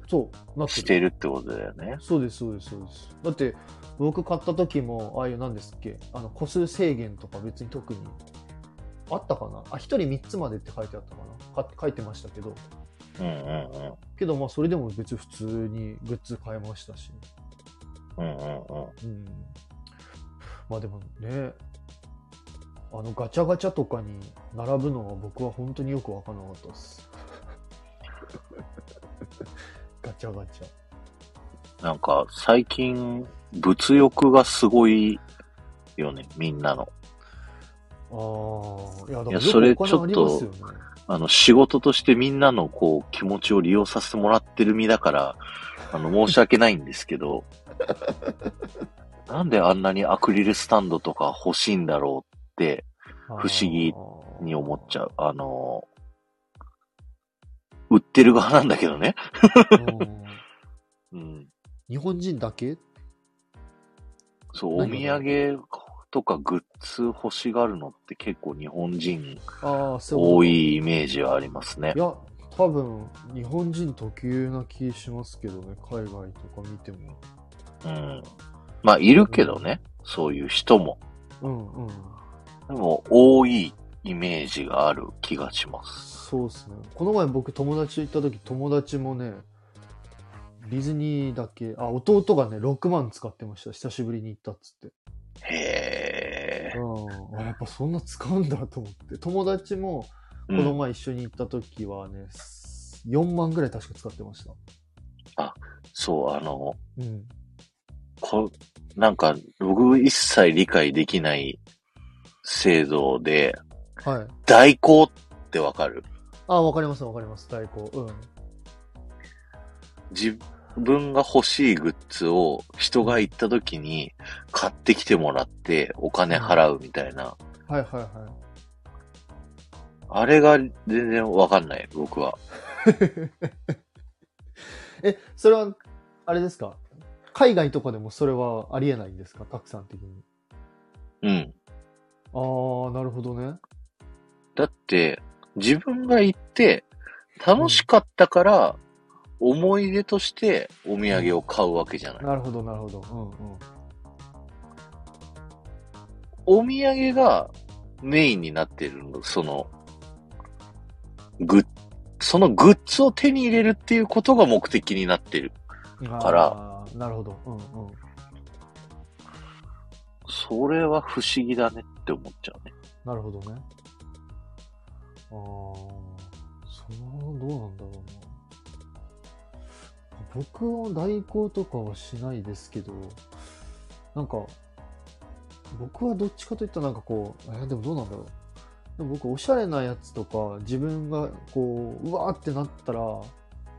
Speaker 2: そう、なって
Speaker 1: し
Speaker 2: る
Speaker 1: てるってことだよね。
Speaker 2: そうですそうですそうですだって僕買った時もああいう何ですっけあの個数制限とか別に特にあったかなあ1人3つまでって書いてあったかなか書いてましたけど
Speaker 1: うんうん
Speaker 2: けどまあそれでも別に普通にグッズ買えましたし
Speaker 1: うん。うんうんうん。
Speaker 2: うんまあでもねあのガチャガチャとかに並ぶのは僕は本当によく分からなかったです ガチャガチャ
Speaker 1: なんか、最近、物欲がすごいよね、みんなの。
Speaker 2: ああいやだ
Speaker 1: い
Speaker 2: か
Speaker 1: や
Speaker 2: ら
Speaker 1: それ
Speaker 2: よくお金ありますよね
Speaker 1: あの、仕事としてみんなのこう、気持ちを利用させてもらってる身だから、あの、申し訳ないんですけ ど、なんであんなにアクリルスタンドとか欲しいんだろうって、不思議に思っちゃう。あの、売ってる側なんだけどね。
Speaker 2: う
Speaker 1: う
Speaker 2: ん
Speaker 1: ん。
Speaker 2: 日本人だけ
Speaker 1: そう、お土産とかグッズ欲しがるのって結構日本人
Speaker 2: ああ、そう
Speaker 1: 多
Speaker 2: い
Speaker 1: いイメージはありますね
Speaker 2: うこと。い。や、多分、日本人特有な気しますけどね、海外とか見ても。
Speaker 1: うん。まあ、いるけどね、そういう人も。
Speaker 2: うんうん。
Speaker 1: でも、多いイメージがある気がします。
Speaker 2: そうですね。この前僕友達と行った時、友達もね、ディズニーだけ、あ、弟がね、6万使ってました。久しぶりに行ったっつって。
Speaker 1: へえ。
Speaker 2: うん。あやっぱそんな使うんだと思って。友達も、
Speaker 1: う
Speaker 2: この
Speaker 1: ん、
Speaker 2: 前一緒に行った時はね、4万ぐらい確か使ってました。
Speaker 1: そう、あの、
Speaker 2: うん。
Speaker 1: こなんか、僕一切理解できない制度で、
Speaker 2: はい。
Speaker 1: 代行ってわかる
Speaker 2: あ、わかりますわかります。太鼓。うん。
Speaker 1: 自分が欲しいグッズを人が行った時に買ってきてもらってお金払うみたいな。
Speaker 2: はいはいはい。
Speaker 1: あれが全然わかんない、僕は。
Speaker 2: え、それは、あれですか海外とかでもそれはありえないんですかたくさん的に。
Speaker 1: うん。
Speaker 2: あー、なるほどね。
Speaker 1: だって、自分が行って、楽しかったから、思い出としてお土産を買うわけじゃない。
Speaker 2: なるほど、なるほど。うんうん。
Speaker 1: お土産がメインになってるの、その、グッ、そのグッズを手に入れるっていうことが目的になってる。から
Speaker 2: あー。なるほど。うんうん。
Speaker 1: それは不思議だねって思っちゃうね。
Speaker 2: なるほどね。あー、そう、どうなんだろうな。僕は代行とかはしないですけど、なんか、僕はどっちかといったらなんかこう、えでもどうなんだろう。でも僕、おしゃれなやつとか、自分がこう、うわーってなったら、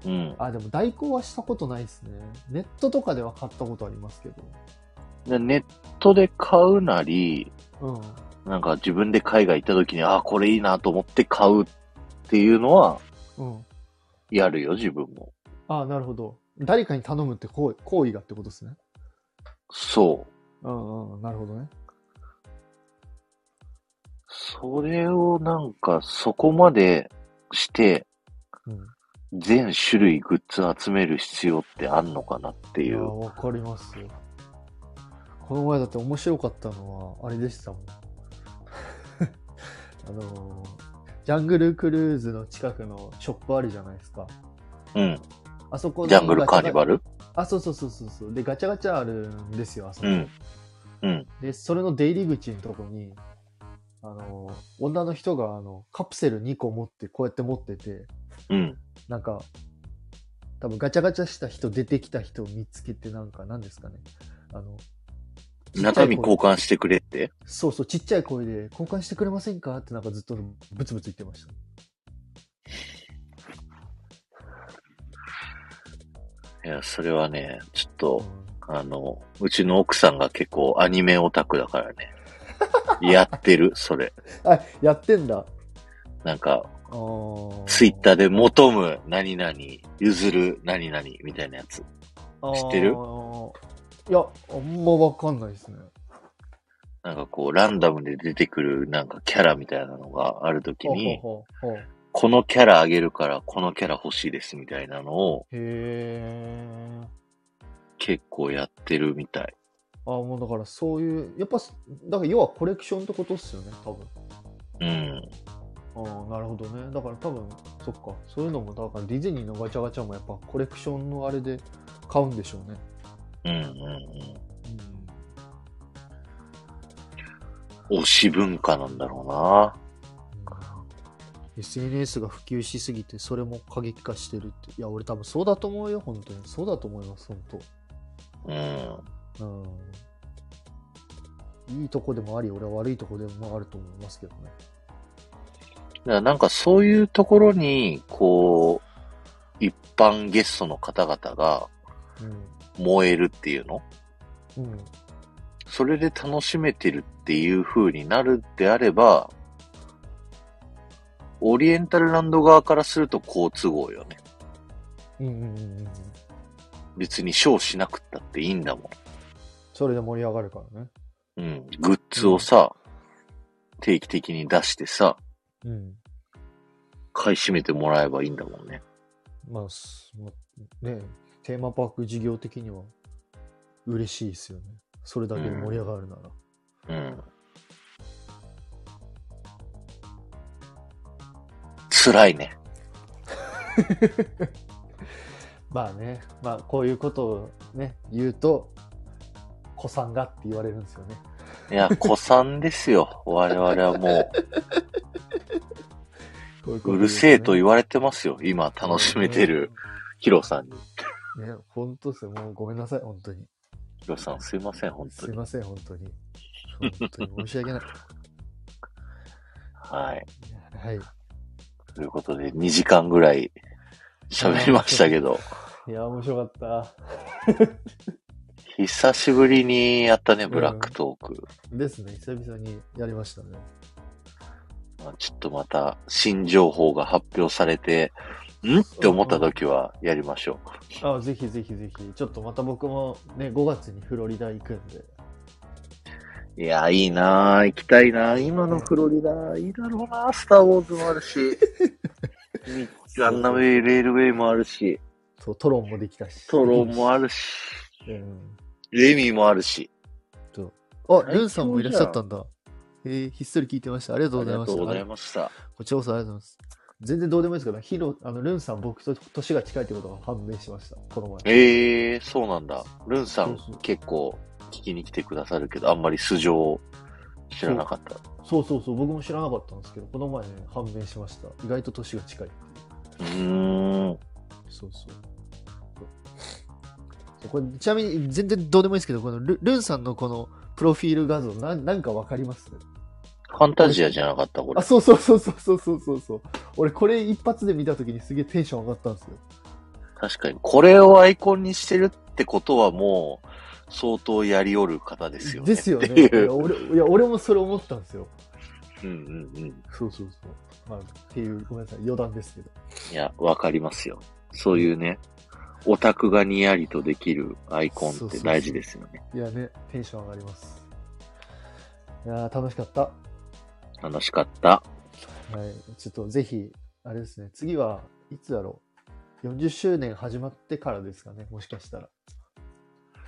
Speaker 1: うん。
Speaker 2: あ、でも代行はしたことないですね。ネットとかでは買ったことありますけど。
Speaker 1: でネットで買うなり、
Speaker 2: うん。
Speaker 1: なんか自分で海外行った時に、あ、これいいなと思って買うっていうのは、
Speaker 2: うん。
Speaker 1: やるよ、自分も。
Speaker 2: あ、なるほど。誰かに頼むって行為行為がってことですね。
Speaker 1: そう。
Speaker 2: うんうん、なるほどね。
Speaker 1: それをなんかそこまでして
Speaker 2: うん。
Speaker 1: 全種類グッズ集める必要ってあんのかなって
Speaker 2: い
Speaker 1: い
Speaker 2: や、
Speaker 1: う。
Speaker 2: わかりますよ。この前だって面白かったのは、あれでしたもん。 あのー、ジャングルクルーズの近くのショップあるじゃないですか。
Speaker 1: うん。
Speaker 2: あそこ
Speaker 1: ジャングルカーニバ
Speaker 2: ル
Speaker 1: ル
Speaker 2: あ、そうそうそうそうそう。で、ガチャガチャあるんですよ、あそこ。
Speaker 1: うん。うん。
Speaker 2: で、それの出入り口のとこに、あのー、女の人が、あの、カプセル2個持って、こうやって持ってて、
Speaker 1: うん。
Speaker 2: なんか、多分ガチャガチャした人、出てきた人を見つけて、なんか、なんですかね。あの、
Speaker 1: 中身交
Speaker 2: 交換
Speaker 1: 換してくれって。
Speaker 2: そうそう、ちっちゃい声で、交換してくれませんかってなんかずっとブツブツ言ってました。
Speaker 1: いや、それはね、ちょっと、あの、うちの奥さんが結構アニメオタクだから ね。やってる、それ。
Speaker 2: あ、やってんだ。
Speaker 1: なんか、ツ
Speaker 2: ツ
Speaker 1: イッターで求む何々、譲る何々みたいなやつ。知ってる
Speaker 2: いや、あんまわかんないですね。
Speaker 1: なんかこう、ランダムで出てくるなんかキャラみたいなのがあるときに、
Speaker 2: ほうほうほうほう
Speaker 1: このキャラあげるからこのキャラ欲しいですみたいなのを
Speaker 2: へえ。
Speaker 1: 結構やってるみたい。
Speaker 2: あもうだからそういう、やっぱ、だから要はコレクションってことっすよね、多分。
Speaker 1: うん。
Speaker 2: ああ、なるほどね。だから多分、そっか、そういうのも、だからディズニーのガチャガチャもやっぱコレクションのあれで買うんでしょうね。
Speaker 1: うんうんうん。推し文化なんだろうな。
Speaker 2: SNS が普及しすぎてそれも過激化してるっていや俺多分そうだと思うよ本当にそうだと思います本
Speaker 1: うん。
Speaker 2: 当うんいいとこでもあり俺は悪いとこでもあると思いますけどね
Speaker 1: だからなんかそういうところに、こう、一般ゲストの方々が燃えるっていうの
Speaker 2: うんうん
Speaker 1: それで楽しめてるっていう風になるであれば、オリエンタルランド側からすると好都合よね。
Speaker 2: うんうんうんうん
Speaker 1: 別にショーしなくったっていいんだも
Speaker 2: それで盛り上がるからね
Speaker 1: ん。うん。グッズをさ、定期的に出してさ、
Speaker 2: うん
Speaker 1: 買い占めてもらえばいいんだもんね。
Speaker 2: まあすまねテーマパーク事業的には嬉しいですよねそれだけで盛り上がるなら、
Speaker 1: うん。辛いね。
Speaker 2: まあね、まあこういうことをね、言うと、子さんがって言われるんですよね。
Speaker 1: い や、子さんですよ。我々はも
Speaker 2: こいう
Speaker 1: う、
Speaker 2: こ
Speaker 1: う
Speaker 2: と
Speaker 1: るせえと言
Speaker 2: わ
Speaker 1: われてますよ。今、楽しめてる。ヒロさんに。
Speaker 2: ね。ね、本当ですよ。もうごめんなさい、本当に。
Speaker 1: ヒロさん、すいません、本当
Speaker 2: すい
Speaker 1: に。
Speaker 2: ません、本当に。本当に申し 訳ない。
Speaker 1: はい。
Speaker 2: はい。
Speaker 1: ということで、2時間ぐらい喋りましたけど、
Speaker 2: いや、面白かっ
Speaker 1: 久しぶりにやったね、ブラックトーク。
Speaker 2: た。ですね、久々にやりましたね。
Speaker 1: まあちょっとまた、新情報が発表されて、んって思った時はやりましょう。
Speaker 2: あぜひぜひぜひ。ちょっとまた僕もね、5月にフロリダ行くんで。
Speaker 1: いや、いいなぁ、行きたいなぁ。今のフロリダ、いいだろうなぁ。スター・ウォーズもある し、ガンナウェイ、レールウェイもあるし、
Speaker 2: そう、トロンもできたし。
Speaker 1: トロもあ
Speaker 2: る。
Speaker 1: るし、
Speaker 2: うん。
Speaker 1: レミもあるし。
Speaker 2: あ、ルンさんもいらっしゃったんだ。えー、ひっそり聞いてました。ありが
Speaker 1: あ
Speaker 2: と
Speaker 1: り
Speaker 2: うござい
Speaker 1: が
Speaker 2: ま
Speaker 1: と
Speaker 2: し
Speaker 1: う
Speaker 2: た。
Speaker 1: ございました。
Speaker 2: こちらこそありがとうございます。全然どうでもいいですけど、ヒロ、あの、ルンさん、僕と年が近いってことが判明しました、この前。
Speaker 1: ええー、そうなんだ。ルンさん
Speaker 2: そうそう
Speaker 1: 結構聞きに来てくださるけど、あんまり素性を知らなかった。
Speaker 2: そうそうそう、僕も知らなかったんですけど、この前ね、判明しました。意外と年が近いって
Speaker 1: う
Speaker 2: いう
Speaker 1: ーん。
Speaker 2: そうそう。そうこれちなみに、全然どうでもいいですけど、このルルンさんのこの、プロフィール画像、なんなんかわかります
Speaker 1: ファンタジアじゃなかった、こ
Speaker 2: あ、
Speaker 1: れ。
Speaker 2: そうそうそうそうそうそうそうそう。俺、これ一発で見たときにすげえテンション上がったんですよ。
Speaker 1: 確かに。これをアイコンにしてるってことはもう、相当やりおる方ですよね。
Speaker 2: ですよね。
Speaker 1: って
Speaker 2: い
Speaker 1: い
Speaker 2: や
Speaker 1: う。
Speaker 2: 俺いや、俺もそれ思ったんですよ。
Speaker 1: うんうんうん。
Speaker 2: そうそうそう。まあ、っていう、ごめんなさい、余談ですけど。
Speaker 1: いや、わかりますよ。そういうね、オタクがにやりとできるアイコンって大事ですよね。
Speaker 2: いやね、テンション上がります。いやー楽しかった。は
Speaker 1: 楽しかった。
Speaker 2: い。ちょっとぜひ、あれですね、次はいつだろう。40周年始まってからですかね、もしかしたら。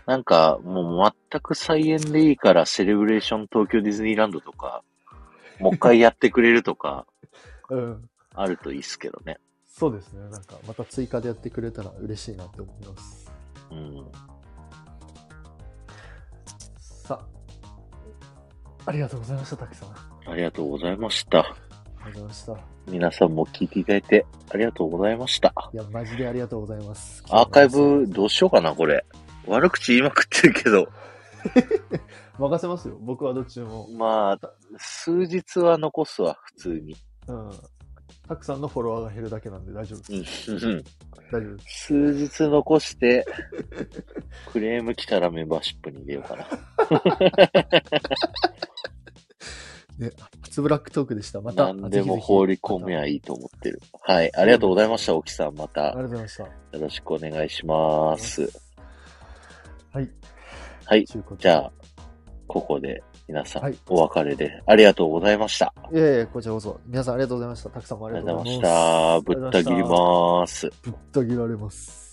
Speaker 1: なんか、もう全く再演でいいから、セレブレーション東京ディズニーランドとか、もう一回やってくれるとか、
Speaker 2: うん。
Speaker 1: あるといいっすけどね。
Speaker 2: そうですね、なんかまた追加でやってくれたら嬉しいなって思います。
Speaker 1: うん。
Speaker 2: さあ、ありがとうございました、たくさん。あ
Speaker 1: ありがとうございました。
Speaker 2: りがとうございました。い
Speaker 1: 皆さんも聞いていただいて、ありがとうございました。
Speaker 2: や、マジでありがとうございます。
Speaker 1: アーカイブ、どうしようかな、これ。悪口言いまくってるけど、
Speaker 2: 任せますよ、僕はどっちでも。
Speaker 1: まあ、数日は残すわ、普通に。
Speaker 2: うん。たくさんのフォロワーが減るだけなんで大丈夫です。
Speaker 1: うん
Speaker 2: 大丈夫です。
Speaker 1: 数日残して、クレーム来たらメンバーシップに入れようかな。
Speaker 2: 初ブラックトークでした。また。
Speaker 1: 何でも放り込め
Speaker 2: い。
Speaker 1: ばいいと思ってる。はい。ありがとうございました、
Speaker 2: うん
Speaker 1: 沖さん。ま
Speaker 2: またあ
Speaker 1: た
Speaker 2: りがとうございました。
Speaker 1: よろしくお願いします。
Speaker 2: はい。
Speaker 1: はい。
Speaker 2: ということで
Speaker 1: じゃあ、ここで皆さ
Speaker 2: は
Speaker 1: ん
Speaker 2: い
Speaker 1: お別れで、ありがとうございました。
Speaker 2: いやいや、こちらこそ。皆さんありがとうございました。たくさんもあ
Speaker 1: あ
Speaker 2: り
Speaker 1: り
Speaker 2: が
Speaker 1: が
Speaker 2: と
Speaker 1: と
Speaker 2: う
Speaker 1: うご
Speaker 2: ござ
Speaker 1: ざ
Speaker 2: い
Speaker 1: い
Speaker 2: ま
Speaker 1: ま
Speaker 2: し。
Speaker 1: したた。ぶった切ります。
Speaker 2: ぶった切られます。